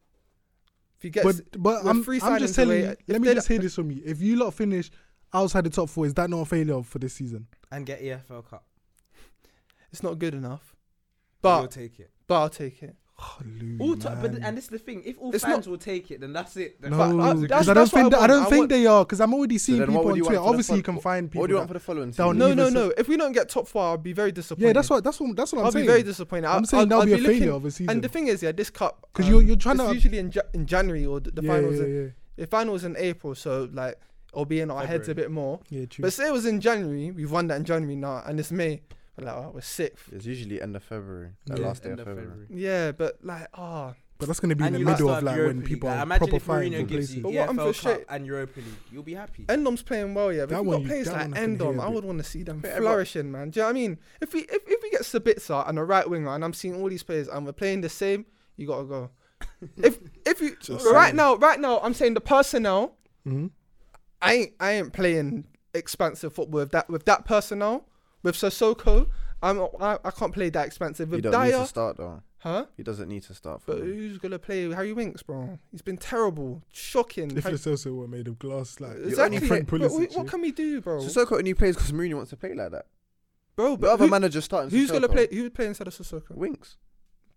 Speaker 3: If you get
Speaker 1: But but
Speaker 3: we're
Speaker 1: I'm
Speaker 3: three
Speaker 1: I'm just
Speaker 3: signings
Speaker 1: telling
Speaker 3: away.
Speaker 1: you.
Speaker 3: If
Speaker 1: Let me
Speaker 3: they
Speaker 1: just
Speaker 3: don't-
Speaker 1: hear this from you. If you lot finish outside the top four, is that not a failure for this season?
Speaker 2: And get EFL Cup.
Speaker 3: it's not good enough,
Speaker 2: we'll
Speaker 3: but
Speaker 2: take it.
Speaker 3: but I'll take it.
Speaker 1: Oh, Louis,
Speaker 2: All to- but
Speaker 1: man.
Speaker 2: and this is the thing. If all
Speaker 3: It's
Speaker 2: fans
Speaker 3: not-
Speaker 2: will take it, then that's it. Then
Speaker 1: No,
Speaker 3: But, uh,
Speaker 1: because
Speaker 3: that's-
Speaker 1: I
Speaker 3: that's
Speaker 1: don't
Speaker 3: what
Speaker 1: think
Speaker 3: I
Speaker 1: that- I,
Speaker 3: want.
Speaker 1: don't
Speaker 3: I
Speaker 1: think
Speaker 3: want-
Speaker 1: they are because I'm already seeing
Speaker 4: then what
Speaker 1: people
Speaker 4: would
Speaker 1: on
Speaker 4: you want
Speaker 1: Twitter.
Speaker 4: for the
Speaker 1: Obviously, you
Speaker 4: fol-
Speaker 1: can find people.
Speaker 4: What do you want
Speaker 1: that-
Speaker 4: for the following
Speaker 1: Down
Speaker 4: season?
Speaker 1: Don't
Speaker 3: No,
Speaker 1: even
Speaker 3: no,
Speaker 1: say-
Speaker 3: no. If we don't get top four, I'll be very disappointed.
Speaker 1: yeah, that's what that's what that's what I'm
Speaker 3: I'll
Speaker 1: saying.
Speaker 3: be very disappointed.
Speaker 1: I'm
Speaker 3: I'll-
Speaker 1: saying
Speaker 3: I'll-
Speaker 1: that would
Speaker 3: I'll
Speaker 1: be a
Speaker 3: looking-
Speaker 1: failure of a season.
Speaker 3: And the thing is, yeah, this cup um,
Speaker 1: 'Cause you're- you're trying
Speaker 3: it's
Speaker 1: to-
Speaker 3: usually in, ja- in January or the, the
Speaker 1: yeah,
Speaker 3: finals.
Speaker 1: yeah,
Speaker 3: in-
Speaker 1: yeah,
Speaker 3: The finals in April, so like it'll be in our heads a
Speaker 2: February.
Speaker 3: bit more.
Speaker 1: yeah, true.
Speaker 3: But say it was in January, we've won that in January now, and it's May. We're like, oh, we're sixth.
Speaker 4: It's usually end of February. The
Speaker 1: Yeah.
Speaker 4: last day
Speaker 2: end
Speaker 4: of
Speaker 2: of
Speaker 4: February.
Speaker 2: February.
Speaker 3: Yeah, but like, ah,
Speaker 1: But that's gonna be in
Speaker 2: And
Speaker 1: the
Speaker 2: you lot
Speaker 1: middle
Speaker 2: still
Speaker 1: of
Speaker 2: have
Speaker 1: like
Speaker 2: Europa
Speaker 1: when
Speaker 2: League.
Speaker 1: people
Speaker 2: Like,
Speaker 1: are
Speaker 2: imagine
Speaker 1: proper
Speaker 2: if
Speaker 1: fighting for
Speaker 2: Mourinho gives
Speaker 1: places.
Speaker 2: you
Speaker 3: But what
Speaker 2: EFL
Speaker 3: I'm
Speaker 2: Cup
Speaker 3: frustrated-
Speaker 2: and Europa League, you'll be happy.
Speaker 3: Endom's playing well, yeah. But
Speaker 1: That
Speaker 3: if we've
Speaker 1: one
Speaker 3: got
Speaker 1: you-
Speaker 3: players
Speaker 1: that
Speaker 3: like
Speaker 1: one I can hear a
Speaker 3: Endom, I
Speaker 1: bit.
Speaker 3: would want to see them
Speaker 4: But everyone-
Speaker 3: flourishing, man. Do you know what I mean? If we if, if we get Sabitzer and a right winger, and I'm seeing all these players, and we're playing the same, you gotta go. if if you
Speaker 1: Just
Speaker 3: right
Speaker 1: saying.
Speaker 3: now, right now, I'm saying the personnel.
Speaker 1: hmm
Speaker 3: I ain't I ain't playing expansive football with that with that personnel with Sissoko. I'm I, I can't play that expansive
Speaker 4: He
Speaker 3: with
Speaker 4: don't need Mm. to
Speaker 3: Dyer,
Speaker 4: start though.
Speaker 3: huh?
Speaker 4: He doesn't need to start. For
Speaker 3: But
Speaker 4: them.
Speaker 3: who's gonna play Harry Winks, bro? He's been terrible, shocking.
Speaker 1: If
Speaker 3: Harry-
Speaker 1: it's also what made of glass, like
Speaker 4: only
Speaker 3: exactly.
Speaker 1: Frank
Speaker 3: But
Speaker 1: Pulisic,
Speaker 3: what, what
Speaker 1: yeah.
Speaker 3: can we do, bro?
Speaker 4: Sissoko only plays because Mourinho wants to play like that.
Speaker 3: Bro,
Speaker 4: But
Speaker 3: but
Speaker 4: other
Speaker 3: who,
Speaker 4: manager starting.
Speaker 3: who's gonna
Speaker 4: Sissoko.
Speaker 3: play? Who would play instead of Sissoko?
Speaker 4: Winks.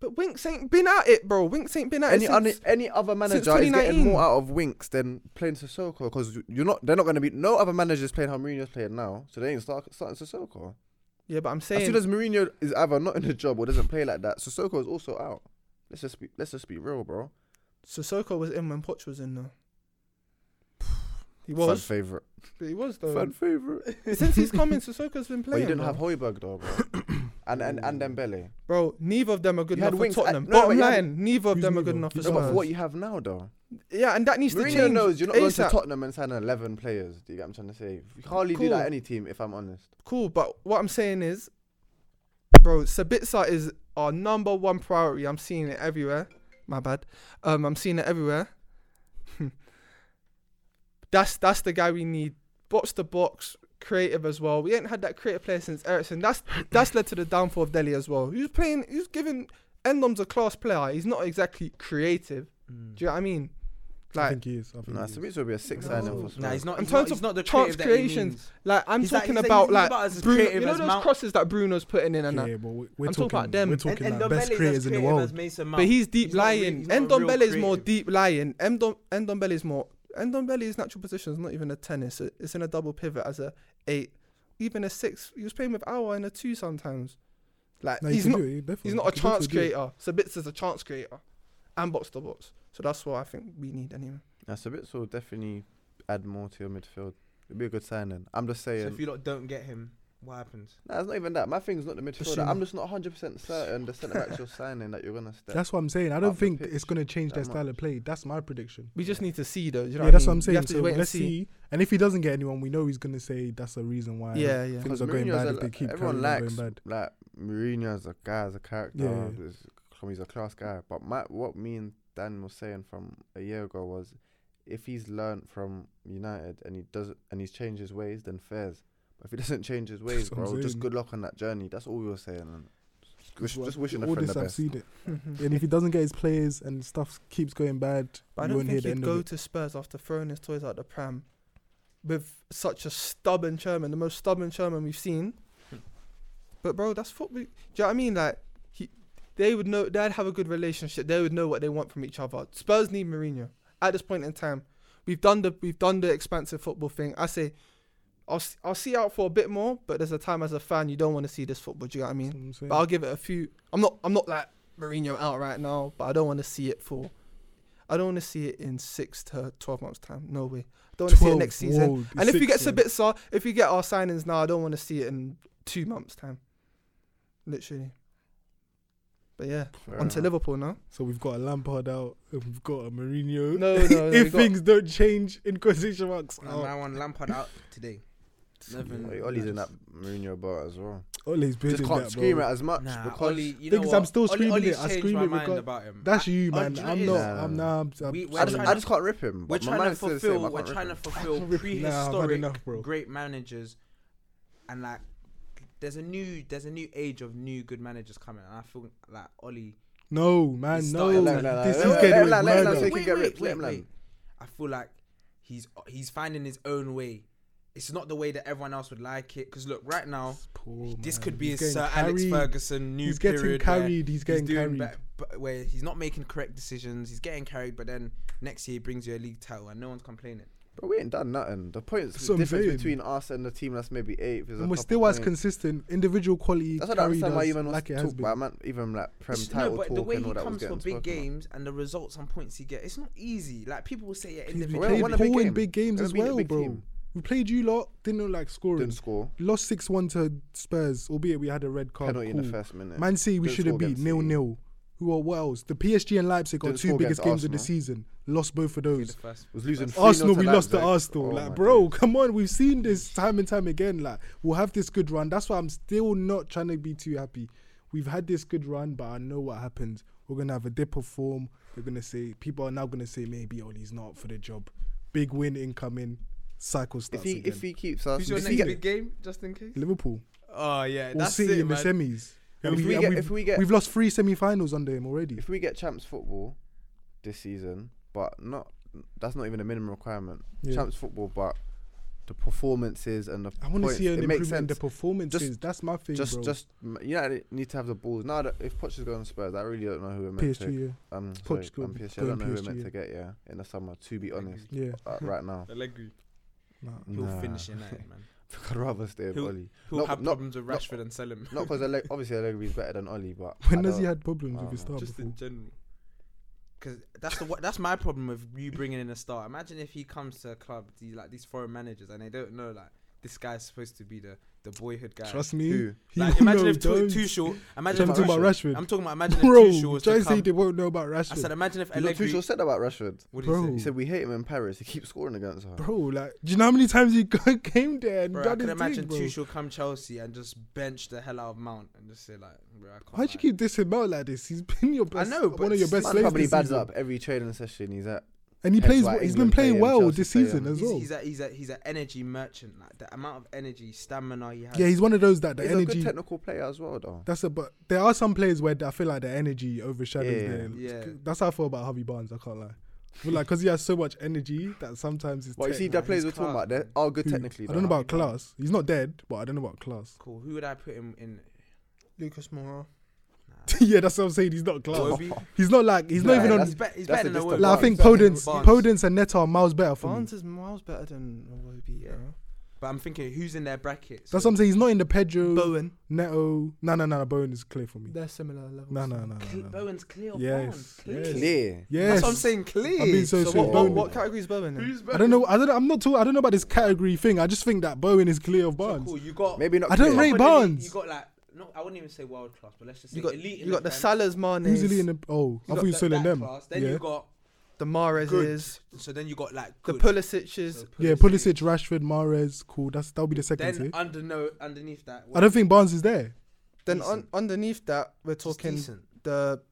Speaker 3: But Winks ain't been at it, bro. Winks ain't been at
Speaker 4: Any
Speaker 3: it.
Speaker 4: any,
Speaker 3: since-
Speaker 4: any other manager is getting
Speaker 3: 2019.
Speaker 4: more out of Winks than playing Sissoko because you're not. They're not going to be. No other manager is playing how Mourinho's playing now, so they ain't start, starting Sissoko.
Speaker 3: yeah, but I'm
Speaker 4: as
Speaker 3: saying
Speaker 4: soon as Mourinho is either not in the job or doesn't play like that, Sissoko is also out. Let's just be, let's just be real, bro.
Speaker 3: Sissoko was in when Poch was in though. He was,
Speaker 4: fan favorite.
Speaker 3: but he was
Speaker 4: Fan
Speaker 3: though.
Speaker 4: favorite.
Speaker 3: Since Uh, he's come in, Sissoko's been
Speaker 4: But
Speaker 3: playing.
Speaker 4: you didn't
Speaker 3: bro.
Speaker 4: have Hoiberg though, bro. and and and Dembele.
Speaker 3: Bro, neither of them are good
Speaker 4: You had
Speaker 3: enough for
Speaker 4: wings. I-
Speaker 3: Tottenham.
Speaker 4: no, no, but
Speaker 3: Bottom
Speaker 4: you had-
Speaker 3: line, neither of
Speaker 1: Who's
Speaker 3: them are
Speaker 1: neither?
Speaker 3: good enough for
Speaker 1: Who's
Speaker 4: No, but for
Speaker 3: Spurs.
Speaker 4: what you have now though.
Speaker 3: Yeah, and that needs to
Speaker 4: Mourinho
Speaker 3: change.
Speaker 4: knows you're not going to
Speaker 3: ASAP.
Speaker 4: Tottenham and sign 11 players. Do you get what I'm trying to say? You can hardly do
Speaker 3: Cool.
Speaker 4: that at any team, if I'm honest.
Speaker 3: Cool, but what I'm saying is, bro, Sabitzer is our number one priority. I'm seeing it everywhere. My bad. Um, I'm seeing it everywhere. that's that's the guy we need. Box to box, creative as well. We ain't had that creative player since Ericsson. That's that's led to the downfall of Delhi as well. He's playing. He's giving. Endom's a class player. He's not exactly creative.
Speaker 2: Mm.
Speaker 3: Do you know what I mean?
Speaker 1: I
Speaker 3: Like,
Speaker 1: think he is. I think
Speaker 4: Nah,
Speaker 1: he is.
Speaker 4: Sabitzer will be a six
Speaker 3: No.
Speaker 4: signing for Spurs.
Speaker 2: Nah, he's not.
Speaker 3: In
Speaker 2: he's
Speaker 3: terms
Speaker 2: not,
Speaker 3: of
Speaker 2: he's not the
Speaker 3: chance
Speaker 2: creative
Speaker 3: creations,
Speaker 2: That
Speaker 3: like I'm
Speaker 2: He's like-
Speaker 3: talking
Speaker 2: he's like-
Speaker 3: about
Speaker 2: he's
Speaker 3: like,
Speaker 2: about as
Speaker 3: Bruno,
Speaker 2: creative
Speaker 3: you know
Speaker 2: as
Speaker 3: those
Speaker 2: Mount.
Speaker 3: crosses that Bruno's putting in and that.
Speaker 1: yeah, but we- we're
Speaker 3: I'm talking
Speaker 1: talking
Speaker 3: about them.
Speaker 1: We're
Speaker 3: And-
Speaker 2: he means.
Speaker 1: talking
Speaker 2: and,
Speaker 1: like
Speaker 2: and
Speaker 1: best
Speaker 2: Ndombele's
Speaker 1: creators in the
Speaker 2: creative as
Speaker 1: world.
Speaker 2: Mason
Speaker 3: But
Speaker 2: Mount.
Speaker 3: he's deep
Speaker 2: He's not really-
Speaker 3: lying.
Speaker 2: he's not a real
Speaker 3: Endombele is more
Speaker 2: creative.
Speaker 3: deep lying. Endom Endombele is more. Endombele's natural position is not even a ten. It's, a, it's in a double pivot as a eight, even a six. He was playing with Awa in a two sometimes. Like
Speaker 1: Nah, he
Speaker 3: he's
Speaker 1: can
Speaker 3: not.
Speaker 1: do it, he definitely-
Speaker 3: He's not
Speaker 1: he
Speaker 3: a
Speaker 1: can definitely
Speaker 3: chance
Speaker 1: do it.
Speaker 3: creator. Sabitz is a chance creator, and box to box. So that's what I think we need anyway.
Speaker 4: Nah, Sabitzer will definitely add more to your midfield. It'd be a good signing. I'm just
Speaker 2: So
Speaker 4: saying.
Speaker 2: if you lot don't get him, what happens?
Speaker 4: nah, it's not even that. My thing's not the midfield.
Speaker 1: Basuma.
Speaker 4: I'm just not 100% certain the centre backs you're signing that you're going to step.
Speaker 1: That's what I'm saying. I
Speaker 4: Up
Speaker 1: don't
Speaker 4: the
Speaker 1: think
Speaker 4: pitch
Speaker 1: it's gonna change
Speaker 4: that
Speaker 1: their style
Speaker 4: much.
Speaker 1: of play. That's my prediction.
Speaker 3: We just need to see though. do you know
Speaker 1: yeah, that's what
Speaker 3: I mean?
Speaker 1: I'm
Speaker 3: We
Speaker 1: saying.
Speaker 3: have to
Speaker 1: So
Speaker 3: wait and
Speaker 1: let's see. And if he doesn't get anyone, we know he's gonna say that's the reason why.
Speaker 3: Yeah, yeah.
Speaker 1: Things
Speaker 4: Because
Speaker 1: are going
Speaker 4: Mourinho's
Speaker 1: bad
Speaker 4: a-
Speaker 1: if they keep
Speaker 4: everyone
Speaker 1: carrying on
Speaker 4: likes
Speaker 1: going bad.
Speaker 4: like Mourinho as a guy, as a character.
Speaker 1: Yeah, yeah.
Speaker 4: He's, he's a class guy. But my, what me and Dan was saying from a year ago was, if he's learned from United and he doesn't and he's changed his ways, then fairs. But if he doesn't change his ways,
Speaker 1: what I'm
Speaker 4: bro, just
Speaker 1: saying.
Speaker 4: good luck on that journey. That's all we were saying. And just wish,
Speaker 1: Well,
Speaker 4: just wishing a
Speaker 1: all
Speaker 4: friend
Speaker 1: this
Speaker 4: the
Speaker 1: I've
Speaker 4: best.
Speaker 1: seen it. And if he doesn't get his players and stuff keeps going bad,
Speaker 3: But I
Speaker 1: you
Speaker 3: don't
Speaker 1: won't hear
Speaker 3: think
Speaker 1: the
Speaker 3: he'd
Speaker 1: end of
Speaker 3: go
Speaker 1: it.
Speaker 3: to Spurs after throwing his toys out the pram with such a stubborn chairman, the most stubborn chairman we've seen. But bro, that's football. Do you know what I mean? Like he, they would know. They'd have a good relationship. They would know what they want from each other. Spurs need Mourinho at this point in time. We've done the we've done the expansive football thing. I say, I'll s- I'll see out for a bit more. But there's a time as a fan you don't want to see this football. Do you know what I mean?
Speaker 1: That's what I'm saying.
Speaker 3: But I'll give it a few. I'm not. I'm not like Mourinho out right now. But I don't want to see it for. I don't want to see it in six to twelve months time. No way. I don't want to see it
Speaker 1: 12,
Speaker 3: next season.
Speaker 1: whoa, the
Speaker 3: and if we get
Speaker 1: sixth
Speaker 3: a
Speaker 1: one.
Speaker 3: bit so, if we get our signings now, I don't want to see it in two months time. Literally. But yeah,
Speaker 4: Fair
Speaker 3: on to
Speaker 4: enough.
Speaker 3: Liverpool now.
Speaker 1: So we've got a Lampard out, and we've got a Mourinho.
Speaker 3: No, no, no,
Speaker 1: if
Speaker 3: we've got-
Speaker 1: things don't change in quotation marks,
Speaker 2: And
Speaker 1: out.
Speaker 2: I want Lampard out today. Eleven.
Speaker 4: Wait, Ollie's in that Mourinho boat as well.
Speaker 1: Ole's been
Speaker 4: Just
Speaker 1: in
Speaker 4: can't
Speaker 1: that,
Speaker 4: scream
Speaker 1: bro.
Speaker 4: it as much
Speaker 2: Nah,
Speaker 4: because
Speaker 2: Ollie, you know
Speaker 1: Things
Speaker 2: what?
Speaker 1: I'm still
Speaker 2: Ollie-
Speaker 1: screaming
Speaker 2: Ollie's
Speaker 1: it. I
Speaker 2: changed
Speaker 1: scream
Speaker 2: my
Speaker 1: it
Speaker 2: mind
Speaker 1: because-
Speaker 2: about him.
Speaker 1: That's you,
Speaker 2: Oh,
Speaker 1: man.
Speaker 2: do you know
Speaker 1: I'm
Speaker 2: it
Speaker 1: not.
Speaker 2: is?
Speaker 1: I'm nah. I'm, I'm
Speaker 2: We- we're
Speaker 4: I
Speaker 1: I'm
Speaker 4: just,
Speaker 1: not-
Speaker 2: trying
Speaker 4: I
Speaker 2: to-
Speaker 4: just can't rip him.
Speaker 2: We're
Speaker 4: but my
Speaker 2: trying to
Speaker 4: mind's still the same,
Speaker 2: fulfill. We're
Speaker 4: I can't rip
Speaker 2: trying to
Speaker 4: him.
Speaker 2: fulfill
Speaker 1: Nah, I've had
Speaker 2: prehistoric
Speaker 1: enough, bro.
Speaker 2: great managers, and like, there's a new there's a new age of new good managers coming. And I feel like Ollie.
Speaker 1: No, man.
Speaker 2: It's
Speaker 1: No.
Speaker 2: starting
Speaker 4: like that.
Speaker 1: This is
Speaker 4: Let- let-
Speaker 1: getting
Speaker 4: let- let- let-
Speaker 1: murdered.
Speaker 4: let- can get ripped, let him learn.
Speaker 2: I feel like he's he's finding his own way. It's not the way that everyone else would like it. Because look, right now,
Speaker 1: Poor
Speaker 2: this
Speaker 1: man.
Speaker 2: could be a
Speaker 1: He's
Speaker 2: Sir
Speaker 1: getting
Speaker 2: Alex
Speaker 1: carried.
Speaker 2: Ferguson new
Speaker 1: He's getting
Speaker 2: period. where
Speaker 1: carried. He's getting
Speaker 2: doing
Speaker 1: carried.
Speaker 2: ba- but where he's not making correct decisions. He's getting carried, but then next year he brings you a league title, and no one's complaining.
Speaker 4: But we ain't done nothing. The points
Speaker 1: That's
Speaker 4: the
Speaker 1: what I'm
Speaker 4: difference
Speaker 1: saying.
Speaker 4: between us and the team that's maybe eighth is. a
Speaker 1: And we're
Speaker 4: couple
Speaker 1: still as
Speaker 4: points.
Speaker 1: consistent. Individual quality
Speaker 4: That's what I don't
Speaker 1: carried
Speaker 4: understand why
Speaker 1: us
Speaker 4: even
Speaker 1: like
Speaker 4: like
Speaker 1: it
Speaker 4: talk
Speaker 1: has
Speaker 4: about
Speaker 1: been.
Speaker 4: man, even like prem
Speaker 2: It's-
Speaker 4: title
Speaker 2: no, but
Speaker 4: talk
Speaker 2: the way
Speaker 4: and
Speaker 2: he
Speaker 4: all that was
Speaker 2: comes for
Speaker 4: getting
Speaker 2: big
Speaker 4: spoken about.
Speaker 2: games and the results and points he gets, it's not easy. Like people will say, yeah,
Speaker 1: Please, We
Speaker 4: Well,
Speaker 2: individual.
Speaker 4: we
Speaker 1: played
Speaker 4: won a big
Speaker 1: Paul in
Speaker 4: game.
Speaker 1: big games
Speaker 4: We're
Speaker 1: as
Speaker 4: being a
Speaker 1: well,
Speaker 4: big
Speaker 1: bro.
Speaker 4: team.
Speaker 1: We played you lot. Didn't look like scoring.
Speaker 4: Didn't score.
Speaker 1: Lost six one to Spurs, albeit we had a red card.
Speaker 4: Penalty in
Speaker 1: cool.
Speaker 4: the first minute.
Speaker 1: Man City, we
Speaker 4: Didn't
Speaker 1: should have
Speaker 4: score
Speaker 1: beat
Speaker 4: against
Speaker 1: nil
Speaker 4: City.
Speaker 1: nil. Who are what else? The PSG and Leipzig are
Speaker 4: Didn't
Speaker 1: two
Speaker 4: score
Speaker 1: biggest
Speaker 4: against
Speaker 1: games of the
Speaker 4: Arsenal.
Speaker 1: season. Lost both of those.
Speaker 4: was losing
Speaker 2: Arsenal,
Speaker 4: 3-0
Speaker 1: Arsenal,
Speaker 4: to
Speaker 1: we lost to
Speaker 4: Leipzig.
Speaker 1: Arsenal.
Speaker 4: Oh
Speaker 1: like,
Speaker 4: my
Speaker 1: bro,
Speaker 4: days.
Speaker 1: come on. We've seen this time and time again. Like, we'll have this good run. That's why I'm still not trying to be too happy. We've had this good run, but I know what happens. We're gonna have a dip of form. We're gonna say people are now gonna say maybe Ollie's not up for the job. Big win incoming. Cycle
Speaker 4: If
Speaker 1: starts
Speaker 4: he
Speaker 1: again.
Speaker 4: if he keeps us,
Speaker 2: Who's your
Speaker 4: if
Speaker 1: see
Speaker 2: next
Speaker 4: we
Speaker 2: big
Speaker 4: get-
Speaker 2: game, just in case?
Speaker 1: Liverpool
Speaker 2: Oh yeah,
Speaker 1: or
Speaker 2: that's
Speaker 1: City
Speaker 2: it,
Speaker 1: in the
Speaker 2: man.
Speaker 1: semis. And
Speaker 4: if
Speaker 1: we-
Speaker 4: we
Speaker 1: and
Speaker 4: get
Speaker 1: we've-
Speaker 4: if we get
Speaker 1: We've lost three semi-finals under him already.
Speaker 4: if we get champs football this season, but not that's not even a minimum requirement.
Speaker 1: Yeah.
Speaker 4: Champs football, but the performances and the
Speaker 1: I want to
Speaker 4: points,
Speaker 1: see an
Speaker 4: it makes
Speaker 1: improvement in
Speaker 4: sense.
Speaker 1: the performances.
Speaker 4: Just-
Speaker 1: That's my thing,
Speaker 4: just
Speaker 1: bro.
Speaker 4: just m- you know, they need to have the balls. Now that if Poch is going to Spurs, I really don't know who we're meant to.
Speaker 1: PSG,
Speaker 4: Um,
Speaker 1: Poch
Speaker 4: sorry,
Speaker 1: go-
Speaker 4: um, PSG. I
Speaker 1: going
Speaker 4: don't know who we're
Speaker 1: PSG,
Speaker 4: meant
Speaker 1: yeah.
Speaker 4: to get. Yeah, in the summer. To be honest,
Speaker 1: yeah. yeah.
Speaker 4: uh, right now,
Speaker 2: Allegri,
Speaker 1: Nah.
Speaker 2: he'll
Speaker 4: Nah.
Speaker 2: finish United, man.
Speaker 4: I'd rather stay with
Speaker 2: Who-
Speaker 4: Oli.
Speaker 2: He'll
Speaker 4: Not-
Speaker 2: have
Speaker 4: not-
Speaker 2: problems with
Speaker 4: not-
Speaker 2: Rashford and sell him.
Speaker 4: Not because Ale- obviously Allegri's better than Oli, but I
Speaker 1: When has he
Speaker 4: don't-
Speaker 1: had problems with his
Speaker 4: I
Speaker 1: star
Speaker 4: don't
Speaker 2: just
Speaker 1: before?
Speaker 2: in general. Because that's the wha- that's my problem with you bringing in a star. Imagine if he comes to a club, these like these foreign managers, and they don't know like this guy's supposed to be the the boyhood guy.
Speaker 1: Trust me.
Speaker 4: who?
Speaker 1: he
Speaker 2: Like,
Speaker 1: will
Speaker 2: imagine
Speaker 1: know,
Speaker 2: if Tu-
Speaker 1: don't.
Speaker 2: Tuchel. Imagine
Speaker 1: I'm
Speaker 2: if
Speaker 1: talking about
Speaker 2: Tuchel.
Speaker 1: Rashford.
Speaker 2: I'm talking about imagine
Speaker 1: bro,
Speaker 2: if Tuchel was
Speaker 1: try
Speaker 2: to
Speaker 1: to say
Speaker 2: come.
Speaker 1: they won't know about
Speaker 2: I said
Speaker 1: Rashford.
Speaker 2: imagine if
Speaker 4: You know, Tuchel
Speaker 2: Allegri.
Speaker 4: said about Rashford.
Speaker 2: What
Speaker 1: Bro.
Speaker 2: did
Speaker 4: He
Speaker 2: he say?
Speaker 4: said we hate him in Paris. He keeps scoring against her.
Speaker 1: Bro, like, do you know how many times he go- came there and
Speaker 2: Bro, I
Speaker 1: done
Speaker 2: can
Speaker 1: his
Speaker 2: imagine
Speaker 1: thing, bro?
Speaker 2: Tuchel come Chelsea and just bench the hell out of Mount and just say like, bro, I can't.
Speaker 1: Why'd you
Speaker 2: like-
Speaker 1: keep dissing Mount like this? He's been your best,
Speaker 2: know, but
Speaker 1: one of your best
Speaker 2: this
Speaker 4: Man
Speaker 1: players
Speaker 4: probably
Speaker 1: this
Speaker 4: bads
Speaker 1: season,
Speaker 4: up every training session he's at.
Speaker 1: and he
Speaker 4: Hence
Speaker 1: plays.
Speaker 4: why
Speaker 1: well- He's been
Speaker 4: England play
Speaker 1: playing
Speaker 4: him,
Speaker 1: well
Speaker 4: Chelsea
Speaker 1: this
Speaker 4: play
Speaker 1: season
Speaker 4: him.
Speaker 1: as
Speaker 2: He's,
Speaker 1: well.
Speaker 2: he's a he's a he's an energy merchant. Like the amount of energy, stamina he has.
Speaker 1: Yeah, he's one of those that the
Speaker 4: he's a good
Speaker 1: energy.
Speaker 4: technical player as well, though.
Speaker 1: That's a but. There are some players where I feel like the energy overshadows
Speaker 4: Yeah.
Speaker 1: their.
Speaker 2: Yeah.
Speaker 1: That's how I feel about Harvey Barnes. I can't lie, but like because he has so much energy that sometimes it's.
Speaker 4: Well, you see,
Speaker 2: Nah,
Speaker 4: the players we're
Speaker 2: he's
Speaker 4: talking
Speaker 2: class,
Speaker 4: about, they
Speaker 2: man.
Speaker 4: are good technically.
Speaker 1: Hmm. I don't know
Speaker 4: though.
Speaker 1: about class. He's not dead, but I don't know about class.
Speaker 2: cool. Who would I put him in?
Speaker 3: Lucas
Speaker 2: Nah.
Speaker 3: Moura.
Speaker 1: yeah, that's what I'm saying. He's not class.
Speaker 2: Iwobi?
Speaker 1: He's not like he's
Speaker 4: Nah,
Speaker 1: not even on.
Speaker 2: He's, be- he's
Speaker 4: that's
Speaker 2: better
Speaker 4: a
Speaker 2: than
Speaker 4: distant
Speaker 2: Iwobi.
Speaker 1: Like, I
Speaker 4: Barnes.
Speaker 1: think
Speaker 4: Barnes.
Speaker 1: Podence,
Speaker 2: Barnes.
Speaker 1: Podence and Netta are miles better for me.
Speaker 3: Barnes is miles better than Iwobi,
Speaker 2: Yeah.
Speaker 3: bro.
Speaker 2: But I'm thinking, who's in their bracket?
Speaker 1: That's what I'm saying. He's not in the Pedro,
Speaker 3: Bowen.
Speaker 1: Neto. No, no, no, no. Bowen is clear for me.
Speaker 3: They're similar levels.
Speaker 1: No, no, no, no,
Speaker 2: Cle-
Speaker 1: no.
Speaker 2: Bowen's clear. of
Speaker 1: Yes,
Speaker 2: Barnes, clear.
Speaker 1: yes.
Speaker 4: Clear.
Speaker 1: Yes.
Speaker 2: That's what I'm saying. Clear.
Speaker 1: I'm being so
Speaker 4: So
Speaker 1: sweet.
Speaker 4: what-
Speaker 1: Bowen.
Speaker 3: What category is Bowen in?
Speaker 2: Who's
Speaker 1: I don't know. I don't. know- I'm not too. I don't know about this category thing. I just think that Bowen is clear of
Speaker 2: So
Speaker 1: Barnes.
Speaker 2: Cool. You got.
Speaker 4: Maybe not.
Speaker 1: I don't
Speaker 4: clear.
Speaker 1: rate
Speaker 2: you got
Speaker 1: Barnes.
Speaker 2: elite- You got like. No, I wouldn't even say world class, but let's just say
Speaker 3: You got,
Speaker 2: elite.
Speaker 3: you
Speaker 2: in
Speaker 3: got the
Speaker 2: Prem.
Speaker 3: Salas,
Speaker 1: Who's
Speaker 3: Mane's,
Speaker 1: elite in the? Oh, I
Speaker 2: You got
Speaker 1: thought you
Speaker 2: that-
Speaker 1: said in
Speaker 2: that
Speaker 1: them.
Speaker 2: class. Then
Speaker 1: Yeah.
Speaker 2: you got
Speaker 3: the
Speaker 2: good.
Speaker 3: Mahrez's,
Speaker 2: So then you got like
Speaker 3: the
Speaker 2: good.
Speaker 3: Pulisic's.
Speaker 2: So
Speaker 1: Yeah, Pulisic, Rashford, Mahrez. Cool. That's that'll be the second
Speaker 2: Then
Speaker 1: tier.
Speaker 2: under no, underneath that.
Speaker 1: I don't think Barnes is there.
Speaker 3: Then
Speaker 2: Decent.
Speaker 3: un- underneath that, we're
Speaker 2: Just
Speaker 3: talking
Speaker 2: decent.
Speaker 3: the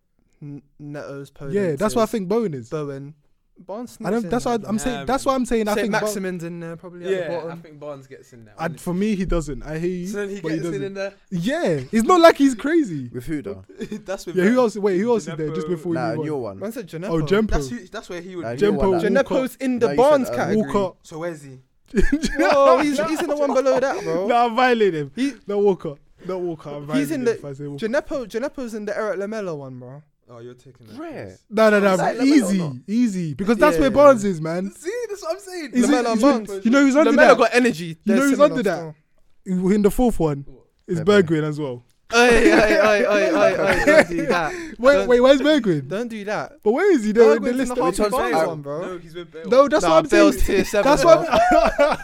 Speaker 3: N- Neto's, Podence.
Speaker 1: Yeah, that's why I think Bowen is.
Speaker 3: Bowen. Barnes.
Speaker 1: I don't.
Speaker 3: sneaks in
Speaker 1: That's why
Speaker 3: there.
Speaker 1: I'm saying.
Speaker 2: Nah,
Speaker 1: That's
Speaker 2: man.
Speaker 1: why I'm saying. I
Speaker 3: Saint
Speaker 1: think. Bar-
Speaker 3: Maximin's in there probably at the
Speaker 2: Yeah, I
Speaker 3: bottom.
Speaker 2: think Barnes gets in there.
Speaker 1: I, for me, he doesn't. I hear you.
Speaker 2: so then he
Speaker 1: but he
Speaker 2: gets in,
Speaker 1: doesn't.
Speaker 2: in there.
Speaker 1: Yeah, it's not like he's crazy.
Speaker 4: With who though?
Speaker 2: that's with
Speaker 1: Yeah,
Speaker 2: them.
Speaker 1: who else? Wait, who else is there? Just
Speaker 2: Gineppo.
Speaker 1: before
Speaker 4: Nah,
Speaker 1: you.
Speaker 4: and your
Speaker 1: go
Speaker 4: one.
Speaker 3: Man said Gineppo.
Speaker 1: on. Oh, Jempo.
Speaker 2: That's who. That's where he would.
Speaker 4: Nah,
Speaker 2: be.
Speaker 4: you know what,
Speaker 1: Jempo,
Speaker 4: nah.
Speaker 1: Walcott,
Speaker 3: Gineppo's in the
Speaker 1: uh,
Speaker 4: No, you said
Speaker 3: Barnes
Speaker 4: that.
Speaker 3: category.
Speaker 1: Walcott.
Speaker 2: So where's he?
Speaker 3: Whoa, he's, he's in the one below that, bro.
Speaker 1: No, I violate him.
Speaker 3: He-
Speaker 1: no Walker. No Walker. I violate
Speaker 3: He's in
Speaker 1: him
Speaker 3: the-
Speaker 1: if I say Walker.
Speaker 3: Gineppo, Gineppo's in the Eric Lamella one, bro.
Speaker 2: Oh, you're taking the
Speaker 4: Rare.
Speaker 2: piss.
Speaker 1: No, no,
Speaker 4: Is that
Speaker 1: no.
Speaker 4: Lamella or
Speaker 1: Easy,
Speaker 4: not?
Speaker 1: easy. Because that's where
Speaker 3: Yeah.
Speaker 1: Barnes is, man.
Speaker 2: See, that's what I'm saying.
Speaker 1: He's in-
Speaker 3: Lamella
Speaker 1: he's in-
Speaker 3: Monk.
Speaker 1: you know who's under
Speaker 3: Lamella
Speaker 1: that?
Speaker 3: got energy.
Speaker 1: You know
Speaker 3: They're
Speaker 1: who's under
Speaker 3: similar
Speaker 1: that?
Speaker 3: still.
Speaker 1: In the fourth one, is
Speaker 4: Bebe.
Speaker 1: Bergwin as well.
Speaker 3: Oi, oi, oi, oi, oi, oi, Don't do that.
Speaker 1: Wait,
Speaker 3: Don't-
Speaker 1: wait, where's Bergwin?
Speaker 3: Don't do that.
Speaker 1: But where is he? They're in the
Speaker 3: Bergwin's in
Speaker 1: list.
Speaker 3: the half
Speaker 1: Which
Speaker 3: of
Speaker 1: one's
Speaker 3: Barnes
Speaker 1: Bale?
Speaker 3: one, bro.
Speaker 2: No, he's with Bale.
Speaker 1: No, that's
Speaker 3: Nah,
Speaker 1: what I'm
Speaker 3: Bale's
Speaker 1: saying.
Speaker 3: tier seven,
Speaker 1: That's
Speaker 3: bro.
Speaker 1: what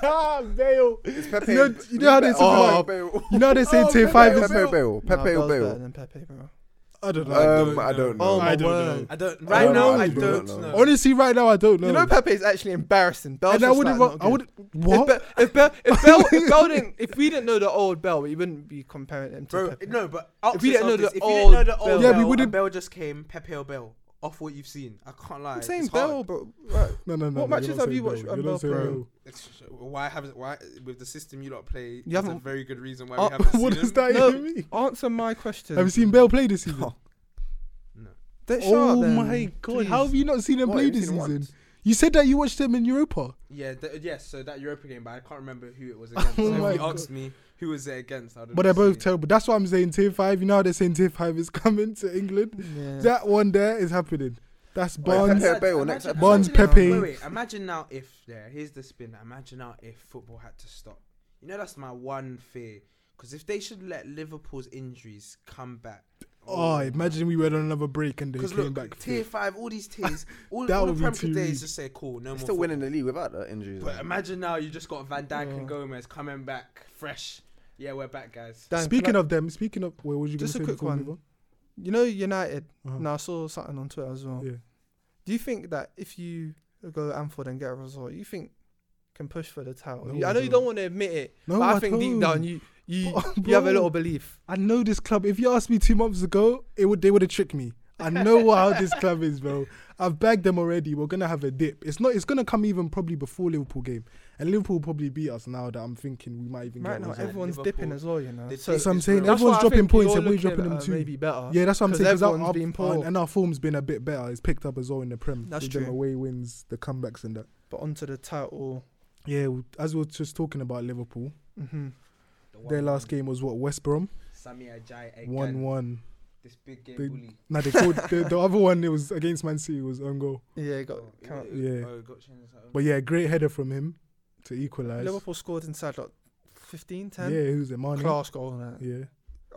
Speaker 1: I'm Bale. Oh,
Speaker 4: It's Pepe.
Speaker 1: You know- you know how they
Speaker 4: Oh,
Speaker 1: talk You know how they say tier five is.
Speaker 4: Pepe Bale.
Speaker 3: Nah,
Speaker 4: Pepe
Speaker 3: Bale's
Speaker 4: or
Speaker 3: better
Speaker 4: Bale.
Speaker 3: than Pepe, bro.
Speaker 1: I don't know.
Speaker 4: Um,
Speaker 2: I
Speaker 4: I
Speaker 2: don't
Speaker 4: don't
Speaker 3: Oh
Speaker 4: know.
Speaker 1: I
Speaker 3: my
Speaker 1: don't know.
Speaker 3: word.
Speaker 2: I don't.
Speaker 1: I
Speaker 2: Right
Speaker 1: don't
Speaker 2: now,
Speaker 1: know.
Speaker 2: I
Speaker 1: I
Speaker 2: don't,
Speaker 1: do
Speaker 4: not
Speaker 2: know.
Speaker 4: know.
Speaker 1: Honestly, right now I don't know.
Speaker 3: You know Pepe's actually embarrassing. Bell's
Speaker 1: and I
Speaker 3: just
Speaker 1: wouldn't.
Speaker 3: like,
Speaker 1: wa-
Speaker 3: not
Speaker 1: I
Speaker 3: good.
Speaker 1: would.
Speaker 3: If
Speaker 1: What?
Speaker 3: Bell, if Bell, if Bell, if Bell didn't, if we didn't know the old Bell, we wouldn't be comparing him to
Speaker 2: Bro,
Speaker 3: Pepe.
Speaker 2: no, but
Speaker 3: If we
Speaker 2: opposite
Speaker 3: didn't know
Speaker 2: of this,
Speaker 3: the
Speaker 2: if you didn't know
Speaker 3: old
Speaker 2: the
Speaker 3: Bell-
Speaker 2: old
Speaker 1: Yeah, we
Speaker 2: Bell,
Speaker 1: wouldn't-
Speaker 2: and Bell just came Pepe or Bell off what you've seen. I can't lie.
Speaker 3: I'm saying
Speaker 2: it's hard.
Speaker 3: Bell, bro. Right.
Speaker 1: No, no, no.
Speaker 3: What
Speaker 1: no, you're
Speaker 3: matches
Speaker 1: not
Speaker 3: have
Speaker 1: saying
Speaker 3: you watched
Speaker 1: You're
Speaker 3: on
Speaker 1: not
Speaker 3: Bell
Speaker 1: saying
Speaker 3: Pro?
Speaker 1: Bale.
Speaker 2: It's- Why haven't why with the system you lot play? You
Speaker 3: haven't-
Speaker 2: a very good reason why
Speaker 3: Oh,
Speaker 2: we haven't
Speaker 1: What
Speaker 2: seen
Speaker 1: does
Speaker 2: him.
Speaker 1: that
Speaker 3: No.
Speaker 1: even mean?
Speaker 3: Answer my question.
Speaker 1: Have you seen Bale play this season?
Speaker 4: No.
Speaker 2: No.
Speaker 3: Don't shut
Speaker 1: Oh
Speaker 3: up then,
Speaker 1: my god! How
Speaker 3: please.
Speaker 1: have you not seen him
Speaker 4: What,
Speaker 1: play
Speaker 4: you've
Speaker 1: this
Speaker 4: seen it
Speaker 1: season?
Speaker 4: once?
Speaker 1: You said that you watched him in Europa.
Speaker 2: Yeah, th- yes. So that Europa game, but I can't remember who it was against.
Speaker 1: Oh
Speaker 2: so
Speaker 1: my
Speaker 2: if you
Speaker 1: God.
Speaker 2: asked me who was it against, I would.
Speaker 1: But they're both terrible. That's what I'm saying. Tier five. You know how they're saying tier five is coming to England.
Speaker 3: Yeah.
Speaker 1: That one there is happening. That's Barnes.
Speaker 4: Pepe Bale next episode.
Speaker 1: Barnes,
Speaker 2: imagine now-
Speaker 1: Pepe.
Speaker 2: Wait, wait, imagine now if there. here's the spin. Imagine now if football had to stop. You know that's my one fear. Because if they should let Liverpool's injuries come back.
Speaker 1: Oh, imagine we went on another break and they
Speaker 2: Because
Speaker 1: came
Speaker 2: look,
Speaker 1: back.
Speaker 2: tier
Speaker 1: fit.
Speaker 2: five, all these tiers, all,
Speaker 1: That
Speaker 2: all the
Speaker 1: would be
Speaker 2: Premier
Speaker 1: too
Speaker 2: League days
Speaker 1: weak.
Speaker 2: just say cool. No more.
Speaker 4: Still
Speaker 2: football.
Speaker 4: winning the league without that injury.
Speaker 2: But imagine now you just got Van Dijk
Speaker 1: Yeah.
Speaker 2: and Gomez coming back fresh. Yeah, we're back, guys.
Speaker 3: Dan,
Speaker 1: Speaking
Speaker 3: can I-
Speaker 1: of them, speaking of, where was you
Speaker 3: Just a
Speaker 1: going to
Speaker 3: quick
Speaker 1: say before we
Speaker 3: one.
Speaker 1: move on?
Speaker 3: you know United.
Speaker 1: Uh-huh.
Speaker 3: Now I saw something on Twitter as well.
Speaker 1: Yeah.
Speaker 3: Do you think that if you go to Anfield and get a result, you think can push for the title?
Speaker 1: No,
Speaker 3: You- I
Speaker 1: I
Speaker 3: know you
Speaker 1: don't.
Speaker 3: don't want to admit it,
Speaker 1: No,
Speaker 3: but I,
Speaker 1: I
Speaker 3: think deep
Speaker 1: don't.
Speaker 3: down you you
Speaker 1: Bro,
Speaker 3: you have a
Speaker 1: bro.
Speaker 3: little belief.
Speaker 1: I know this club. If you asked me two months ago, it would they would have tricked me. I know how this club is, bro. I've bagged them already. We're gonna have a dip. It's not. It's gonna come even probably before Liverpool game, and Liverpool will probably beat us now. That I'm thinking we might even
Speaker 3: Right
Speaker 1: get
Speaker 3: now,
Speaker 1: a result.
Speaker 2: everyone-
Speaker 3: everyone's dipping
Speaker 2: Liverpool-
Speaker 3: as well, you know.
Speaker 2: they
Speaker 3: So
Speaker 1: That's what I'm
Speaker 2: it's
Speaker 1: saying.
Speaker 2: real.
Speaker 3: that's why
Speaker 1: Everyone's
Speaker 3: I
Speaker 1: dropping
Speaker 3: think
Speaker 1: points,
Speaker 3: you're
Speaker 1: everybody's
Speaker 3: looking
Speaker 1: dropping them
Speaker 3: at
Speaker 1: too.
Speaker 3: Maybe better.
Speaker 1: Yeah, that's what I'm
Speaker 3: 'Cause
Speaker 1: saying. Because
Speaker 3: everyone's
Speaker 1: our,
Speaker 3: been
Speaker 1: our,
Speaker 3: poor.
Speaker 1: and our form's been a bit better. It's picked up as well in the Prem.
Speaker 3: That's
Speaker 1: with them
Speaker 3: true.
Speaker 1: away wins, the comebacks and that.
Speaker 3: But onto the title.
Speaker 1: Yeah, w- as we were just talking about Liverpool,
Speaker 3: hmm
Speaker 2: The one-
Speaker 1: their last game was what West Brom
Speaker 2: Sami Ajay again.
Speaker 1: one one.
Speaker 2: This big game
Speaker 1: Big-
Speaker 2: bully.
Speaker 1: Nah, they called the, the other one. It was against Man City. Was own goal.
Speaker 3: Yeah, got
Speaker 2: Oh,
Speaker 3: count.
Speaker 2: it- it-
Speaker 1: Yeah.
Speaker 2: oh, it got changed at home.
Speaker 1: But yeah, great header from him to equalise.
Speaker 3: Liverpool scored inside like 15, 10.
Speaker 1: Yeah, who's it? Mane.
Speaker 3: Class goal. innit?
Speaker 1: Yeah.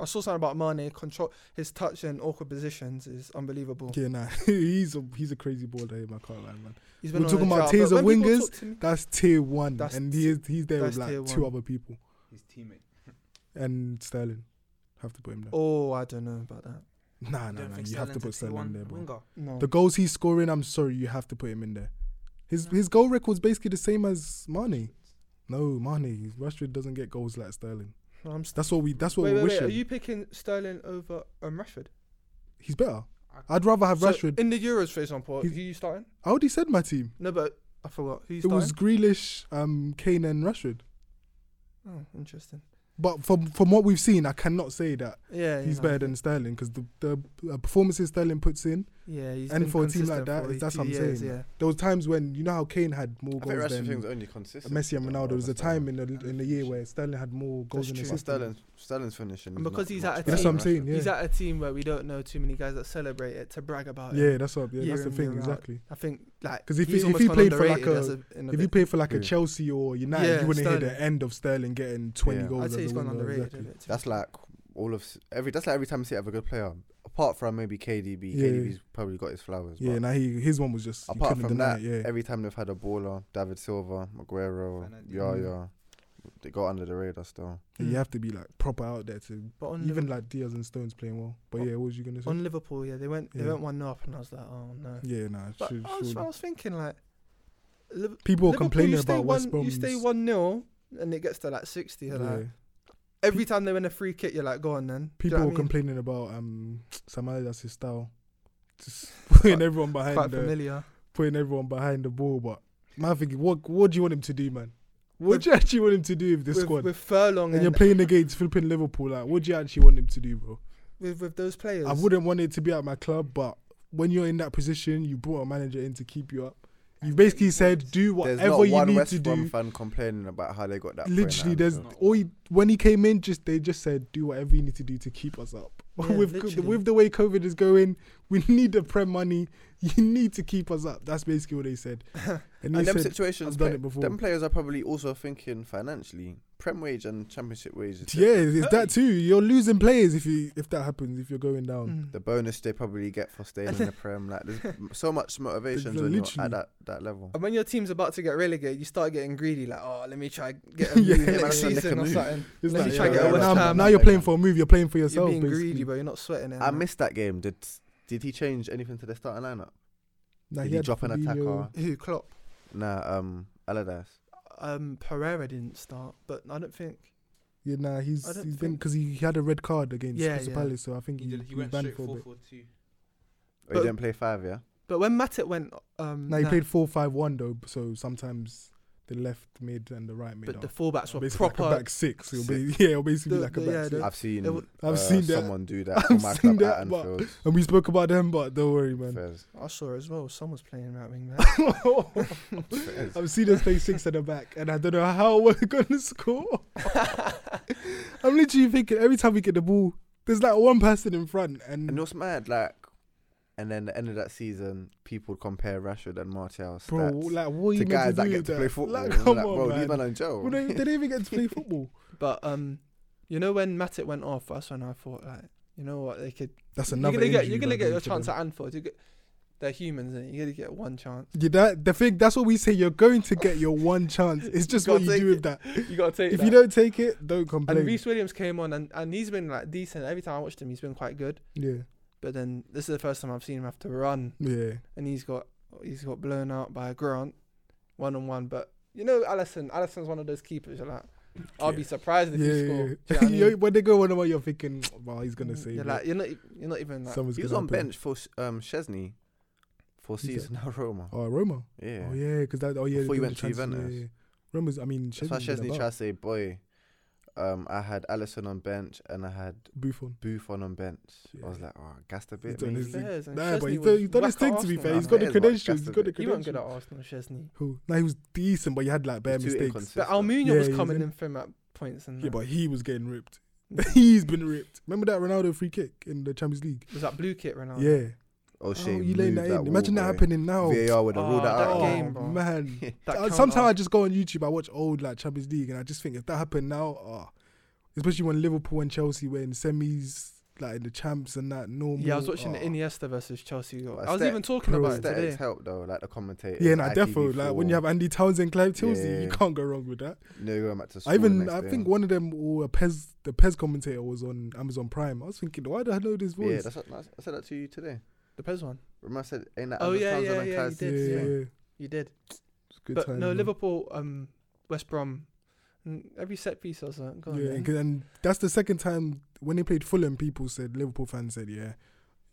Speaker 3: I saw something about Mane control his touch and awkward positions is unbelievable.
Speaker 1: Yeah, nah. he's a he's a crazy baller. Him, I can't lie, man.
Speaker 3: He's
Speaker 1: We're
Speaker 3: on
Speaker 1: talking
Speaker 3: a
Speaker 1: about
Speaker 3: drought, but
Speaker 1: tiers of
Speaker 3: when people
Speaker 1: wingers.
Speaker 3: talk to me-
Speaker 1: That's tier one,
Speaker 3: That's
Speaker 1: and he is he's there with
Speaker 3: that's tier
Speaker 1: like two
Speaker 3: one.
Speaker 1: other people
Speaker 2: His teammate.
Speaker 1: and Sterling. Have to put him there.
Speaker 3: Oh, I don't know about that.
Speaker 1: Nah, nah,
Speaker 2: Don't
Speaker 1: nah.
Speaker 2: think
Speaker 1: You have to
Speaker 2: Sterling's a
Speaker 1: put Sterling
Speaker 2: T1
Speaker 1: in there, bro.
Speaker 2: winger.
Speaker 3: No.
Speaker 1: The goals he's scoring, I'm sorry, you have to put him in there. His
Speaker 2: No.
Speaker 1: his goal record's basically the same as Mane. No, Mane. Rashford doesn't get goals like Sterling.
Speaker 3: No, I'm st-
Speaker 1: That's what we. That's what
Speaker 3: wait,
Speaker 1: we're
Speaker 3: wait, wait.
Speaker 1: wishing.
Speaker 3: Are you picking Sterling over um, Rashford?
Speaker 1: He's better.
Speaker 2: I-
Speaker 1: I'd rather have
Speaker 3: So,
Speaker 1: Rashford.
Speaker 3: in the Euros, for example,
Speaker 1: He's-
Speaker 3: who you starting?
Speaker 1: I already said my team.
Speaker 3: No, but I forgot. Who you
Speaker 1: It
Speaker 3: starting?
Speaker 1: was Grealish, um, Kane, and Rashford.
Speaker 3: Oh, interesting.
Speaker 1: But from from what we've seen, I cannot say that
Speaker 3: Yeah, you
Speaker 1: he's
Speaker 3: know.
Speaker 1: better than Sterling because the, the uh, performances Sterling puts in.
Speaker 3: Yeah, he's
Speaker 1: and
Speaker 3: been
Speaker 1: for a team like
Speaker 3: consistent
Speaker 1: that,
Speaker 3: for
Speaker 1: is- that's
Speaker 3: two
Speaker 1: what I'm
Speaker 3: years,
Speaker 1: saying.
Speaker 3: Yeah.
Speaker 1: There was times when you know how Kane had more
Speaker 4: I think
Speaker 1: goals
Speaker 4: Rashford's
Speaker 1: than
Speaker 4: thing's only consistent.
Speaker 1: Messi and Ronaldo. There was a time in the
Speaker 2: Sterling.
Speaker 1: in the year where Sterling had more goals
Speaker 3: That's
Speaker 1: than
Speaker 3: true.
Speaker 1: assists.
Speaker 4: Sterling's, Sterling's finishing.
Speaker 3: And
Speaker 4: is
Speaker 3: because
Speaker 4: not
Speaker 3: he's
Speaker 4: much
Speaker 3: at a
Speaker 4: better
Speaker 1: That's
Speaker 4: than
Speaker 1: what I'm saying.
Speaker 4: Rashford's.
Speaker 1: Yeah,
Speaker 3: He's at a team where we don't know too many guys that celebrate it to brag about it.
Speaker 1: yeah, that's what. Yeah,
Speaker 3: Year
Speaker 1: that's the
Speaker 3: in,
Speaker 1: thing
Speaker 3: year out.
Speaker 1: exactly.
Speaker 3: I think like
Speaker 1: 'Cause if
Speaker 3: he's
Speaker 1: he- if
Speaker 3: almost
Speaker 1: he
Speaker 3: gone
Speaker 1: played for
Speaker 3: underrated
Speaker 1: like
Speaker 3: as
Speaker 1: a-
Speaker 3: in
Speaker 1: If you
Speaker 3: bit.
Speaker 1: play for like a
Speaker 4: Yeah.
Speaker 1: Chelsea or United,
Speaker 3: Yeah,
Speaker 1: you wouldn't hear
Speaker 3: Sterling.
Speaker 1: the end of Sterling getting 20
Speaker 4: Yeah.
Speaker 1: goals.
Speaker 3: I'd
Speaker 1: as
Speaker 3: say
Speaker 1: a
Speaker 3: he's gone
Speaker 1: winger,
Speaker 3: underrated.
Speaker 1: exactly.
Speaker 3: a bit too.
Speaker 4: That's like all of s- every. That's like every time you see have a good player, apart from maybe KDB.
Speaker 1: Yeah.
Speaker 4: KDB's probably got his flowers.
Speaker 1: Yeah,
Speaker 4: but
Speaker 1: now he his one was just you
Speaker 4: apart
Speaker 1: couldn't
Speaker 4: from
Speaker 1: deny
Speaker 4: that,
Speaker 1: it. Yeah,
Speaker 4: every time they've had a baller, David Silva, Aguero,
Speaker 2: Fernandes.
Speaker 4: Yaya, they got under the radar still.
Speaker 1: you have to be like proper out there to
Speaker 3: But on
Speaker 1: even
Speaker 3: Liverpool,
Speaker 1: like Diaz and Stones playing well. But
Speaker 3: On-
Speaker 1: yeah, what was you gonna say?
Speaker 3: on Liverpool, yeah, they went they
Speaker 1: Yeah.
Speaker 3: went one up, and I was like, oh no.
Speaker 1: Yeah, nah.
Speaker 3: But
Speaker 1: should-
Speaker 3: I, was,
Speaker 1: should-
Speaker 3: I was thinking like, Liv-
Speaker 1: people were
Speaker 3: Liverpool,
Speaker 1: complaining
Speaker 3: you stay
Speaker 1: about
Speaker 3: one,
Speaker 1: West Brom.
Speaker 3: You stay one 0 and it gets to like sixty.
Speaker 1: Yeah.
Speaker 3: You're like, every time they win a free kick, you're like, go on then. Do you
Speaker 1: People
Speaker 3: know
Speaker 1: were
Speaker 3: what I mean?
Speaker 1: complaining about um Samali that's his style, just
Speaker 3: Quite-
Speaker 1: putting everyone
Speaker 3: quite
Speaker 1: behind the
Speaker 3: familiar.
Speaker 1: putting everyone behind the ball. But man, thinking what what do you want him to do, man? What
Speaker 3: With-
Speaker 1: do you actually want him to do with this
Speaker 3: with,
Speaker 1: squad?
Speaker 3: with Furlong
Speaker 1: and
Speaker 3: and,
Speaker 1: you're playing against flipping Liverpool. Like, what do you actually want him to do, bro?
Speaker 3: with with those players.
Speaker 1: I wouldn't want it to be at my club, but when you're in that position, you brought a manager in to keep you up. You basically said do
Speaker 4: There's
Speaker 1: whatever
Speaker 4: not
Speaker 1: you
Speaker 4: one
Speaker 1: need
Speaker 4: West
Speaker 1: to
Speaker 4: Brom
Speaker 1: do.
Speaker 4: fan complaining about how they got that.
Speaker 1: Literally, there's
Speaker 2: No.
Speaker 1: all you, when he came in, just they just said do whatever you need to do to keep us up.
Speaker 3: Yeah,
Speaker 1: with
Speaker 3: literally.
Speaker 1: with the way COVID is going, we need the prem money. You need to keep us up. That's basically what they said. And, he
Speaker 4: and them
Speaker 1: said,
Speaker 4: situations.
Speaker 1: "I've done
Speaker 4: pe-
Speaker 1: it before."
Speaker 4: Them players are probably also thinking financially. Prem wage and Championship wage. Is
Speaker 1: yeah, it's that too. You're losing players if you if that happens if you're going
Speaker 3: Mm.
Speaker 1: down.
Speaker 4: the bonus they probably get for staying in the Prem. Like, there's m- so much motivation when you're
Speaker 1: literally-
Speaker 4: at that, that level.
Speaker 3: And when your team's about to get relegated, you start getting greedy. Like, oh, let me try get a
Speaker 1: Yeah,
Speaker 3: move
Speaker 1: man,
Speaker 3: next
Speaker 4: I said,
Speaker 3: season or
Speaker 4: "Make a move."
Speaker 3: something.
Speaker 1: It's
Speaker 3: Let
Speaker 1: like,
Speaker 3: me try
Speaker 1: yeah,
Speaker 3: get a
Speaker 1: yeah,
Speaker 3: West
Speaker 1: now,
Speaker 3: Ham.
Speaker 1: now you're playing for a move. You're playing for
Speaker 3: You're
Speaker 1: yourself.
Speaker 3: being
Speaker 1: basically.
Speaker 3: greedy, bro. You're not sweating it.
Speaker 4: I
Speaker 3: man.
Speaker 4: missed that game. Did did he change anything to the starting lineup?
Speaker 1: Nah,
Speaker 4: Did
Speaker 1: he
Speaker 4: he
Speaker 1: had
Speaker 4: drop an
Speaker 1: Fabinho.
Speaker 4: attacker?
Speaker 3: Who Klopp?
Speaker 4: Nah, um, Allardyce.
Speaker 3: Um, Pereira didn't start, but I don't think.
Speaker 1: Yeah, nah, he's
Speaker 3: I don't
Speaker 1: he's been
Speaker 3: think-
Speaker 1: because he had a red card against
Speaker 3: Yeah,
Speaker 1: Crystal
Speaker 3: yeah.
Speaker 1: Palace, so I think
Speaker 2: He
Speaker 1: he,
Speaker 2: did. He
Speaker 1: he
Speaker 2: went
Speaker 1: banned
Speaker 2: straight
Speaker 1: for a
Speaker 2: four
Speaker 1: bit.
Speaker 2: four two.
Speaker 4: Oh,
Speaker 3: But-
Speaker 4: he didn't play five, yeah.
Speaker 3: But when Matic went, um,
Speaker 1: Now he
Speaker 3: nah,
Speaker 1: played four five one though, b- so sometimes the left mid and the right mid.
Speaker 3: but
Speaker 1: are
Speaker 3: the fullbacks were
Speaker 1: basically
Speaker 3: proper.
Speaker 1: like a back six. It'll be, yeah, it'll basically be
Speaker 3: The-
Speaker 1: like a
Speaker 3: the-
Speaker 1: back
Speaker 3: yeah,
Speaker 1: six.
Speaker 3: the-
Speaker 4: I've seen.
Speaker 3: w-
Speaker 1: I've
Speaker 4: uh,
Speaker 1: seen that.
Speaker 4: someone do that.
Speaker 1: I've
Speaker 4: for my
Speaker 1: seen
Speaker 4: club at
Speaker 1: that, but-
Speaker 4: Anfield.
Speaker 1: And we spoke about them, but don't worry, man.
Speaker 4: Fairs.
Speaker 3: I saw as well. Someone's playing right wing back.
Speaker 4: Fairs.
Speaker 1: I've seen us play six at the back, and I don't know how we're gonna score. I'm literally thinking every time we get the ball, there's like one person in front, and
Speaker 4: And what's mad, like, and then the end of that season, people compare Rashford and Martial stats
Speaker 1: bro, like what are
Speaker 4: to
Speaker 1: you meant
Speaker 4: guys
Speaker 1: to
Speaker 4: that
Speaker 1: do
Speaker 4: get
Speaker 1: with
Speaker 4: to
Speaker 1: that?
Speaker 4: play football.
Speaker 1: Like,
Speaker 4: Like,
Speaker 1: come on,
Speaker 4: bro,
Speaker 1: man.
Speaker 4: these men are in jail.
Speaker 1: We don't- they didn't even get to play football.
Speaker 3: but um, you know when Matic went off, that's when I thought like, you know what, they could.
Speaker 1: That's
Speaker 3: you're
Speaker 1: another.
Speaker 3: gonna get.
Speaker 1: injury
Speaker 3: You're gonna
Speaker 1: by
Speaker 3: get
Speaker 1: them
Speaker 3: your
Speaker 1: for
Speaker 3: chance
Speaker 1: them.
Speaker 3: at Anfield. You get, they're humans, and you're gonna get one chance.
Speaker 1: Yeah, that, the thing. That's what we say. You're going to get your one chance. It's just
Speaker 3: You
Speaker 1: what
Speaker 3: gotta
Speaker 1: you do
Speaker 3: take
Speaker 1: with
Speaker 3: it.
Speaker 1: that.
Speaker 3: You gotta take.
Speaker 1: If
Speaker 3: that.
Speaker 1: you don't take it, don't
Speaker 3: And
Speaker 1: complain.
Speaker 3: Reese Williams came on, and, and he's been like decent. Every time I watched him, he's been quite good.
Speaker 1: yeah,
Speaker 3: But then this is the first time I've seen him have to run,
Speaker 1: yeah.
Speaker 3: and he's got he's got blown out by Grant, one on one. But you know, Allison, Allison's one of those keepers. You're like, I'll be surprised if
Speaker 1: yeah,
Speaker 3: he
Speaker 1: yeah,
Speaker 3: scores.
Speaker 1: yeah.
Speaker 3: Do you know what I
Speaker 1: You- when they go one away, you're thinking, "Well, he's
Speaker 3: mean?
Speaker 1: gonna save
Speaker 3: You're
Speaker 1: it.
Speaker 3: like, you're not, you're not even like.
Speaker 1: Someone's
Speaker 4: He was
Speaker 1: gonna
Speaker 4: on
Speaker 1: help him."
Speaker 4: bench for um, Chesney for
Speaker 1: Who's that?
Speaker 4: season at Roma.
Speaker 1: Oh, Roma.
Speaker 4: Yeah.
Speaker 1: Oh yeah, because that. Oh yeah.
Speaker 4: Before he
Speaker 1: they
Speaker 4: went
Speaker 1: did the
Speaker 4: to
Speaker 1: transfer,
Speaker 4: Juventus.
Speaker 1: yeah, yeah. Roma's. I mean,
Speaker 4: That's why
Speaker 1: Chesney's
Speaker 4: Chesney
Speaker 1: been
Speaker 4: tried
Speaker 1: about.
Speaker 4: to say, boy, um, I had Allison on bench and I had
Speaker 1: Buffon.
Speaker 4: Buffon on bench. I was
Speaker 1: Yeah.
Speaker 4: like, oh, gassed a bit.
Speaker 1: done
Speaker 4: mate."
Speaker 1: his thing.
Speaker 3: Yes, and
Speaker 1: Nah, but
Speaker 3: Chesney
Speaker 1: he's
Speaker 3: was
Speaker 1: done, he's done his
Speaker 3: whack
Speaker 1: thing.
Speaker 3: at
Speaker 1: To be
Speaker 3: Arsenal,
Speaker 1: fair, he's
Speaker 3: man.
Speaker 1: got
Speaker 4: It
Speaker 1: the
Speaker 4: is what
Speaker 1: credentials. He's
Speaker 4: Gaston
Speaker 1: got the
Speaker 4: did.
Speaker 3: He wasn't good at
Speaker 1: credentials.
Speaker 3: Arsenal, Chesney.
Speaker 1: Who? Nah, he was decent, but he had like bare
Speaker 4: He's too
Speaker 1: mistakes.
Speaker 4: inconsistent.
Speaker 3: But Almunia
Speaker 1: Yeah,
Speaker 3: was
Speaker 1: he was
Speaker 3: coming
Speaker 1: in.
Speaker 3: in from at points, and
Speaker 1: Yeah,
Speaker 3: that.
Speaker 1: but he was getting ripped. He's been ripped. Remember that Ronaldo free kick in the Champions League?
Speaker 3: was that blue kit Ronaldo?
Speaker 1: Yeah.
Speaker 4: Oh,
Speaker 1: Oh,
Speaker 4: shit.
Speaker 1: you laying that in.
Speaker 4: wall,
Speaker 1: Imagine that
Speaker 4: boy.
Speaker 1: happening now.
Speaker 4: VAR would have ruled
Speaker 3: Oh,
Speaker 4: that
Speaker 3: that
Speaker 4: out.
Speaker 1: oh,
Speaker 3: game, bro.
Speaker 1: man.
Speaker 3: That
Speaker 1: Uh,
Speaker 3: counter-
Speaker 1: Sometimes I just go on YouTube, I watch old like Champions League, and I just think if that happened now, ah, especially when Liverpool and Chelsea were in semis, like in the champs and that normal.
Speaker 3: Yeah, I was watching
Speaker 1: ah.
Speaker 3: the Iniesta versus Chelsea. goal.
Speaker 4: Well,
Speaker 3: I was
Speaker 4: Ste-
Speaker 3: even talking
Speaker 1: Bro,
Speaker 3: about it
Speaker 4: Aesthetics
Speaker 3: today.
Speaker 4: help though, like the commentator.
Speaker 1: Yeah, nah, defo. Like when you have Andy Townsend, Clive Tilsey, you
Speaker 4: Yeah.
Speaker 1: can't go wrong with that.
Speaker 4: no you're going back to school.
Speaker 1: I even,
Speaker 4: the
Speaker 1: I
Speaker 4: next
Speaker 1: think
Speaker 4: day.
Speaker 1: one of them or a Pez, the Pez commentator was on Amazon Prime. I was thinking, why do I know this
Speaker 4: Yeah,
Speaker 1: voice?
Speaker 4: that's what, that's- I said that to you today.
Speaker 3: The Pez one.
Speaker 4: Remember I said ain't that?
Speaker 3: Oh,
Speaker 4: Anders
Speaker 3: yeah,
Speaker 4: Townsend
Speaker 3: yeah,
Speaker 4: and
Speaker 3: yeah,
Speaker 4: Kaz
Speaker 3: you
Speaker 1: yeah,
Speaker 3: did,
Speaker 4: Simpson?
Speaker 1: yeah,
Speaker 3: yeah.
Speaker 1: yeah.
Speaker 3: You did.
Speaker 1: It's good
Speaker 3: but
Speaker 1: time,
Speaker 3: no,
Speaker 1: man.
Speaker 3: Liverpool, um, West Brom, mm, every set piece or something. Go on,
Speaker 1: Yeah,
Speaker 3: man.
Speaker 1: and, and that's the second time when they played Fulham, people said Liverpool fans said, "Yeah,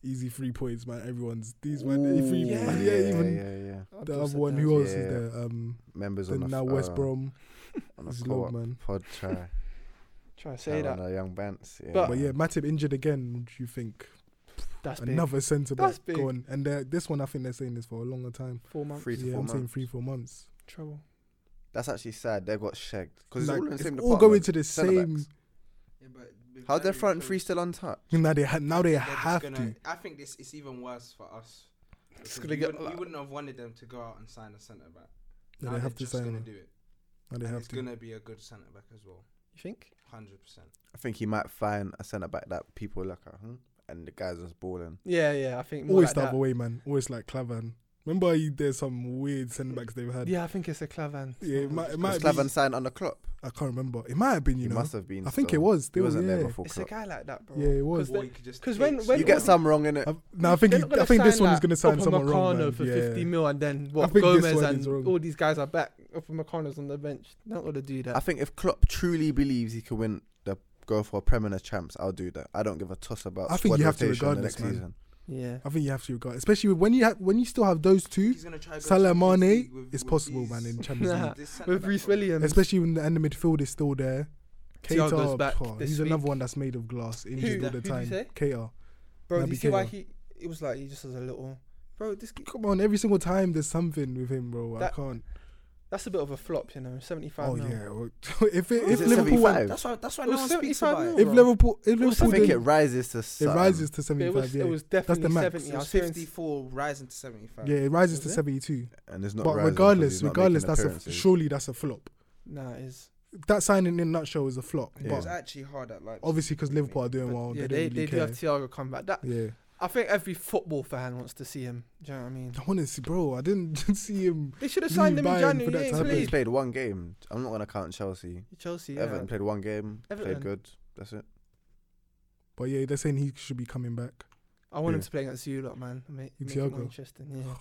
Speaker 1: easy three points, man. Everyone's these man,
Speaker 4: Ooh,
Speaker 1: three,
Speaker 4: yeah,
Speaker 1: yeah,
Speaker 3: points.
Speaker 4: yeah,
Speaker 1: even
Speaker 4: yeah, yeah.
Speaker 3: I've
Speaker 1: the
Speaker 3: just
Speaker 1: other
Speaker 3: said
Speaker 1: one.
Speaker 3: that.
Speaker 1: Who else
Speaker 4: Yeah.
Speaker 1: is there? Um,
Speaker 4: Members
Speaker 1: the
Speaker 4: on the
Speaker 1: now
Speaker 4: f-
Speaker 1: West
Speaker 4: uh,
Speaker 1: Brom.
Speaker 4: on the
Speaker 1: It's
Speaker 4: co-op
Speaker 1: long, man.
Speaker 4: pod try.
Speaker 3: Try to say that.
Speaker 4: on the young bants. Yeah.
Speaker 1: But yeah, Matip injured again. What do you think?
Speaker 3: That's big.
Speaker 1: Another centre back
Speaker 3: That's big.
Speaker 1: gone, and they're- this one I think they're saying this for a longer time.
Speaker 3: Four months.
Speaker 4: three to
Speaker 1: yeah,
Speaker 4: four
Speaker 1: I'm
Speaker 4: months.
Speaker 1: saying three, four months.
Speaker 3: Trouble.
Speaker 4: That's actually sad. They got shagged because
Speaker 1: Like,
Speaker 4: it's all in the
Speaker 1: it's
Speaker 4: same
Speaker 1: all
Speaker 4: department.
Speaker 1: going to the
Speaker 4: centre-backs.
Speaker 1: same-
Speaker 2: Yeah, but with
Speaker 4: How's their
Speaker 2: Valerie
Speaker 4: front
Speaker 2: close,
Speaker 4: three still untouched?
Speaker 1: Now they ha- now they
Speaker 2: they're just
Speaker 1: have
Speaker 2: gonna-
Speaker 1: to.
Speaker 2: I think this it's even worse for us. because
Speaker 3: gonna
Speaker 2: we,
Speaker 3: get
Speaker 2: wouldn't, we
Speaker 3: like-
Speaker 2: wouldn't have wanted them to go out and sign a centre back.
Speaker 1: Now
Speaker 2: Now
Speaker 1: they
Speaker 2: they're
Speaker 1: have to
Speaker 2: just
Speaker 1: sign.
Speaker 2: gonna
Speaker 1: him.
Speaker 2: do it.
Speaker 1: Now they
Speaker 2: And
Speaker 1: have
Speaker 2: it's
Speaker 1: to.
Speaker 2: gonna be a good centre back as well.
Speaker 3: You think?
Speaker 2: Hundred percent.
Speaker 4: I think he might find a centre back that people look at, hmm? and the guys was balling.
Speaker 3: Yeah, yeah. I think. More
Speaker 1: Always
Speaker 3: like
Speaker 1: the
Speaker 3: that.
Speaker 1: other way, man. Always like Clavan. Remember, he- there's some weird centre backs they've had.
Speaker 3: Yeah, I think it's a Clavan.
Speaker 1: Yeah, it might, it might
Speaker 4: Was
Speaker 1: be-
Speaker 4: Slaven signed under Klopp?
Speaker 1: I can't remember. It might have been, you
Speaker 4: He
Speaker 1: know.
Speaker 4: must have been.
Speaker 1: I think it
Speaker 4: still.
Speaker 1: was.
Speaker 4: He
Speaker 1: Still,
Speaker 4: wasn't
Speaker 1: yeah.
Speaker 4: there before
Speaker 3: It's a
Speaker 4: Klopp.
Speaker 3: guy like that, bro.
Speaker 1: Yeah, it was.
Speaker 3: Because
Speaker 2: Or
Speaker 3: they-
Speaker 2: you could just
Speaker 3: 'cause
Speaker 2: take
Speaker 3: when- when-
Speaker 4: You
Speaker 2: someone-
Speaker 4: get some wrong in it.
Speaker 1: I, no, I think
Speaker 3: they're
Speaker 1: he,
Speaker 3: not gonna
Speaker 1: I think this
Speaker 3: sign,
Speaker 1: one's
Speaker 3: like,
Speaker 1: going to sign someone wrong.
Speaker 3: Upamecano
Speaker 1: man.
Speaker 3: for
Speaker 1: yeah.
Speaker 3: 50 mil, and then what?
Speaker 1: think this
Speaker 3: Gomez
Speaker 1: one is wrong.
Speaker 3: and all these guys are back. Upamecano's on the bench. They're Not gonna do that.
Speaker 4: I think if Klopp truly believes he can win the go for a Prem and a Champs, I'll do that. I don't give a toss about.
Speaker 1: I think
Speaker 4: squad
Speaker 1: you have to
Speaker 4: rotation
Speaker 1: regard
Speaker 4: the
Speaker 1: this,
Speaker 4: next
Speaker 1: man.
Speaker 4: season.
Speaker 3: yeah.
Speaker 1: I think you have to regard, especially when you have when you still have those two,
Speaker 2: He's gonna try to go
Speaker 1: Salah,
Speaker 2: Champions
Speaker 1: Mane,
Speaker 2: League with-
Speaker 1: it's
Speaker 2: with
Speaker 1: possible,
Speaker 2: these-
Speaker 1: man, in Champions
Speaker 3: Nah.
Speaker 1: League.
Speaker 2: this
Speaker 3: With
Speaker 2: centre-back
Speaker 3: Reese
Speaker 2: problem.
Speaker 3: Williams.
Speaker 1: Especially when the, and the midfield is still there.
Speaker 3: Thiago's
Speaker 1: Keita,
Speaker 3: back
Speaker 1: phew,
Speaker 3: this
Speaker 1: he's
Speaker 3: week.
Speaker 1: another one that's made of glass, injured
Speaker 3: Who-
Speaker 1: all the
Speaker 3: who did you
Speaker 1: time.
Speaker 3: say?
Speaker 1: Keita.
Speaker 3: Bro, do
Speaker 1: Naby
Speaker 3: you see why
Speaker 1: Keita.
Speaker 3: he? It was like he just has a little bro. This g-
Speaker 1: Come on, every single time there's something with him, bro.
Speaker 3: That-
Speaker 1: I can't.
Speaker 3: that's a bit of a flop, you know. Seventy-five.
Speaker 1: Oh
Speaker 3: mil.
Speaker 1: yeah. well, if it,
Speaker 4: Is
Speaker 1: if
Speaker 4: it
Speaker 1: Liverpool won,
Speaker 4: 75?
Speaker 2: That's why. That's why
Speaker 3: It
Speaker 2: no
Speaker 3: was
Speaker 2: one speaks
Speaker 3: 75
Speaker 2: about
Speaker 3: mil,
Speaker 2: it.
Speaker 1: if
Speaker 3: bro.
Speaker 1: Liverpool, if
Speaker 3: It was
Speaker 1: Liverpool,
Speaker 4: I think
Speaker 1: did-
Speaker 4: it rises to.
Speaker 1: it
Speaker 4: something.
Speaker 1: rises to
Speaker 3: It
Speaker 1: 75.
Speaker 3: was,
Speaker 1: yeah.
Speaker 3: it was definitely
Speaker 1: max.
Speaker 3: seventy.
Speaker 2: It
Speaker 3: I
Speaker 2: was
Speaker 3: was hearing
Speaker 2: fifty-four, rising to seventy-five.
Speaker 1: yeah, it rises to
Speaker 3: Was it?
Speaker 1: 72.
Speaker 4: and it's not.
Speaker 1: But
Speaker 4: rising 'cause
Speaker 1: regardless,
Speaker 4: he's not making
Speaker 1: regardless, that's a
Speaker 4: appearances.
Speaker 1: surely that's a flop.
Speaker 3: Nah, it is
Speaker 1: That signing in a nutshell is a flop.
Speaker 4: Yeah.
Speaker 2: It was
Speaker 1: But
Speaker 2: actually hard at like.
Speaker 1: obviously, because Liverpool are doing
Speaker 3: but
Speaker 1: well,
Speaker 3: yeah,
Speaker 1: Oh, they,
Speaker 3: they,
Speaker 1: don't really
Speaker 3: do have
Speaker 1: care.
Speaker 3: Thiago come back. That
Speaker 1: yeah.
Speaker 3: I think every football fan wants to see him. Do you know what I mean?
Speaker 1: I want to see, bro. I didn't see him.
Speaker 3: They should have
Speaker 1: Leave
Speaker 3: signed him in
Speaker 1: Bayern for that
Speaker 3: January. He
Speaker 1: to
Speaker 3: ain't
Speaker 1: happen.
Speaker 4: He's
Speaker 3: played.
Speaker 4: played one game. I'm not gonna count Chelsea.
Speaker 3: Chelsea. Yeah.
Speaker 4: Everton played one game.
Speaker 3: Everton.
Speaker 4: Played good. That's it.
Speaker 1: But yeah, they're saying he should be coming back.
Speaker 3: I want him
Speaker 4: Yeah.
Speaker 3: to play against you lot, man. Make,
Speaker 1: With
Speaker 3: make it more
Speaker 1: Thiago. Oh,
Speaker 3: interesting, yeah.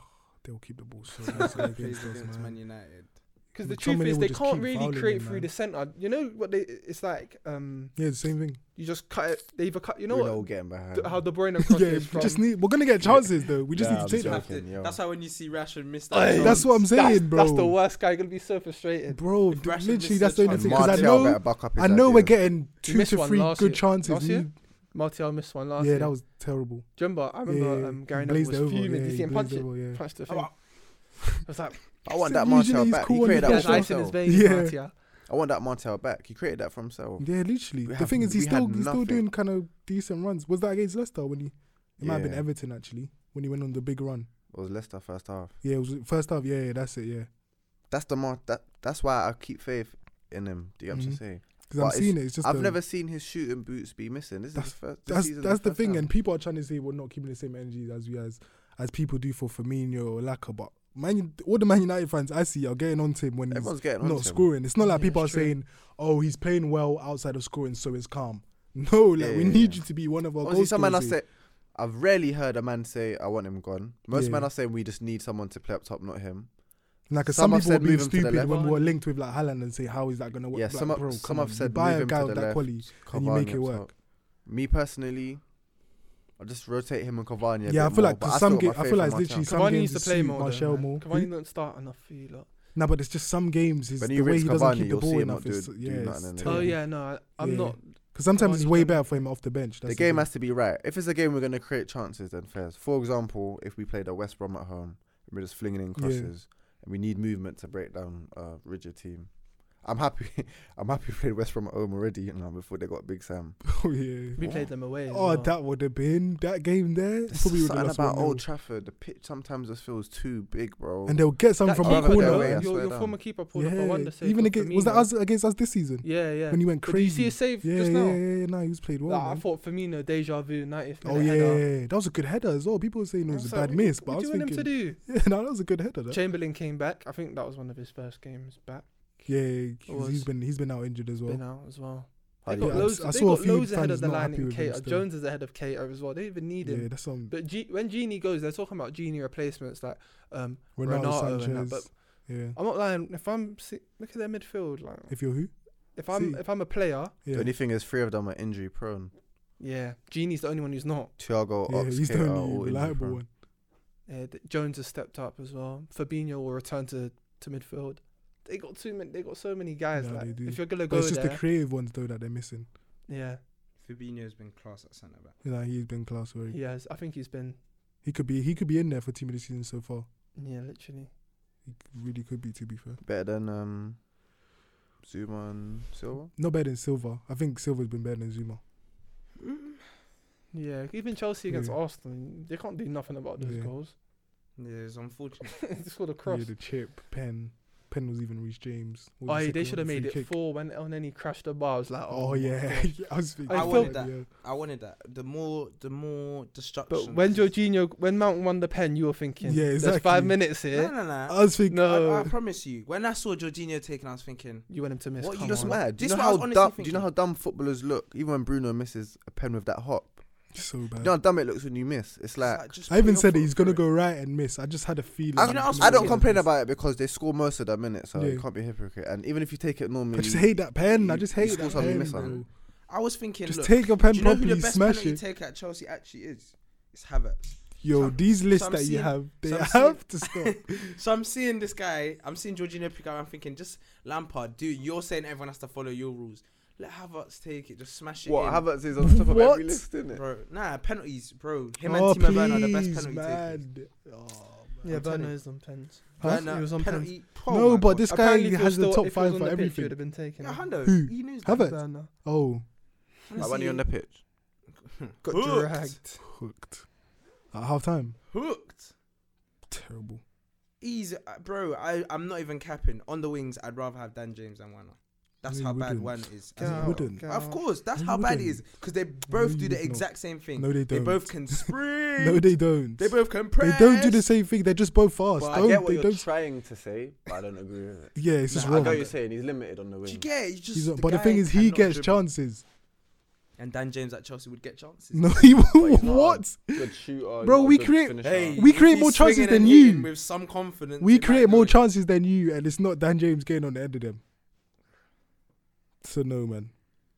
Speaker 1: They'll keep the ball so
Speaker 2: Plays
Speaker 1: easily against us,
Speaker 2: against Man
Speaker 1: man.
Speaker 2: United.
Speaker 3: Because the
Speaker 1: McTominay
Speaker 3: truth is,
Speaker 1: will
Speaker 3: they
Speaker 1: just
Speaker 3: can't
Speaker 1: keep
Speaker 3: really
Speaker 1: fouling
Speaker 3: create
Speaker 1: him,
Speaker 3: through
Speaker 1: man.
Speaker 3: the centre. You know what they? It's like um,
Speaker 1: Yeah, the same thing.
Speaker 3: you just cut it. They either cut. You know
Speaker 4: Bruno will
Speaker 3: what?
Speaker 4: get him behind.
Speaker 3: D- how De Bruyne
Speaker 1: yeah,
Speaker 3: crosses
Speaker 1: we
Speaker 3: from.
Speaker 1: just need. We're gonna get chances though. We just
Speaker 4: Nah,
Speaker 1: need
Speaker 4: I'm
Speaker 1: to take
Speaker 4: joking.
Speaker 1: that.
Speaker 2: Have to-
Speaker 4: yo.
Speaker 2: That's why when you see Rashford miss that,
Speaker 3: Hey,
Speaker 2: chance,
Speaker 1: That's what I'm saying,
Speaker 3: that's,
Speaker 1: bro.
Speaker 3: That's the worst guy. You're gonna be so frustrated.
Speaker 1: Bro,
Speaker 2: If Rashford
Speaker 1: literally,
Speaker 2: misses
Speaker 1: that's
Speaker 2: the
Speaker 1: the only
Speaker 2: chance-
Speaker 1: thing.
Speaker 2: And
Speaker 1: Because I
Speaker 4: Martial
Speaker 1: know,
Speaker 4: better back up his
Speaker 1: I know we're
Speaker 4: ideas.
Speaker 1: getting two
Speaker 3: missed
Speaker 1: to
Speaker 3: one
Speaker 1: three
Speaker 3: last
Speaker 1: good
Speaker 3: year.
Speaker 1: chances.
Speaker 3: Last
Speaker 1: We-
Speaker 3: year? Martial missed one last.
Speaker 1: yeah,
Speaker 3: year.
Speaker 1: that was terrible.
Speaker 3: Do you remember? I
Speaker 1: yeah,
Speaker 3: remember
Speaker 1: yeah,
Speaker 3: um, Gary Neville
Speaker 1: blazed
Speaker 3: was
Speaker 1: over,
Speaker 3: fuming.
Speaker 1: yeah,
Speaker 3: Did you see him
Speaker 1: he
Speaker 3: punch
Speaker 1: blazed
Speaker 3: it?
Speaker 1: over, yeah.
Speaker 3: Punch the
Speaker 2: Oh,
Speaker 3: thing.
Speaker 2: wow.
Speaker 3: I was like,
Speaker 4: I
Speaker 1: So
Speaker 4: want that
Speaker 1: usually
Speaker 4: Martial
Speaker 1: he's
Speaker 4: back.
Speaker 1: cool
Speaker 4: He
Speaker 1: on
Speaker 4: created
Speaker 1: the
Speaker 3: he
Speaker 4: that
Speaker 1: pitch.
Speaker 3: has
Speaker 4: for
Speaker 3: ice in his
Speaker 4: himself.
Speaker 3: veins,
Speaker 1: Yeah.
Speaker 3: Martial.
Speaker 4: I want that Martial back. He created that for himself.
Speaker 1: Yeah, literally.
Speaker 4: We
Speaker 1: the
Speaker 4: have-
Speaker 1: thing is, he's
Speaker 4: we had
Speaker 1: still he's still
Speaker 4: nothing.
Speaker 1: doing kind of decent runs. Was that against Leicester when he? It might have been
Speaker 4: Yeah.
Speaker 1: Everton actually when he went on the big run.
Speaker 4: It was Leicester first half.
Speaker 1: Yeah, it was first half. Yeah, yeah, that's it. Yeah,
Speaker 4: That's the mar- that that's why I keep faith in him. Do you know what I'm
Speaker 1: Mhm.
Speaker 4: saying?
Speaker 1: because I'm
Speaker 4: But it's-
Speaker 1: seeing it. It's just
Speaker 4: I've
Speaker 1: the-
Speaker 4: never seen his shooting boots be missing. This
Speaker 1: That's-
Speaker 4: is the first. This
Speaker 1: That's
Speaker 4: season
Speaker 1: that's the
Speaker 4: first
Speaker 1: thing,
Speaker 4: time.
Speaker 1: and people are trying to say we're not keeping the same energy as we as as people do for Firmino or Laka, but man, all the Man United fans I see are getting on to him when he's
Speaker 4: everyone's getting on
Speaker 1: not
Speaker 4: to him.
Speaker 1: scoring. It's not like
Speaker 3: Yeah,
Speaker 1: people are
Speaker 3: it's true.
Speaker 1: saying, "Oh, he's playing well outside of scoring, so it's calm." No, like
Speaker 4: Yeah,
Speaker 1: we
Speaker 4: yeah,
Speaker 1: need
Speaker 4: yeah.
Speaker 1: you to be one of our
Speaker 4: Obviously,
Speaker 1: goals.
Speaker 4: some man I say, I've rarely heard a man say, "I want him gone." Most
Speaker 1: Yeah.
Speaker 4: men are saying we just need someone to play up top, not him.
Speaker 1: Like some,
Speaker 4: some have
Speaker 1: people were
Speaker 4: said
Speaker 1: being
Speaker 4: move him to the
Speaker 1: stupid when
Speaker 4: left.
Speaker 1: we were linked with like Haaland and say, "How is that going to work?"
Speaker 4: yeah,
Speaker 1: like,
Speaker 4: some have,
Speaker 1: bro, come
Speaker 4: some
Speaker 1: on,
Speaker 4: have
Speaker 1: you
Speaker 4: said
Speaker 1: buy
Speaker 4: move
Speaker 1: a
Speaker 4: him
Speaker 1: guy
Speaker 4: to
Speaker 1: with
Speaker 4: the
Speaker 1: that
Speaker 4: left.
Speaker 1: quality. and you make
Speaker 4: Cavani
Speaker 1: it
Speaker 4: up
Speaker 1: work.
Speaker 4: top. Me personally, I just rotate him and Cavani.
Speaker 1: Yeah,
Speaker 4: A bit
Speaker 1: I feel like
Speaker 4: more, but
Speaker 1: 'cause
Speaker 4: I
Speaker 1: some
Speaker 4: still got
Speaker 1: ga-
Speaker 4: my
Speaker 1: I feel
Speaker 4: faith in
Speaker 1: like it's
Speaker 4: Martial.
Speaker 1: literally some
Speaker 3: Cavani
Speaker 1: games
Speaker 3: needs to
Speaker 1: it
Speaker 3: play
Speaker 1: suit
Speaker 3: more.
Speaker 1: Martial
Speaker 3: though, man.
Speaker 1: more.
Speaker 3: Cavani
Speaker 1: He-
Speaker 3: don't start enough for you lot.
Speaker 1: Nah, but it's just some games. Is
Speaker 4: When
Speaker 1: the
Speaker 4: you
Speaker 1: way
Speaker 4: rinse
Speaker 1: he doesn't
Speaker 4: Cavani,
Speaker 1: keep the
Speaker 4: you'll see
Speaker 1: ball
Speaker 4: him
Speaker 1: enough.
Speaker 4: not
Speaker 1: is-
Speaker 4: do- do
Speaker 1: Yeah,
Speaker 4: nothing in
Speaker 1: it's
Speaker 4: the
Speaker 3: Oh
Speaker 4: Yeah.
Speaker 1: terrible.
Speaker 3: yeah, no, I, I'm
Speaker 1: Yeah.
Speaker 3: not.
Speaker 1: Because sometimes
Speaker 3: Cavani
Speaker 1: it's way
Speaker 3: doesn't-
Speaker 1: better for him off the bench. That's
Speaker 4: the game
Speaker 1: thing.
Speaker 4: has to be right. If it's a game we're going to create chances, then fairs. For example, if we played a West Brom at home and we're just flinging in
Speaker 1: Yeah.
Speaker 4: crosses, and we need movement to break down a rigid team. I'm happy. I'm happy we played West Brom at home already. You know, before they got Big Sam.
Speaker 1: oh, yeah.
Speaker 3: We played them away. as
Speaker 1: Oh,
Speaker 3: well.
Speaker 1: that would have been that game there.
Speaker 4: There's
Speaker 1: Probably would have
Speaker 4: something
Speaker 1: lost
Speaker 4: about
Speaker 1: one
Speaker 4: Old
Speaker 1: old
Speaker 4: Trafford. The pitch sometimes just feels too big, bro.
Speaker 1: And they'll get something
Speaker 3: That
Speaker 1: from a
Speaker 4: keeper,
Speaker 1: corner.
Speaker 4: though,
Speaker 1: yeah,
Speaker 4: yeah. I
Speaker 3: Your,
Speaker 4: swear
Speaker 3: your
Speaker 4: down.
Speaker 3: former keeper pulled up a wonder save.
Speaker 1: even
Speaker 3: for
Speaker 1: against was that
Speaker 3: Firmino.
Speaker 1: us against us this season
Speaker 3: Yeah, yeah.
Speaker 1: when he went
Speaker 3: But Did you see
Speaker 1: crazy?
Speaker 3: his save
Speaker 1: yeah,
Speaker 3: just
Speaker 1: yeah,
Speaker 3: now?
Speaker 1: yeah, yeah. No, he was played well.
Speaker 3: Like, I
Speaker 1: man.
Speaker 3: thought Firmino, deja vu, 90th minute
Speaker 1: Oh yeah,
Speaker 3: header.
Speaker 1: yeah, yeah. that was a good header as well. People were saying it was
Speaker 3: It's
Speaker 1: a bad
Speaker 3: like, what-
Speaker 1: miss, but I
Speaker 3: What do
Speaker 1: was
Speaker 3: you want him to
Speaker 1: thinking,
Speaker 3: do?
Speaker 1: yeah, no, that was a good header. That.
Speaker 3: Chamberlain came back. I think that was one of his first games back.
Speaker 1: Yeah, yeah, 'cause
Speaker 3: was-
Speaker 1: he's been he's been out injured as well.
Speaker 3: Been out as well.
Speaker 4: They
Speaker 3: They
Speaker 4: Yeah,
Speaker 3: got
Speaker 4: I've-
Speaker 3: loads.
Speaker 1: I
Speaker 3: they
Speaker 1: saw a
Speaker 3: got
Speaker 1: few
Speaker 3: loads ahead
Speaker 1: fans
Speaker 3: of the
Speaker 1: not
Speaker 3: line
Speaker 1: happy
Speaker 3: in
Speaker 1: with him
Speaker 3: Cater.
Speaker 1: still.
Speaker 3: Jones is ahead of Cater as well. They even need him.
Speaker 1: Yeah, that's um
Speaker 3: But G- when Genie goes, they're talking about Genie replacements like um,
Speaker 1: Ronaldo,
Speaker 3: Renato
Speaker 1: Sanchez.
Speaker 3: and that. But
Speaker 1: yeah,
Speaker 3: I'm not lying. If I'm see, look at their midfield, like if,
Speaker 1: if you're who?
Speaker 3: I'm
Speaker 1: see.
Speaker 3: if I'm a player,
Speaker 1: Yeah,
Speaker 4: The only thing is, three of them are injury prone.
Speaker 3: yeah, Genie's the only one who's not.
Speaker 4: Thiago,
Speaker 1: yeah,
Speaker 4: Ox,
Speaker 1: he's the
Speaker 4: Keita are all
Speaker 1: only
Speaker 4: injury
Speaker 1: reliable
Speaker 4: prone.
Speaker 1: one.
Speaker 3: Yeah, th- Jones has stepped up as well. Fabinho will return to, to midfield. They got too many. They got so many guys.
Speaker 1: Yeah, they
Speaker 3: like
Speaker 1: do.
Speaker 3: if you're gonna
Speaker 1: But
Speaker 3: go
Speaker 1: it's just
Speaker 3: there,
Speaker 1: the creative ones though that they're missing.
Speaker 3: yeah,
Speaker 2: Fabinho's been class at centre back.
Speaker 1: You know, he's been class already.
Speaker 3: he has. I think he's been
Speaker 1: He could be he could be in there for team of the season so far.
Speaker 3: yeah, literally.
Speaker 1: He c- really could be to be fair.
Speaker 4: Better than um, Zuma and Silva.
Speaker 1: Not better than Silva. I think Silva's been better than Zuma. Mm.
Speaker 3: Yeah, even Chelsea against
Speaker 1: Yeah.
Speaker 3: Arsenal, they can't do nothing about those
Speaker 1: Yeah.
Speaker 3: goals.
Speaker 2: Yeah, it's unfortunate.
Speaker 3: they scored a cross.
Speaker 1: Yeah, the chip, pen, pen was even reached James. What was the
Speaker 3: Aye, Oh, they
Speaker 1: second one?
Speaker 3: should have made
Speaker 1: Free
Speaker 3: it
Speaker 1: kick.
Speaker 3: four when Elneny crashed the bar. I was like, oh,
Speaker 1: Oh
Speaker 3: my
Speaker 1: yeah,
Speaker 3: gosh.
Speaker 1: I was thinking.
Speaker 3: I
Speaker 1: about
Speaker 3: wanted
Speaker 2: that.
Speaker 1: yeah.
Speaker 2: I wanted that. The more, the more destruction.
Speaker 3: But when Jorginho, when Mount won the pen, you were thinking,
Speaker 1: Yeah,
Speaker 3: there's five
Speaker 1: exactly.
Speaker 3: minutes here.
Speaker 2: No, no, no.
Speaker 1: I was thinking.
Speaker 3: No,
Speaker 2: I, I promise you. When I saw Jorginho taken, I was thinking,
Speaker 3: you want him to miss.
Speaker 2: What, you
Speaker 3: come
Speaker 4: Just
Speaker 3: on.
Speaker 4: mad. Do
Speaker 2: This
Speaker 4: you know
Speaker 2: is what I
Speaker 4: how
Speaker 2: was honestly
Speaker 4: dumb? Do you know
Speaker 2: thinking.
Speaker 4: how dumb footballers look? Even when Bruno misses a pen with that hop,
Speaker 1: So
Speaker 4: you
Speaker 1: bad.
Speaker 4: know how dumb it looks when you miss. It's like
Speaker 2: just
Speaker 1: I even
Speaker 2: put your
Speaker 1: said that
Speaker 2: foot
Speaker 1: he's gonna
Speaker 2: through
Speaker 1: go right and miss. I just had a feeling.
Speaker 4: I,
Speaker 1: he
Speaker 2: know, I
Speaker 1: was
Speaker 2: was-
Speaker 1: gonna
Speaker 4: I don't
Speaker 1: miss.
Speaker 4: complain about it because they score most of their minutes, so
Speaker 1: Yeah.
Speaker 4: you can't be a hypocrite. And even if you take it normally,
Speaker 1: I just hate that pen. I
Speaker 4: You-
Speaker 1: just
Speaker 4: you
Speaker 1: hate
Speaker 4: score
Speaker 1: that
Speaker 4: something, you
Speaker 1: pen,
Speaker 4: miss
Speaker 1: bro.
Speaker 4: something.
Speaker 2: it. I was thinking,
Speaker 1: Just
Speaker 2: look,
Speaker 1: take your pen
Speaker 2: do you know who
Speaker 1: properly,
Speaker 2: the best
Speaker 1: smash
Speaker 2: penalty
Speaker 1: it.
Speaker 2: taker at Chelsea actually is? It's Havertz.
Speaker 1: Yo,
Speaker 2: so-
Speaker 1: these lists
Speaker 2: I'm
Speaker 1: that you
Speaker 2: seeing-
Speaker 1: have, they
Speaker 2: so I'm seeing-
Speaker 1: have to stop.
Speaker 2: So I'm seeing this guy. I'm seeing Jorginho pick up. I'm thinking, just Lampard, dude. You're saying everyone has to follow your rules. Let Havertz take it. Just smash it.
Speaker 4: What
Speaker 2: in.
Speaker 4: Havertz is on top of every
Speaker 1: What?
Speaker 4: list, isn't it?
Speaker 2: bro? Nah, penalties, bro. Him
Speaker 1: oh,
Speaker 2: and Timo Werner are the best
Speaker 1: please,
Speaker 2: penalty takers.
Speaker 1: man. Oh, man.
Speaker 3: Yeah,
Speaker 2: I'm telling
Speaker 3: Bernard
Speaker 2: you.
Speaker 3: is on pens.
Speaker 1: Huh?
Speaker 2: Werner,
Speaker 3: He was on
Speaker 2: penalty. Oh
Speaker 1: No,
Speaker 2: my
Speaker 1: but
Speaker 2: God.
Speaker 1: this guy
Speaker 3: Apparently,
Speaker 1: he
Speaker 3: if he
Speaker 1: has
Speaker 3: was
Speaker 1: the
Speaker 3: still-
Speaker 1: top
Speaker 3: if he was
Speaker 1: five
Speaker 3: on
Speaker 1: for
Speaker 3: the pitch, he
Speaker 1: everything.
Speaker 3: would have been taken.
Speaker 2: yeah,
Speaker 3: out.
Speaker 2: Hundo.
Speaker 1: Who?
Speaker 2: He knows that.
Speaker 1: Havertz.
Speaker 3: Werner
Speaker 1: Oh,
Speaker 4: Like when
Speaker 2: Honestly,
Speaker 4: you're on the pitch. Hmm.
Speaker 3: got
Speaker 2: Hooked.
Speaker 3: dragged.
Speaker 1: hooked. At half time,
Speaker 2: hooked.
Speaker 1: terrible.
Speaker 2: He's uh, bro. I I'm not even capping. On the wings, I'd rather have Dan James than Werner. That's
Speaker 1: No, you
Speaker 2: how bad
Speaker 1: wouldn't.
Speaker 2: Werner is.
Speaker 1: No,
Speaker 2: as
Speaker 1: you
Speaker 2: well.
Speaker 1: wouldn't.
Speaker 3: Get
Speaker 2: Of
Speaker 3: out.
Speaker 2: course, that's
Speaker 1: No, you
Speaker 2: how bad it is
Speaker 1: wouldn't.
Speaker 2: because they both do
Speaker 1: you
Speaker 2: the
Speaker 1: would not.
Speaker 2: exact same thing.
Speaker 1: No, they
Speaker 2: they
Speaker 1: don't.
Speaker 2: both can sprint.
Speaker 1: No, they don't.
Speaker 2: They both can press.
Speaker 1: don't do the same thing. They're just both fast.
Speaker 4: But
Speaker 1: Don't-
Speaker 4: I get what
Speaker 1: they
Speaker 4: you're
Speaker 1: don't-
Speaker 4: trying to say, but I don't agree with it.
Speaker 1: Yeah, it's just
Speaker 2: Nah,
Speaker 4: I
Speaker 1: wrong.
Speaker 4: know what you're saying. He's limited on the
Speaker 2: Do you
Speaker 4: wing.
Speaker 2: get it? You just,
Speaker 1: He's not-
Speaker 2: the
Speaker 1: but the
Speaker 2: guy
Speaker 1: thing is, he
Speaker 2: cannot
Speaker 1: gets
Speaker 2: dribble.
Speaker 1: chances.
Speaker 2: And Dan James at Chelsea would get chances.
Speaker 1: No, he
Speaker 4: he's
Speaker 1: won't.
Speaker 4: not.
Speaker 1: what?
Speaker 4: Good
Speaker 1: Bro,
Speaker 4: shooter. not a
Speaker 1: we
Speaker 4: good
Speaker 1: create-
Speaker 4: finisher.
Speaker 2: Hey,
Speaker 1: We
Speaker 2: if
Speaker 1: create
Speaker 2: he's
Speaker 1: more chances
Speaker 2: swinging
Speaker 1: than
Speaker 2: and hitting
Speaker 1: you.
Speaker 2: With some confidence,
Speaker 1: We
Speaker 2: it might
Speaker 1: create more
Speaker 2: do it.
Speaker 1: chances than you, and it's not Dan James getting on the end of them. So no, man.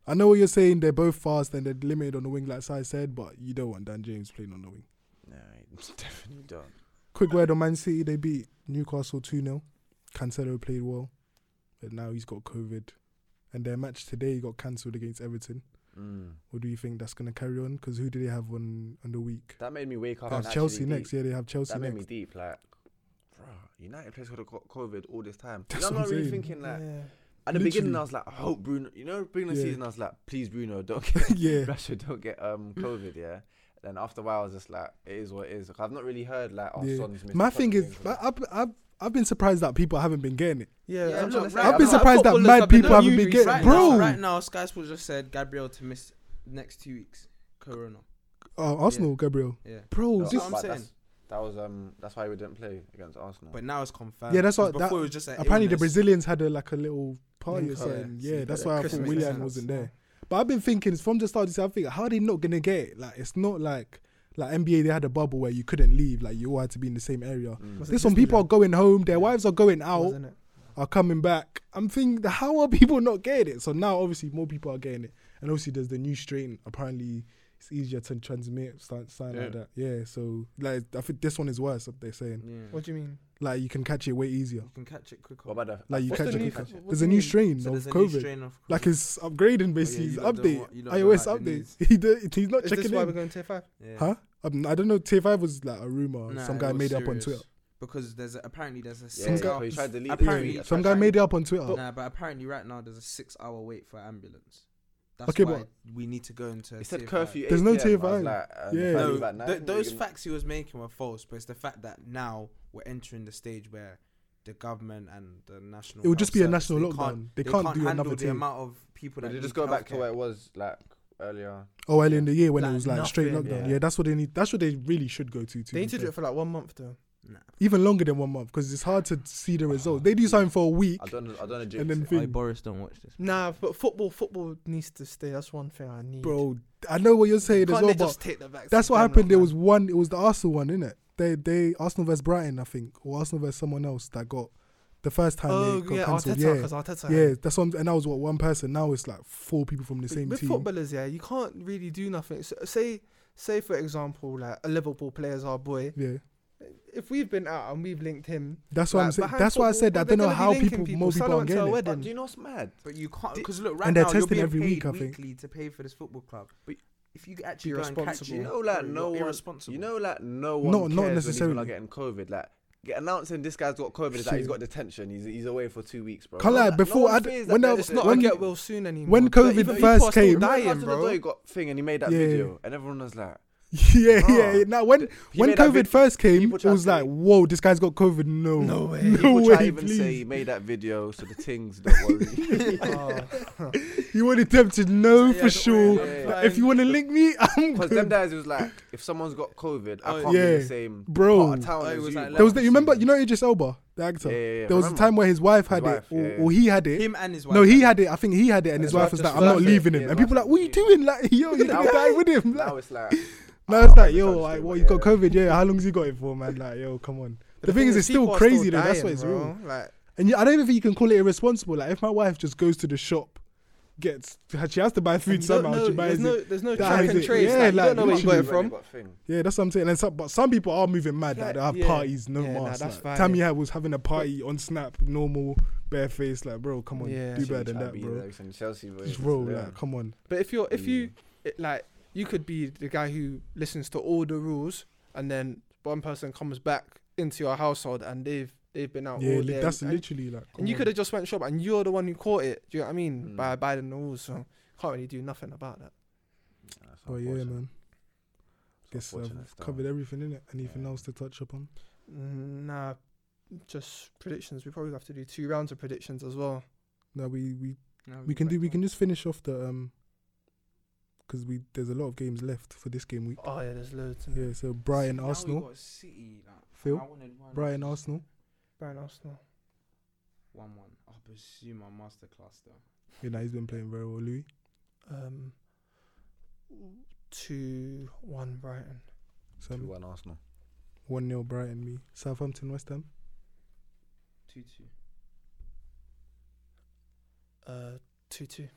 Speaker 1: I know what you're saying. They're both fast and they're limited on the wing, like I said. But you don't want Dan James playing on the wing.
Speaker 4: No, it's definitely done.
Speaker 1: Quick word on Man City. They beat Newcastle two 0 Cancelo played well, but now he's got COVID, and their match today got cancelled against Everton.
Speaker 4: Mm.
Speaker 1: Or do you think that's gonna carry on? Because who do they have on on the week?
Speaker 4: That made me wake up.
Speaker 1: That's
Speaker 4: and actually
Speaker 1: Chelsea
Speaker 4: deep.
Speaker 1: next. Yeah, they have Chelsea
Speaker 4: That made me
Speaker 1: next.
Speaker 4: deep. Like, bro, United players could have got COVID all this time.
Speaker 1: That's
Speaker 4: You know, I'm
Speaker 1: what
Speaker 4: not
Speaker 1: I'm
Speaker 4: really
Speaker 1: saying.
Speaker 4: thinking like.
Speaker 3: Yeah.
Speaker 4: At the beginning,
Speaker 1: Literally.
Speaker 4: I was like, I hope Bruno. You know, beginning of the
Speaker 1: Yeah.
Speaker 4: season, I was like, please, Bruno, don't get
Speaker 1: yeah,
Speaker 4: Rashford, don't get um COVID. Yeah. Then after a while, I was just like, it is what it is. Like, I've not really heard like, oh,
Speaker 1: Yeah.
Speaker 4: Son's missed.
Speaker 1: my
Speaker 4: the
Speaker 1: thing
Speaker 4: Tottenham
Speaker 1: is,
Speaker 4: game,
Speaker 1: I- I've, I've I've been surprised that people haven't been getting it.
Speaker 2: Yeah,
Speaker 3: Yeah, that's
Speaker 2: look,
Speaker 3: what I'm
Speaker 2: right,
Speaker 3: saying.
Speaker 1: I've been
Speaker 4: but
Speaker 1: surprised that
Speaker 4: footballers
Speaker 1: mad
Speaker 4: have been
Speaker 1: people haven't
Speaker 4: injured
Speaker 1: been getting,
Speaker 2: Right
Speaker 1: bro.
Speaker 2: now, right now, Sky Sports just said Gabriel to miss next two weeks. Corona.
Speaker 1: Uh, Arsenal, Gabriel,
Speaker 2: Yeah.
Speaker 1: bro.
Speaker 4: No,
Speaker 1: this,
Speaker 2: I'm
Speaker 4: but
Speaker 2: saying.
Speaker 4: that's- That was um. That's why we didn't play against Arsenal.
Speaker 2: But now it's confirmed.
Speaker 1: Yeah, that's what-
Speaker 2: 'Cause Before
Speaker 1: that-
Speaker 2: it was just an
Speaker 1: apparently the
Speaker 2: illness.
Speaker 1: Brazilians had a, like a little party or
Speaker 4: Yeah.
Speaker 1: something.
Speaker 2: So
Speaker 1: Yeah,
Speaker 2: you
Speaker 1: that's
Speaker 2: got
Speaker 1: why I thought
Speaker 2: that Christmas
Speaker 1: Willian
Speaker 2: present.
Speaker 1: wasn't there. But I've been thinking it's from the start. Of this, I think how are they not gonna get it? Like it's not like like NBA they had a bubble where you couldn't leave. Like you all had to be in the same area.
Speaker 4: Mm.
Speaker 3: Was it
Speaker 1: This one,
Speaker 3: Disneyland?
Speaker 1: people are going home. Their
Speaker 4: Yeah.
Speaker 1: wives are going out.
Speaker 3: Wasn't it?
Speaker 1: are coming back. I'm thinking, how are people not getting it? So now, obviously, more people are getting it, and obviously, there's the new strain. Apparently, it's easier to transmit, st- sign like
Speaker 4: Yeah.
Speaker 1: that. Yeah. So like, I think this one is worse. They're saying
Speaker 2: Yeah.
Speaker 3: What do you mean?
Speaker 1: like you can catch it way easier.
Speaker 2: You can catch it quicker.
Speaker 4: What about the,
Speaker 1: Like you
Speaker 3: What's
Speaker 1: catch
Speaker 3: the
Speaker 1: it.
Speaker 3: new-
Speaker 1: quicker.
Speaker 3: what
Speaker 1: There's
Speaker 3: do
Speaker 1: a
Speaker 3: you
Speaker 1: new
Speaker 3: mean?
Speaker 1: strain
Speaker 2: So
Speaker 1: of
Speaker 2: there's a new
Speaker 1: COVID.
Speaker 2: strain of
Speaker 1: like it's upgrading basically.
Speaker 2: Oh, you
Speaker 1: his
Speaker 2: lot don't
Speaker 1: update.
Speaker 2: want- you lot don't
Speaker 1: iOS
Speaker 2: like the
Speaker 1: update.
Speaker 2: news.
Speaker 1: He do, he's not
Speaker 3: Is
Speaker 1: checking
Speaker 3: this why we're
Speaker 1: in.
Speaker 3: going to five? Oh,
Speaker 2: Yeah.
Speaker 1: Huh? Um, I don't know. Tier five was like a rumor.
Speaker 2: Nah,
Speaker 1: Some
Speaker 2: it
Speaker 1: guy
Speaker 2: was
Speaker 1: made it up on
Speaker 2: serious.
Speaker 1: Twitter.
Speaker 2: Because there's a, apparently there's a
Speaker 4: yeah,
Speaker 2: six
Speaker 4: yeah,
Speaker 2: hour.
Speaker 4: he tried to leave.
Speaker 2: Apparently-
Speaker 4: Yeah,
Speaker 1: Some guy made it up on Twitter.
Speaker 2: Nah, but apparently right now there's a six hour wait for ambulance. That's
Speaker 1: Okay,
Speaker 2: why
Speaker 1: but-
Speaker 2: we need to go into.
Speaker 4: He said
Speaker 2: tier five.
Speaker 4: curfew.
Speaker 1: There's no
Speaker 4: 8 PM, I was
Speaker 1: TFI.
Speaker 4: Like, um,
Speaker 1: Yeah.
Speaker 4: if I
Speaker 2: No,
Speaker 4: leave at nine,
Speaker 2: th-
Speaker 4: you're
Speaker 2: those
Speaker 4: gonna-
Speaker 2: facts he was making were false, but it's the fact that now we're entering the stage where the government and the national.
Speaker 1: It would just
Speaker 2: health
Speaker 1: be a
Speaker 2: service,
Speaker 1: national
Speaker 2: they can't-
Speaker 1: lockdown. They can't, do
Speaker 2: handle
Speaker 1: another
Speaker 2: the
Speaker 1: tier.
Speaker 2: amount of people that
Speaker 4: Did it
Speaker 2: need
Speaker 4: just go back to
Speaker 2: healthcare.
Speaker 4: where it was like earlier?
Speaker 1: Oh, early in the year when
Speaker 3: Like
Speaker 1: it was like straight
Speaker 3: nothing,
Speaker 1: lockdown.
Speaker 4: yeah.
Speaker 1: Yeah. that's what they need. That's what they really should go to. to be
Speaker 3: They need to do
Speaker 1: fair.
Speaker 3: it for like one month though.
Speaker 2: Nah.
Speaker 1: even longer than one month because it's hard to see the results. They do something for a week.
Speaker 4: I don't. I don't.
Speaker 1: And then
Speaker 4: Know,
Speaker 1: think-
Speaker 2: Boris, don't watch this.
Speaker 3: Nah, but football, football needs to stay. That's one thing I need.
Speaker 1: Bro, I know what you're saying
Speaker 3: can't
Speaker 1: as well,
Speaker 3: they
Speaker 1: but
Speaker 3: just take the vaccine?
Speaker 1: that's what
Speaker 3: Damn
Speaker 1: happened.
Speaker 3: right,
Speaker 1: There
Speaker 3: man.
Speaker 1: was one. It was the Arsenal one, innit? They they Arsenal versus Brighton, I think, or Arsenal versus someone else that got the first time
Speaker 3: Oh
Speaker 1: they got
Speaker 3: yeah,
Speaker 1: cancelled.
Speaker 3: Arteta,
Speaker 1: yeah,
Speaker 3: because Arteta.
Speaker 1: yeah, that's one. And that was what one person. Now it's like four people from the same
Speaker 3: with
Speaker 1: team.
Speaker 3: footballers, yeah, you can't really do nothing. So, say, say for example, like a Liverpool player is our boy.
Speaker 1: Yeah,
Speaker 3: If we've been out and we've linked him,
Speaker 1: that's what I'm
Speaker 3: Like,
Speaker 1: saying.
Speaker 3: behind
Speaker 1: That's why I
Speaker 3: football,
Speaker 1: said
Speaker 3: but
Speaker 1: I
Speaker 3: they're
Speaker 1: don't know
Speaker 3: gonna be
Speaker 1: how
Speaker 3: linking
Speaker 1: people
Speaker 3: people.
Speaker 1: more
Speaker 3: Salah
Speaker 1: people are
Speaker 3: went to a
Speaker 1: getting it.
Speaker 3: wedding.
Speaker 4: do you know what's mad?
Speaker 2: But you can't
Speaker 4: Did-
Speaker 2: because look right
Speaker 1: And they're
Speaker 2: now you're
Speaker 1: testing
Speaker 2: being
Speaker 1: every
Speaker 2: paid
Speaker 1: week, I think.
Speaker 2: weekly to pay for this football club.
Speaker 4: But
Speaker 2: if you actually go and
Speaker 3: irresponsible.
Speaker 2: catch it,
Speaker 4: You know, like
Speaker 2: bro,
Speaker 4: no
Speaker 2: you're
Speaker 4: one.
Speaker 2: irresponsible.
Speaker 4: You know, like no
Speaker 1: No,
Speaker 4: one.
Speaker 1: not
Speaker 4: cares When
Speaker 1: necessarily.
Speaker 4: people are getting COVID. Like get, announcing this guy's got COVID is like he's
Speaker 1: Shit.
Speaker 4: got detention. He's he's away for two weeks, bro.
Speaker 1: Can't lie,
Speaker 4: one
Speaker 1: before
Speaker 4: fears
Speaker 1: I'd-
Speaker 4: that
Speaker 1: when
Speaker 4: they're
Speaker 1: I-
Speaker 3: it's
Speaker 4: just-
Speaker 3: not
Speaker 1: when-
Speaker 3: a get well soon anymore.
Speaker 1: when
Speaker 3: But
Speaker 1: COVID
Speaker 3: even
Speaker 1: first
Speaker 3: people are still
Speaker 1: came-
Speaker 4: Dying,
Speaker 3: dying, bro.
Speaker 4: got thing and he made that
Speaker 1: Yeah.
Speaker 4: video and everyone was like,
Speaker 1: yeah,
Speaker 4: Bruh.
Speaker 1: yeah. Now when
Speaker 4: He
Speaker 1: when
Speaker 4: made that
Speaker 1: COVID
Speaker 4: vid-
Speaker 1: first came,
Speaker 4: people
Speaker 1: it
Speaker 4: tried
Speaker 1: was
Speaker 4: to
Speaker 1: like,
Speaker 4: make-
Speaker 1: whoa, this guy's got COVID. No,
Speaker 3: No way.
Speaker 1: no
Speaker 4: people
Speaker 1: way,
Speaker 4: try even say
Speaker 1: please.
Speaker 4: he made that video so the things don't worry.
Speaker 3: Oh.
Speaker 1: You wanted them to know
Speaker 2: So, yeah,
Speaker 1: for
Speaker 2: don't worry,
Speaker 1: sure.
Speaker 4: yeah,
Speaker 2: I'm
Speaker 4: yeah.
Speaker 1: Like,
Speaker 2: fine.
Speaker 1: If you want to link me, I'm
Speaker 4: Because them
Speaker 1: good.
Speaker 4: guys, it was like, if someone's got COVID, I
Speaker 2: Oh,
Speaker 4: can't be in
Speaker 1: yeah.
Speaker 4: the same
Speaker 1: Bro.
Speaker 4: part of town
Speaker 2: Oh, it
Speaker 4: as
Speaker 2: was
Speaker 4: you.
Speaker 2: like
Speaker 4: bro.
Speaker 1: There was the, you remember, you know Idris Elba, the actor.
Speaker 4: Yeah, yeah, yeah,
Speaker 1: There was a
Speaker 4: remember.
Speaker 1: time where his wife
Speaker 4: His
Speaker 1: had
Speaker 4: wife,
Speaker 1: it, or,
Speaker 4: yeah, yeah.
Speaker 1: or he had it.
Speaker 2: him and his wife.
Speaker 1: no, he had
Speaker 2: had
Speaker 1: it. I think he had it, and his, wife was like, "I'm not
Speaker 4: left it.
Speaker 1: leaving him."
Speaker 4: Yeah,
Speaker 1: and
Speaker 4: his
Speaker 1: people are
Speaker 4: wife
Speaker 1: like, "What are you
Speaker 4: left
Speaker 1: doing? Like, yo, you're
Speaker 4: Now
Speaker 1: gonna
Speaker 4: it's-
Speaker 1: die with him." Like,
Speaker 4: Now it's like.
Speaker 1: now it's
Speaker 4: I
Speaker 1: like,
Speaker 4: can't
Speaker 1: "Yo,
Speaker 4: understand
Speaker 1: like,
Speaker 4: it,
Speaker 1: what
Speaker 4: but
Speaker 1: you got
Speaker 4: yeah.
Speaker 1: COVID? Yeah, how long's he got it for, man? Like, yo, come on."
Speaker 3: But
Speaker 1: The, thing is, it's still
Speaker 3: people are
Speaker 1: crazy though. That's
Speaker 3: dying,
Speaker 1: what it's
Speaker 3: bro.
Speaker 1: real.
Speaker 3: Like,
Speaker 1: And you, I don't even think you can call it irresponsible. Like, if my wife just goes to the shop gets she has to buy
Speaker 3: And
Speaker 1: food
Speaker 3: you don't
Speaker 1: somehow.
Speaker 3: know-
Speaker 1: she buys
Speaker 3: there's
Speaker 1: it.
Speaker 3: no there's no
Speaker 1: That
Speaker 3: track
Speaker 1: is
Speaker 3: and
Speaker 1: it.
Speaker 3: trace.
Speaker 1: Yeah,
Speaker 3: like, you
Speaker 1: like,
Speaker 3: don't know where you got it
Speaker 1: literally.
Speaker 3: from.
Speaker 1: Yeah, that's what I'm saying. And some, but some people are moving mad.
Speaker 3: Like,
Speaker 1: Like, they have
Speaker 3: yeah.
Speaker 1: parties, no
Speaker 3: Yeah, nah,
Speaker 1: mask.
Speaker 3: that's
Speaker 1: like,
Speaker 3: valid.
Speaker 1: Tammy Hyde was having a party on Snap, normal, barefaced. Like, bro, come on,
Speaker 3: Yeah.
Speaker 1: do
Speaker 3: Shouldn't
Speaker 1: better than that, bro.
Speaker 4: Chelsea, boys,
Speaker 1: Just roll,
Speaker 4: yeah.
Speaker 1: like, come on.
Speaker 3: But if you're if you
Speaker 4: Mm.
Speaker 3: it, like you could be the guy who listens to all the rules, and then one person comes back into your household and they've they've been out
Speaker 1: Yeah,
Speaker 3: all
Speaker 1: li-
Speaker 3: day.
Speaker 1: that's
Speaker 3: and,
Speaker 1: literally like. come
Speaker 3: and you
Speaker 1: on.
Speaker 3: could have just went shop, and you're the one who caught it. Do you know what I mean?
Speaker 4: Mm.
Speaker 3: By abiding the rules, so can't really do nothing about that.
Speaker 4: That's
Speaker 1: But Oh, yeah,
Speaker 4: unfortunate.
Speaker 1: man. Guess I've
Speaker 4: unfortunate stuff.
Speaker 1: covered everything in it. Anything
Speaker 4: Yeah.
Speaker 1: else to touch upon?
Speaker 3: Mm, Nah, just predictions. We probably have to do two rounds of predictions as well.
Speaker 1: No, we we we can do. We can just finish off the um. Because we there's a lot of games left for this game week.
Speaker 3: Oh yeah, there's loads. In
Speaker 1: Yeah, so Brighton Arsenal.
Speaker 2: City, like,
Speaker 1: Phil?
Speaker 2: I wanted one
Speaker 1: Brighton
Speaker 2: just
Speaker 1: Arsenal.
Speaker 3: Brian Arsenal.
Speaker 2: One one. I'll pursue my masterclass though.
Speaker 1: You know he's been playing very well, Louis.
Speaker 3: Um, two one Brighton.
Speaker 1: So
Speaker 4: Two one Arsenal.
Speaker 1: one 0 Brighton. Me Southampton West Ham.
Speaker 2: Two two.
Speaker 3: Uh, two two.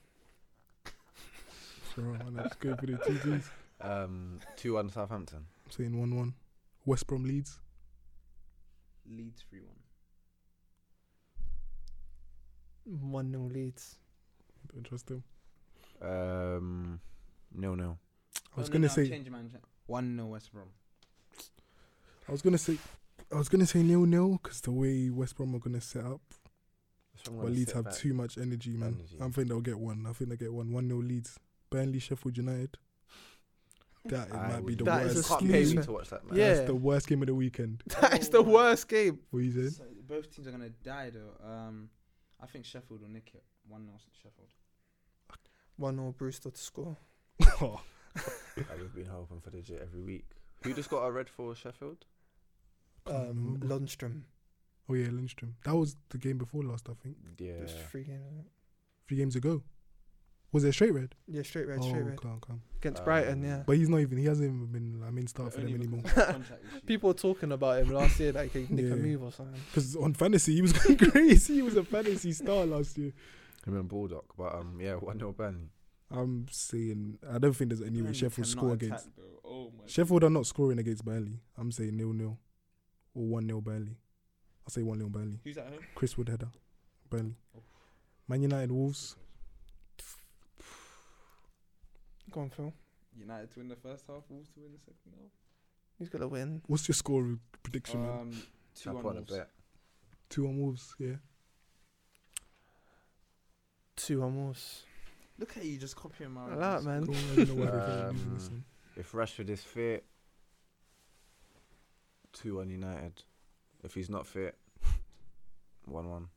Speaker 1: Bro, oh, man, I just go for the TVs.
Speaker 4: Um, two one Southampton.
Speaker 1: I'm saying one one. West Brom Leeds.
Speaker 2: Leeds three one.
Speaker 3: One 0 Leeds.
Speaker 1: Don't trust them.
Speaker 4: Um, no, no.
Speaker 1: I was gonna say.
Speaker 2: change man. One no West Brom.
Speaker 1: I was gonna say. I was gonna say nil nil because the way West Brom are gonna set up, but Leeds have too much energy, man.
Speaker 4: Energy.
Speaker 1: I think they'll get one. I think they'll get one. One nil Leeds. Burnley Sheffield United. That it might be the
Speaker 3: That is
Speaker 1: worst.
Speaker 3: a
Speaker 4: can't
Speaker 1: game.
Speaker 4: pay
Speaker 3: sleeper.
Speaker 4: me to watch that. Man.
Speaker 3: Yeah.
Speaker 1: That's the worst game of the weekend.
Speaker 3: That is the
Speaker 2: Oh.
Speaker 3: worst game.
Speaker 1: What are you saying?
Speaker 2: So both teams are gonna die though. Um, I think Sheffield will nick it. One no Sheffield.
Speaker 3: One 0 Brewster to score.
Speaker 1: Oh,
Speaker 4: Like, we've been hoping for the J every week. Who just got a red for Sheffield?
Speaker 1: Can't
Speaker 3: Um,
Speaker 1: remember.
Speaker 3: Lundstrom.
Speaker 1: oh yeah, Lindstrom. That was the game before last, I think.
Speaker 4: Yeah.
Speaker 3: It was three games. wasn't it?
Speaker 1: Three games ago. Was it a straight red?
Speaker 3: Yeah, straight red,
Speaker 1: oh,
Speaker 3: straight red
Speaker 1: Calm, calm.
Speaker 3: against
Speaker 4: Um,
Speaker 3: Brighton. Yeah.
Speaker 1: But he's not even. He hasn't even been. I mean, start
Speaker 2: But
Speaker 1: for
Speaker 2: only
Speaker 1: them anymore.
Speaker 2: because of the contract issue.
Speaker 3: People were talking about him last year that he could nick
Speaker 1: Yeah.
Speaker 3: a move or something.
Speaker 1: Because on fantasy, he was going crazy. He was a fantasy star last year.
Speaker 4: Him and Baldock, but um, yeah, one 0 Burnley.
Speaker 1: I'm saying I don't think there's any way
Speaker 2: Burnley
Speaker 1: Sheffield
Speaker 2: cannot
Speaker 1: score
Speaker 2: attack,
Speaker 1: against.
Speaker 2: though. Oh my
Speaker 1: Sheffield are not scoring against Burnley. I'm saying nil nil, or one nil Burnley. I'll say one nil Burnley.
Speaker 2: Who's at home?
Speaker 1: Chris Wood header, Burnley.
Speaker 2: Oof.
Speaker 1: Man United Wolves.
Speaker 3: Go on, Phil.
Speaker 2: United to win the first half, Wolves to win the second half.
Speaker 3: He's gonna win.
Speaker 1: What's your score prediction, man?
Speaker 2: Um, two
Speaker 4: I
Speaker 2: one
Speaker 4: put on a
Speaker 2: Wolves.
Speaker 4: bet.
Speaker 1: Two on Wolves. Yeah.
Speaker 3: Two one Wolves.
Speaker 2: Look at you just copying my.
Speaker 3: I like, man.
Speaker 1: Cool, I don't know why they're losing this
Speaker 4: Um,
Speaker 1: one.
Speaker 4: If Rashford is fit, two one United. If he's not fit, one one.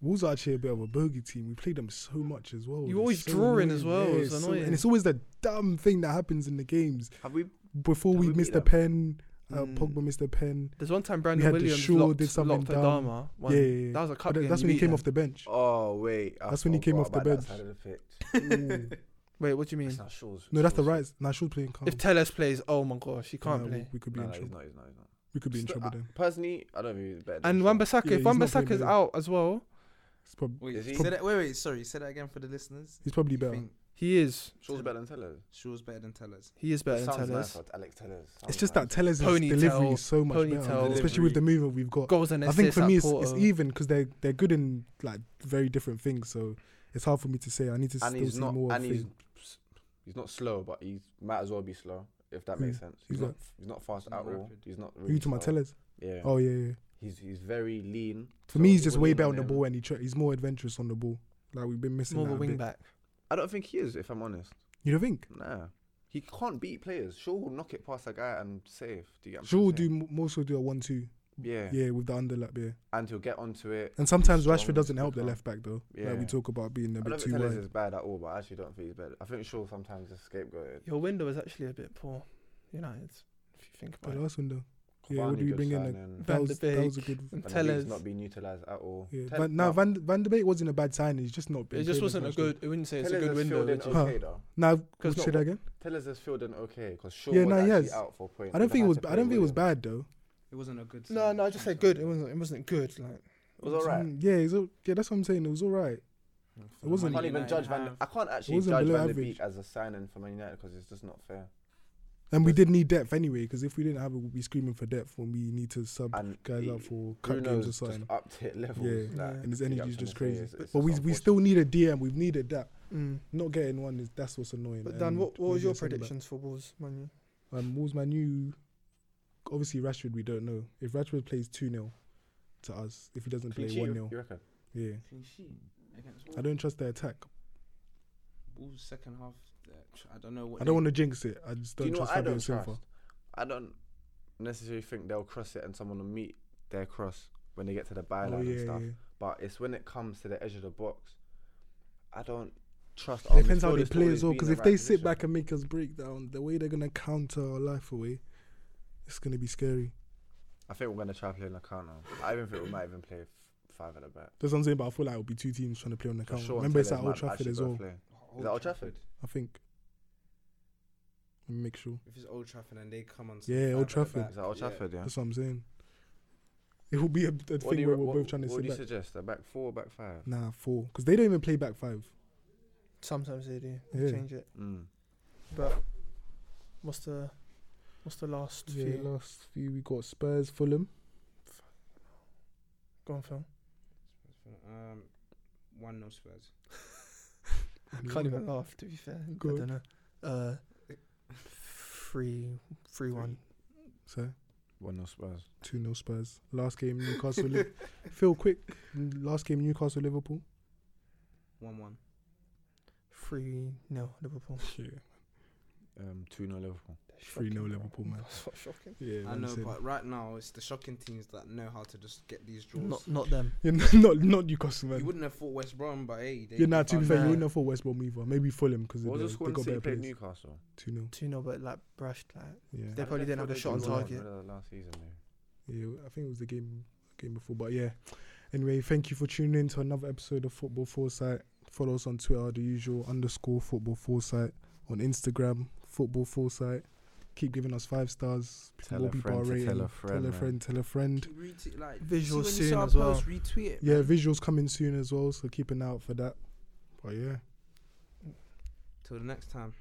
Speaker 1: Wolves are actually a bit of a bogey team. We play them so much as well.
Speaker 3: You
Speaker 1: It's
Speaker 3: always
Speaker 1: so
Speaker 3: drawing as well, it's
Speaker 1: so-
Speaker 3: annoying.
Speaker 1: and it's always the dumb thing that happens in the games.
Speaker 4: Have we?
Speaker 1: Before
Speaker 4: That
Speaker 1: we
Speaker 4: would be
Speaker 1: missed a
Speaker 4: them.
Speaker 1: pen, uh,
Speaker 3: Mm.
Speaker 1: Pogba missed a pen.
Speaker 3: There's one time Brandon
Speaker 1: had the
Speaker 3: Williams
Speaker 1: Shaw
Speaker 3: locked,
Speaker 1: did something
Speaker 3: locked
Speaker 1: down.
Speaker 3: Adama.
Speaker 1: Yeah,
Speaker 3: One.
Speaker 1: yeah, yeah.
Speaker 3: That was a
Speaker 1: But
Speaker 3: cup
Speaker 1: th-
Speaker 3: game.
Speaker 1: that's when he
Speaker 3: beat
Speaker 1: came
Speaker 3: them.
Speaker 1: off the bench.
Speaker 4: Oh wait, I
Speaker 1: That's when he came
Speaker 4: forgot
Speaker 1: off the
Speaker 4: about
Speaker 1: bench.
Speaker 4: that side of the pitch.
Speaker 1: Ooh.
Speaker 3: Wait, what do you mean?
Speaker 4: It's not Shaw's-
Speaker 1: no, that's the
Speaker 4: Shaw's-
Speaker 1: right. Nah, Shaw playing calm.
Speaker 3: If Telles plays, oh my gosh, he can't
Speaker 1: Nah,
Speaker 3: play.
Speaker 1: We, we could be
Speaker 4: No,
Speaker 1: in
Speaker 4: no, he's
Speaker 1: trouble.
Speaker 4: not. He's not. He's not.
Speaker 1: We could be in
Speaker 4: Still,
Speaker 1: trouble
Speaker 4: I-
Speaker 1: then.
Speaker 4: Personally, I don't think he's better.
Speaker 3: And
Speaker 4: one
Speaker 3: Wan-Bissaka,
Speaker 1: Yeah,
Speaker 3: if
Speaker 1: he's not
Speaker 3: Wan-Bissaka's
Speaker 1: playing
Speaker 3: out as well,
Speaker 1: It's prob-
Speaker 2: Wait,
Speaker 4: Is he-
Speaker 2: say that, wait, wait, sorry. Say that again for the listeners.
Speaker 1: he's probably
Speaker 2: You
Speaker 1: better.
Speaker 2: think
Speaker 3: he is.
Speaker 4: Shaw's better than Tellers.
Speaker 2: Shaw's better than Tellers.
Speaker 3: He is better
Speaker 4: Sounds
Speaker 3: than
Speaker 4: nice,
Speaker 3: Telles.
Speaker 4: like Alex Tellers.
Speaker 1: It's just that Teller's
Speaker 3: Ponytail,
Speaker 1: delivery is so much better, man,
Speaker 3: ponytail.
Speaker 1: especially with the movement we've got.
Speaker 3: Goals and
Speaker 1: I
Speaker 3: assists.
Speaker 1: think for me, it's,
Speaker 3: at
Speaker 1: it's
Speaker 3: Porto.
Speaker 1: even because they're they're good in like very different things. So it's hard for me to say. I need to
Speaker 4: and
Speaker 1: still
Speaker 4: he's
Speaker 1: see
Speaker 4: not.
Speaker 1: more.
Speaker 4: And
Speaker 1: of
Speaker 4: he's
Speaker 1: him.
Speaker 4: s- he's not slow, but he might as well be slow if that
Speaker 1: Who?
Speaker 4: makes sense. He's
Speaker 1: Who's
Speaker 4: not. He's not fast
Speaker 2: He's
Speaker 4: at
Speaker 2: not
Speaker 4: all.
Speaker 2: rapid.
Speaker 4: He's not.
Speaker 1: Who
Speaker 4: Really
Speaker 1: Hmm. you to my
Speaker 4: slow.
Speaker 1: Tellers?
Speaker 4: Yeah.
Speaker 1: Oh yeah, yeah.
Speaker 4: He's he's very lean.
Speaker 1: For
Speaker 4: so
Speaker 1: me, he's
Speaker 4: you
Speaker 1: just
Speaker 4: would
Speaker 1: way
Speaker 4: lean
Speaker 1: better on
Speaker 4: on
Speaker 1: the
Speaker 4: him.
Speaker 1: ball, and he tr- he's more adventurous on the ball. Like we've been missing
Speaker 3: more of a
Speaker 1: that a
Speaker 3: wing
Speaker 1: bit.
Speaker 3: back.
Speaker 4: I don't think he is. If I'm honest,
Speaker 1: You don't think?
Speaker 4: nah. He can't beat players. Shaw will knock it past a guy and save. Do you get what I'm
Speaker 1: Shaw will do
Speaker 4: saying?
Speaker 1: m- more. So do a one-two.
Speaker 4: Yeah.
Speaker 1: Yeah, with the underlap. Yeah,
Speaker 4: and he'll get onto it.
Speaker 1: and sometimes
Speaker 4: strong,
Speaker 1: Rashford doesn't help the
Speaker 4: quicker.
Speaker 1: left back though. Like we
Speaker 4: Yeah.
Speaker 1: talk about being a
Speaker 4: I
Speaker 1: bit
Speaker 4: don't
Speaker 1: too
Speaker 4: think Tellers
Speaker 1: wide.
Speaker 4: is bad at all, but I actually don't think he's bad. I think Shaw sometimes is scapegoated.
Speaker 3: Your window is actually a bit poor, United. If you think
Speaker 1: But
Speaker 3: about it.
Speaker 1: last window, Yeah, what
Speaker 4: Cavani
Speaker 1: do we
Speaker 4: good
Speaker 1: bring in?
Speaker 4: signing.
Speaker 1: that
Speaker 3: Van
Speaker 1: was
Speaker 3: de
Speaker 1: that was a
Speaker 3: Beek.
Speaker 1: good.
Speaker 3: And
Speaker 4: Van de
Speaker 3: Tellers.
Speaker 4: Beek's not being utilised at all.
Speaker 1: Yeah,
Speaker 4: Tell-
Speaker 1: Van, no,
Speaker 4: no,
Speaker 1: Van Van de Beek wasn't a bad signing. He's just not. Been
Speaker 3: It
Speaker 1: playing
Speaker 3: just
Speaker 1: as
Speaker 3: wasn't a
Speaker 1: much though.
Speaker 3: good. I wouldn't say it's a
Speaker 4: Tellers
Speaker 3: good
Speaker 4: has
Speaker 3: window.
Speaker 4: filled in
Speaker 3: which is-
Speaker 1: Huh.
Speaker 4: okay though.
Speaker 1: Now,
Speaker 3: Cause
Speaker 1: say
Speaker 3: not-
Speaker 1: that again.
Speaker 4: Tellers has filled in okay because Shaw
Speaker 1: Yeah,
Speaker 4: was
Speaker 1: no, he
Speaker 4: actually
Speaker 1: has.
Speaker 4: out for a point.
Speaker 1: I don't
Speaker 4: They
Speaker 1: think it
Speaker 4: had
Speaker 1: was.
Speaker 4: to
Speaker 1: b- I
Speaker 4: play
Speaker 1: don't think it was
Speaker 4: Williams.
Speaker 1: bad though.
Speaker 2: It wasn't a good.
Speaker 3: No,
Speaker 2: signing,
Speaker 3: no, I just
Speaker 2: I'm
Speaker 3: said good. It
Speaker 2: sorry.
Speaker 3: wasn't. It wasn't good. Like
Speaker 4: It was alright.
Speaker 1: Mm, Yeah, it was, al- yeah, that's what I'm saying. It was all right. It wasn't-
Speaker 4: I can't
Speaker 1: Man
Speaker 4: even judge Van. I can't actually
Speaker 1: wasn't
Speaker 4: judge
Speaker 1: below
Speaker 4: Van de
Speaker 1: average.
Speaker 4: Beek as a signing for Man United because it's just not fair.
Speaker 1: And we did need depth anyway, because if we didn't have it, we'd be screaming for depth when we need to sub
Speaker 4: And
Speaker 1: guys
Speaker 4: he-
Speaker 1: out for cut
Speaker 4: Bruno's
Speaker 1: games or
Speaker 4: just
Speaker 1: something.
Speaker 4: upped it levels.
Speaker 1: Yeah,
Speaker 4: like,
Speaker 3: and
Speaker 1: his
Speaker 4: big
Speaker 1: energy's
Speaker 4: ups on
Speaker 1: just
Speaker 4: the
Speaker 1: crazy.
Speaker 4: players, it's
Speaker 1: But we
Speaker 4: just
Speaker 1: we
Speaker 4: unfortunate.
Speaker 1: still need a DM. We've needed that.
Speaker 3: Mm.
Speaker 1: Not getting one is that's what's annoying.
Speaker 3: But Dan,
Speaker 1: and
Speaker 3: what, what was
Speaker 1: maybe
Speaker 3: your
Speaker 1: a centre-back.
Speaker 3: predictions for Wolves, Man U?
Speaker 1: Um, Wolves, Man U. Obviously, Rashford. We don't know if Rashford plays two 0 to us. If he doesn't
Speaker 4: Clean
Speaker 1: play
Speaker 4: sheet,
Speaker 1: one
Speaker 4: you-
Speaker 1: 0
Speaker 4: You reckon?
Speaker 1: yeah.
Speaker 2: Clean sheet against
Speaker 1: I
Speaker 2: Wolves.
Speaker 1: don't trust their attack.
Speaker 2: Wolves second half. uh, I don't know what.
Speaker 1: I don't want
Speaker 2: they-
Speaker 1: to jinx it. I just
Speaker 4: Do you
Speaker 1: don't
Speaker 4: know
Speaker 1: trust
Speaker 4: what I
Speaker 1: Fabio
Speaker 4: don't
Speaker 1: Silva.
Speaker 4: trust? I don't necessarily think they'll cross it and someone will meet their cross when they get to the
Speaker 1: Oh,
Speaker 4: byline and
Speaker 1: yeah,
Speaker 4: stuff.
Speaker 1: yeah.
Speaker 4: But it's when it comes to the edge of the box, I don't trust.
Speaker 1: It depends how they play as well. Because if they sit back and make us break down, the way they're gonna counter our life away, it's gonna be scary.
Speaker 4: I think we're gonna try playing the counter. I even think we might even play f- five at the back.
Speaker 1: That's what I'm saying. But I feel like it'll be two teams trying to play on the
Speaker 4: For
Speaker 1: counter.
Speaker 4: sure,
Speaker 1: Remember, it's
Speaker 4: Tevez
Speaker 1: at
Speaker 4: might
Speaker 1: Old Trafford
Speaker 4: actually
Speaker 1: as
Speaker 4: go
Speaker 1: well.
Speaker 4: play. Is that Old Trafford?
Speaker 1: I think. Let me make sure.
Speaker 2: If it's Old Trafford and they come on.
Speaker 1: Yeah, Old Trafford.
Speaker 4: Is that Old Trafford? Yeah.
Speaker 1: That's what I'm saying. It will be a, a
Speaker 4: What do
Speaker 1: thing
Speaker 4: you
Speaker 1: where
Speaker 4: re-
Speaker 1: we're
Speaker 4: what-
Speaker 1: both trying to
Speaker 4: What do
Speaker 1: sit
Speaker 4: you
Speaker 1: back.
Speaker 4: suggest? A back four, back five?
Speaker 1: Nah, four. Because they don't even play back five.
Speaker 3: Sometimes they do. They
Speaker 1: Yeah.
Speaker 3: change it.
Speaker 4: Mm.
Speaker 3: But what's the what's the last
Speaker 1: Yeah,
Speaker 3: few?
Speaker 1: last few we got Spurs, Fulham.
Speaker 3: Go on, Phil.
Speaker 2: Um, one no Spurs.
Speaker 3: I can't even laugh. To be fair,
Speaker 1: Go
Speaker 3: I
Speaker 1: on.
Speaker 3: don't know. Uh, three, three, one.
Speaker 1: So
Speaker 4: One nil Spurs.
Speaker 1: two 0 Spurs. Last game Newcastle. Liv- Phil, quick. Last game Newcastle Liverpool.
Speaker 2: One one.
Speaker 3: Three, no, Liverpool.
Speaker 1: Yeah,
Speaker 4: Um, two nil Liverpool.
Speaker 1: three 0
Speaker 3: Shocking, bro.
Speaker 1: Liverpool, man.
Speaker 3: That's not shocking.
Speaker 1: Yeah,
Speaker 2: I
Speaker 1: man,
Speaker 2: know,
Speaker 1: same.
Speaker 2: but right now it's the shocking teams that know how to just get these draws.
Speaker 3: Not, not them.
Speaker 1: Yeah, not not Newcastle,
Speaker 2: you
Speaker 1: man.
Speaker 2: wouldn't have thought West Brom, but hey, they.
Speaker 1: Yeah, nah.
Speaker 2: they
Speaker 1: To be
Speaker 2: found
Speaker 1: fair,
Speaker 2: a
Speaker 1: you
Speaker 3: out.
Speaker 1: wouldn't have thought West Brom either. Maybe Fulham because they,
Speaker 4: What was the
Speaker 1: they
Speaker 4: score when
Speaker 1: got
Speaker 4: City
Speaker 1: better
Speaker 4: played
Speaker 1: players.
Speaker 4: Newcastle?
Speaker 1: Two 0
Speaker 3: Two, no, but like brushed. Like
Speaker 1: Yeah,
Speaker 3: They probably didn't have a
Speaker 4: They
Speaker 3: shot on
Speaker 4: did well
Speaker 3: target.
Speaker 4: after the uh, Last season, though.
Speaker 1: yeah. I think it was the game game before, but yeah. Anyway, thank you for tuning in to another episode of Football Foresight. Follow us on Twitter, the usual underscore Football Foresight on Instagram, Football Foresight. Keep giving us five stars.
Speaker 4: Tell
Speaker 1: more
Speaker 4: a
Speaker 1: people
Speaker 4: friend
Speaker 1: are
Speaker 4: to
Speaker 1: rating.
Speaker 4: tell a friend,
Speaker 1: tell a
Speaker 4: man.
Speaker 1: friend. Tell a friend.
Speaker 2: Keep rete- like,
Speaker 3: Visual
Speaker 2: see when
Speaker 3: soon
Speaker 2: you saw our
Speaker 3: as well.
Speaker 2: post, retweet it.
Speaker 1: Yeah,
Speaker 2: man.
Speaker 1: visuals coming soon as well, so keep an eye out for that. But yeah.
Speaker 2: Till the next time.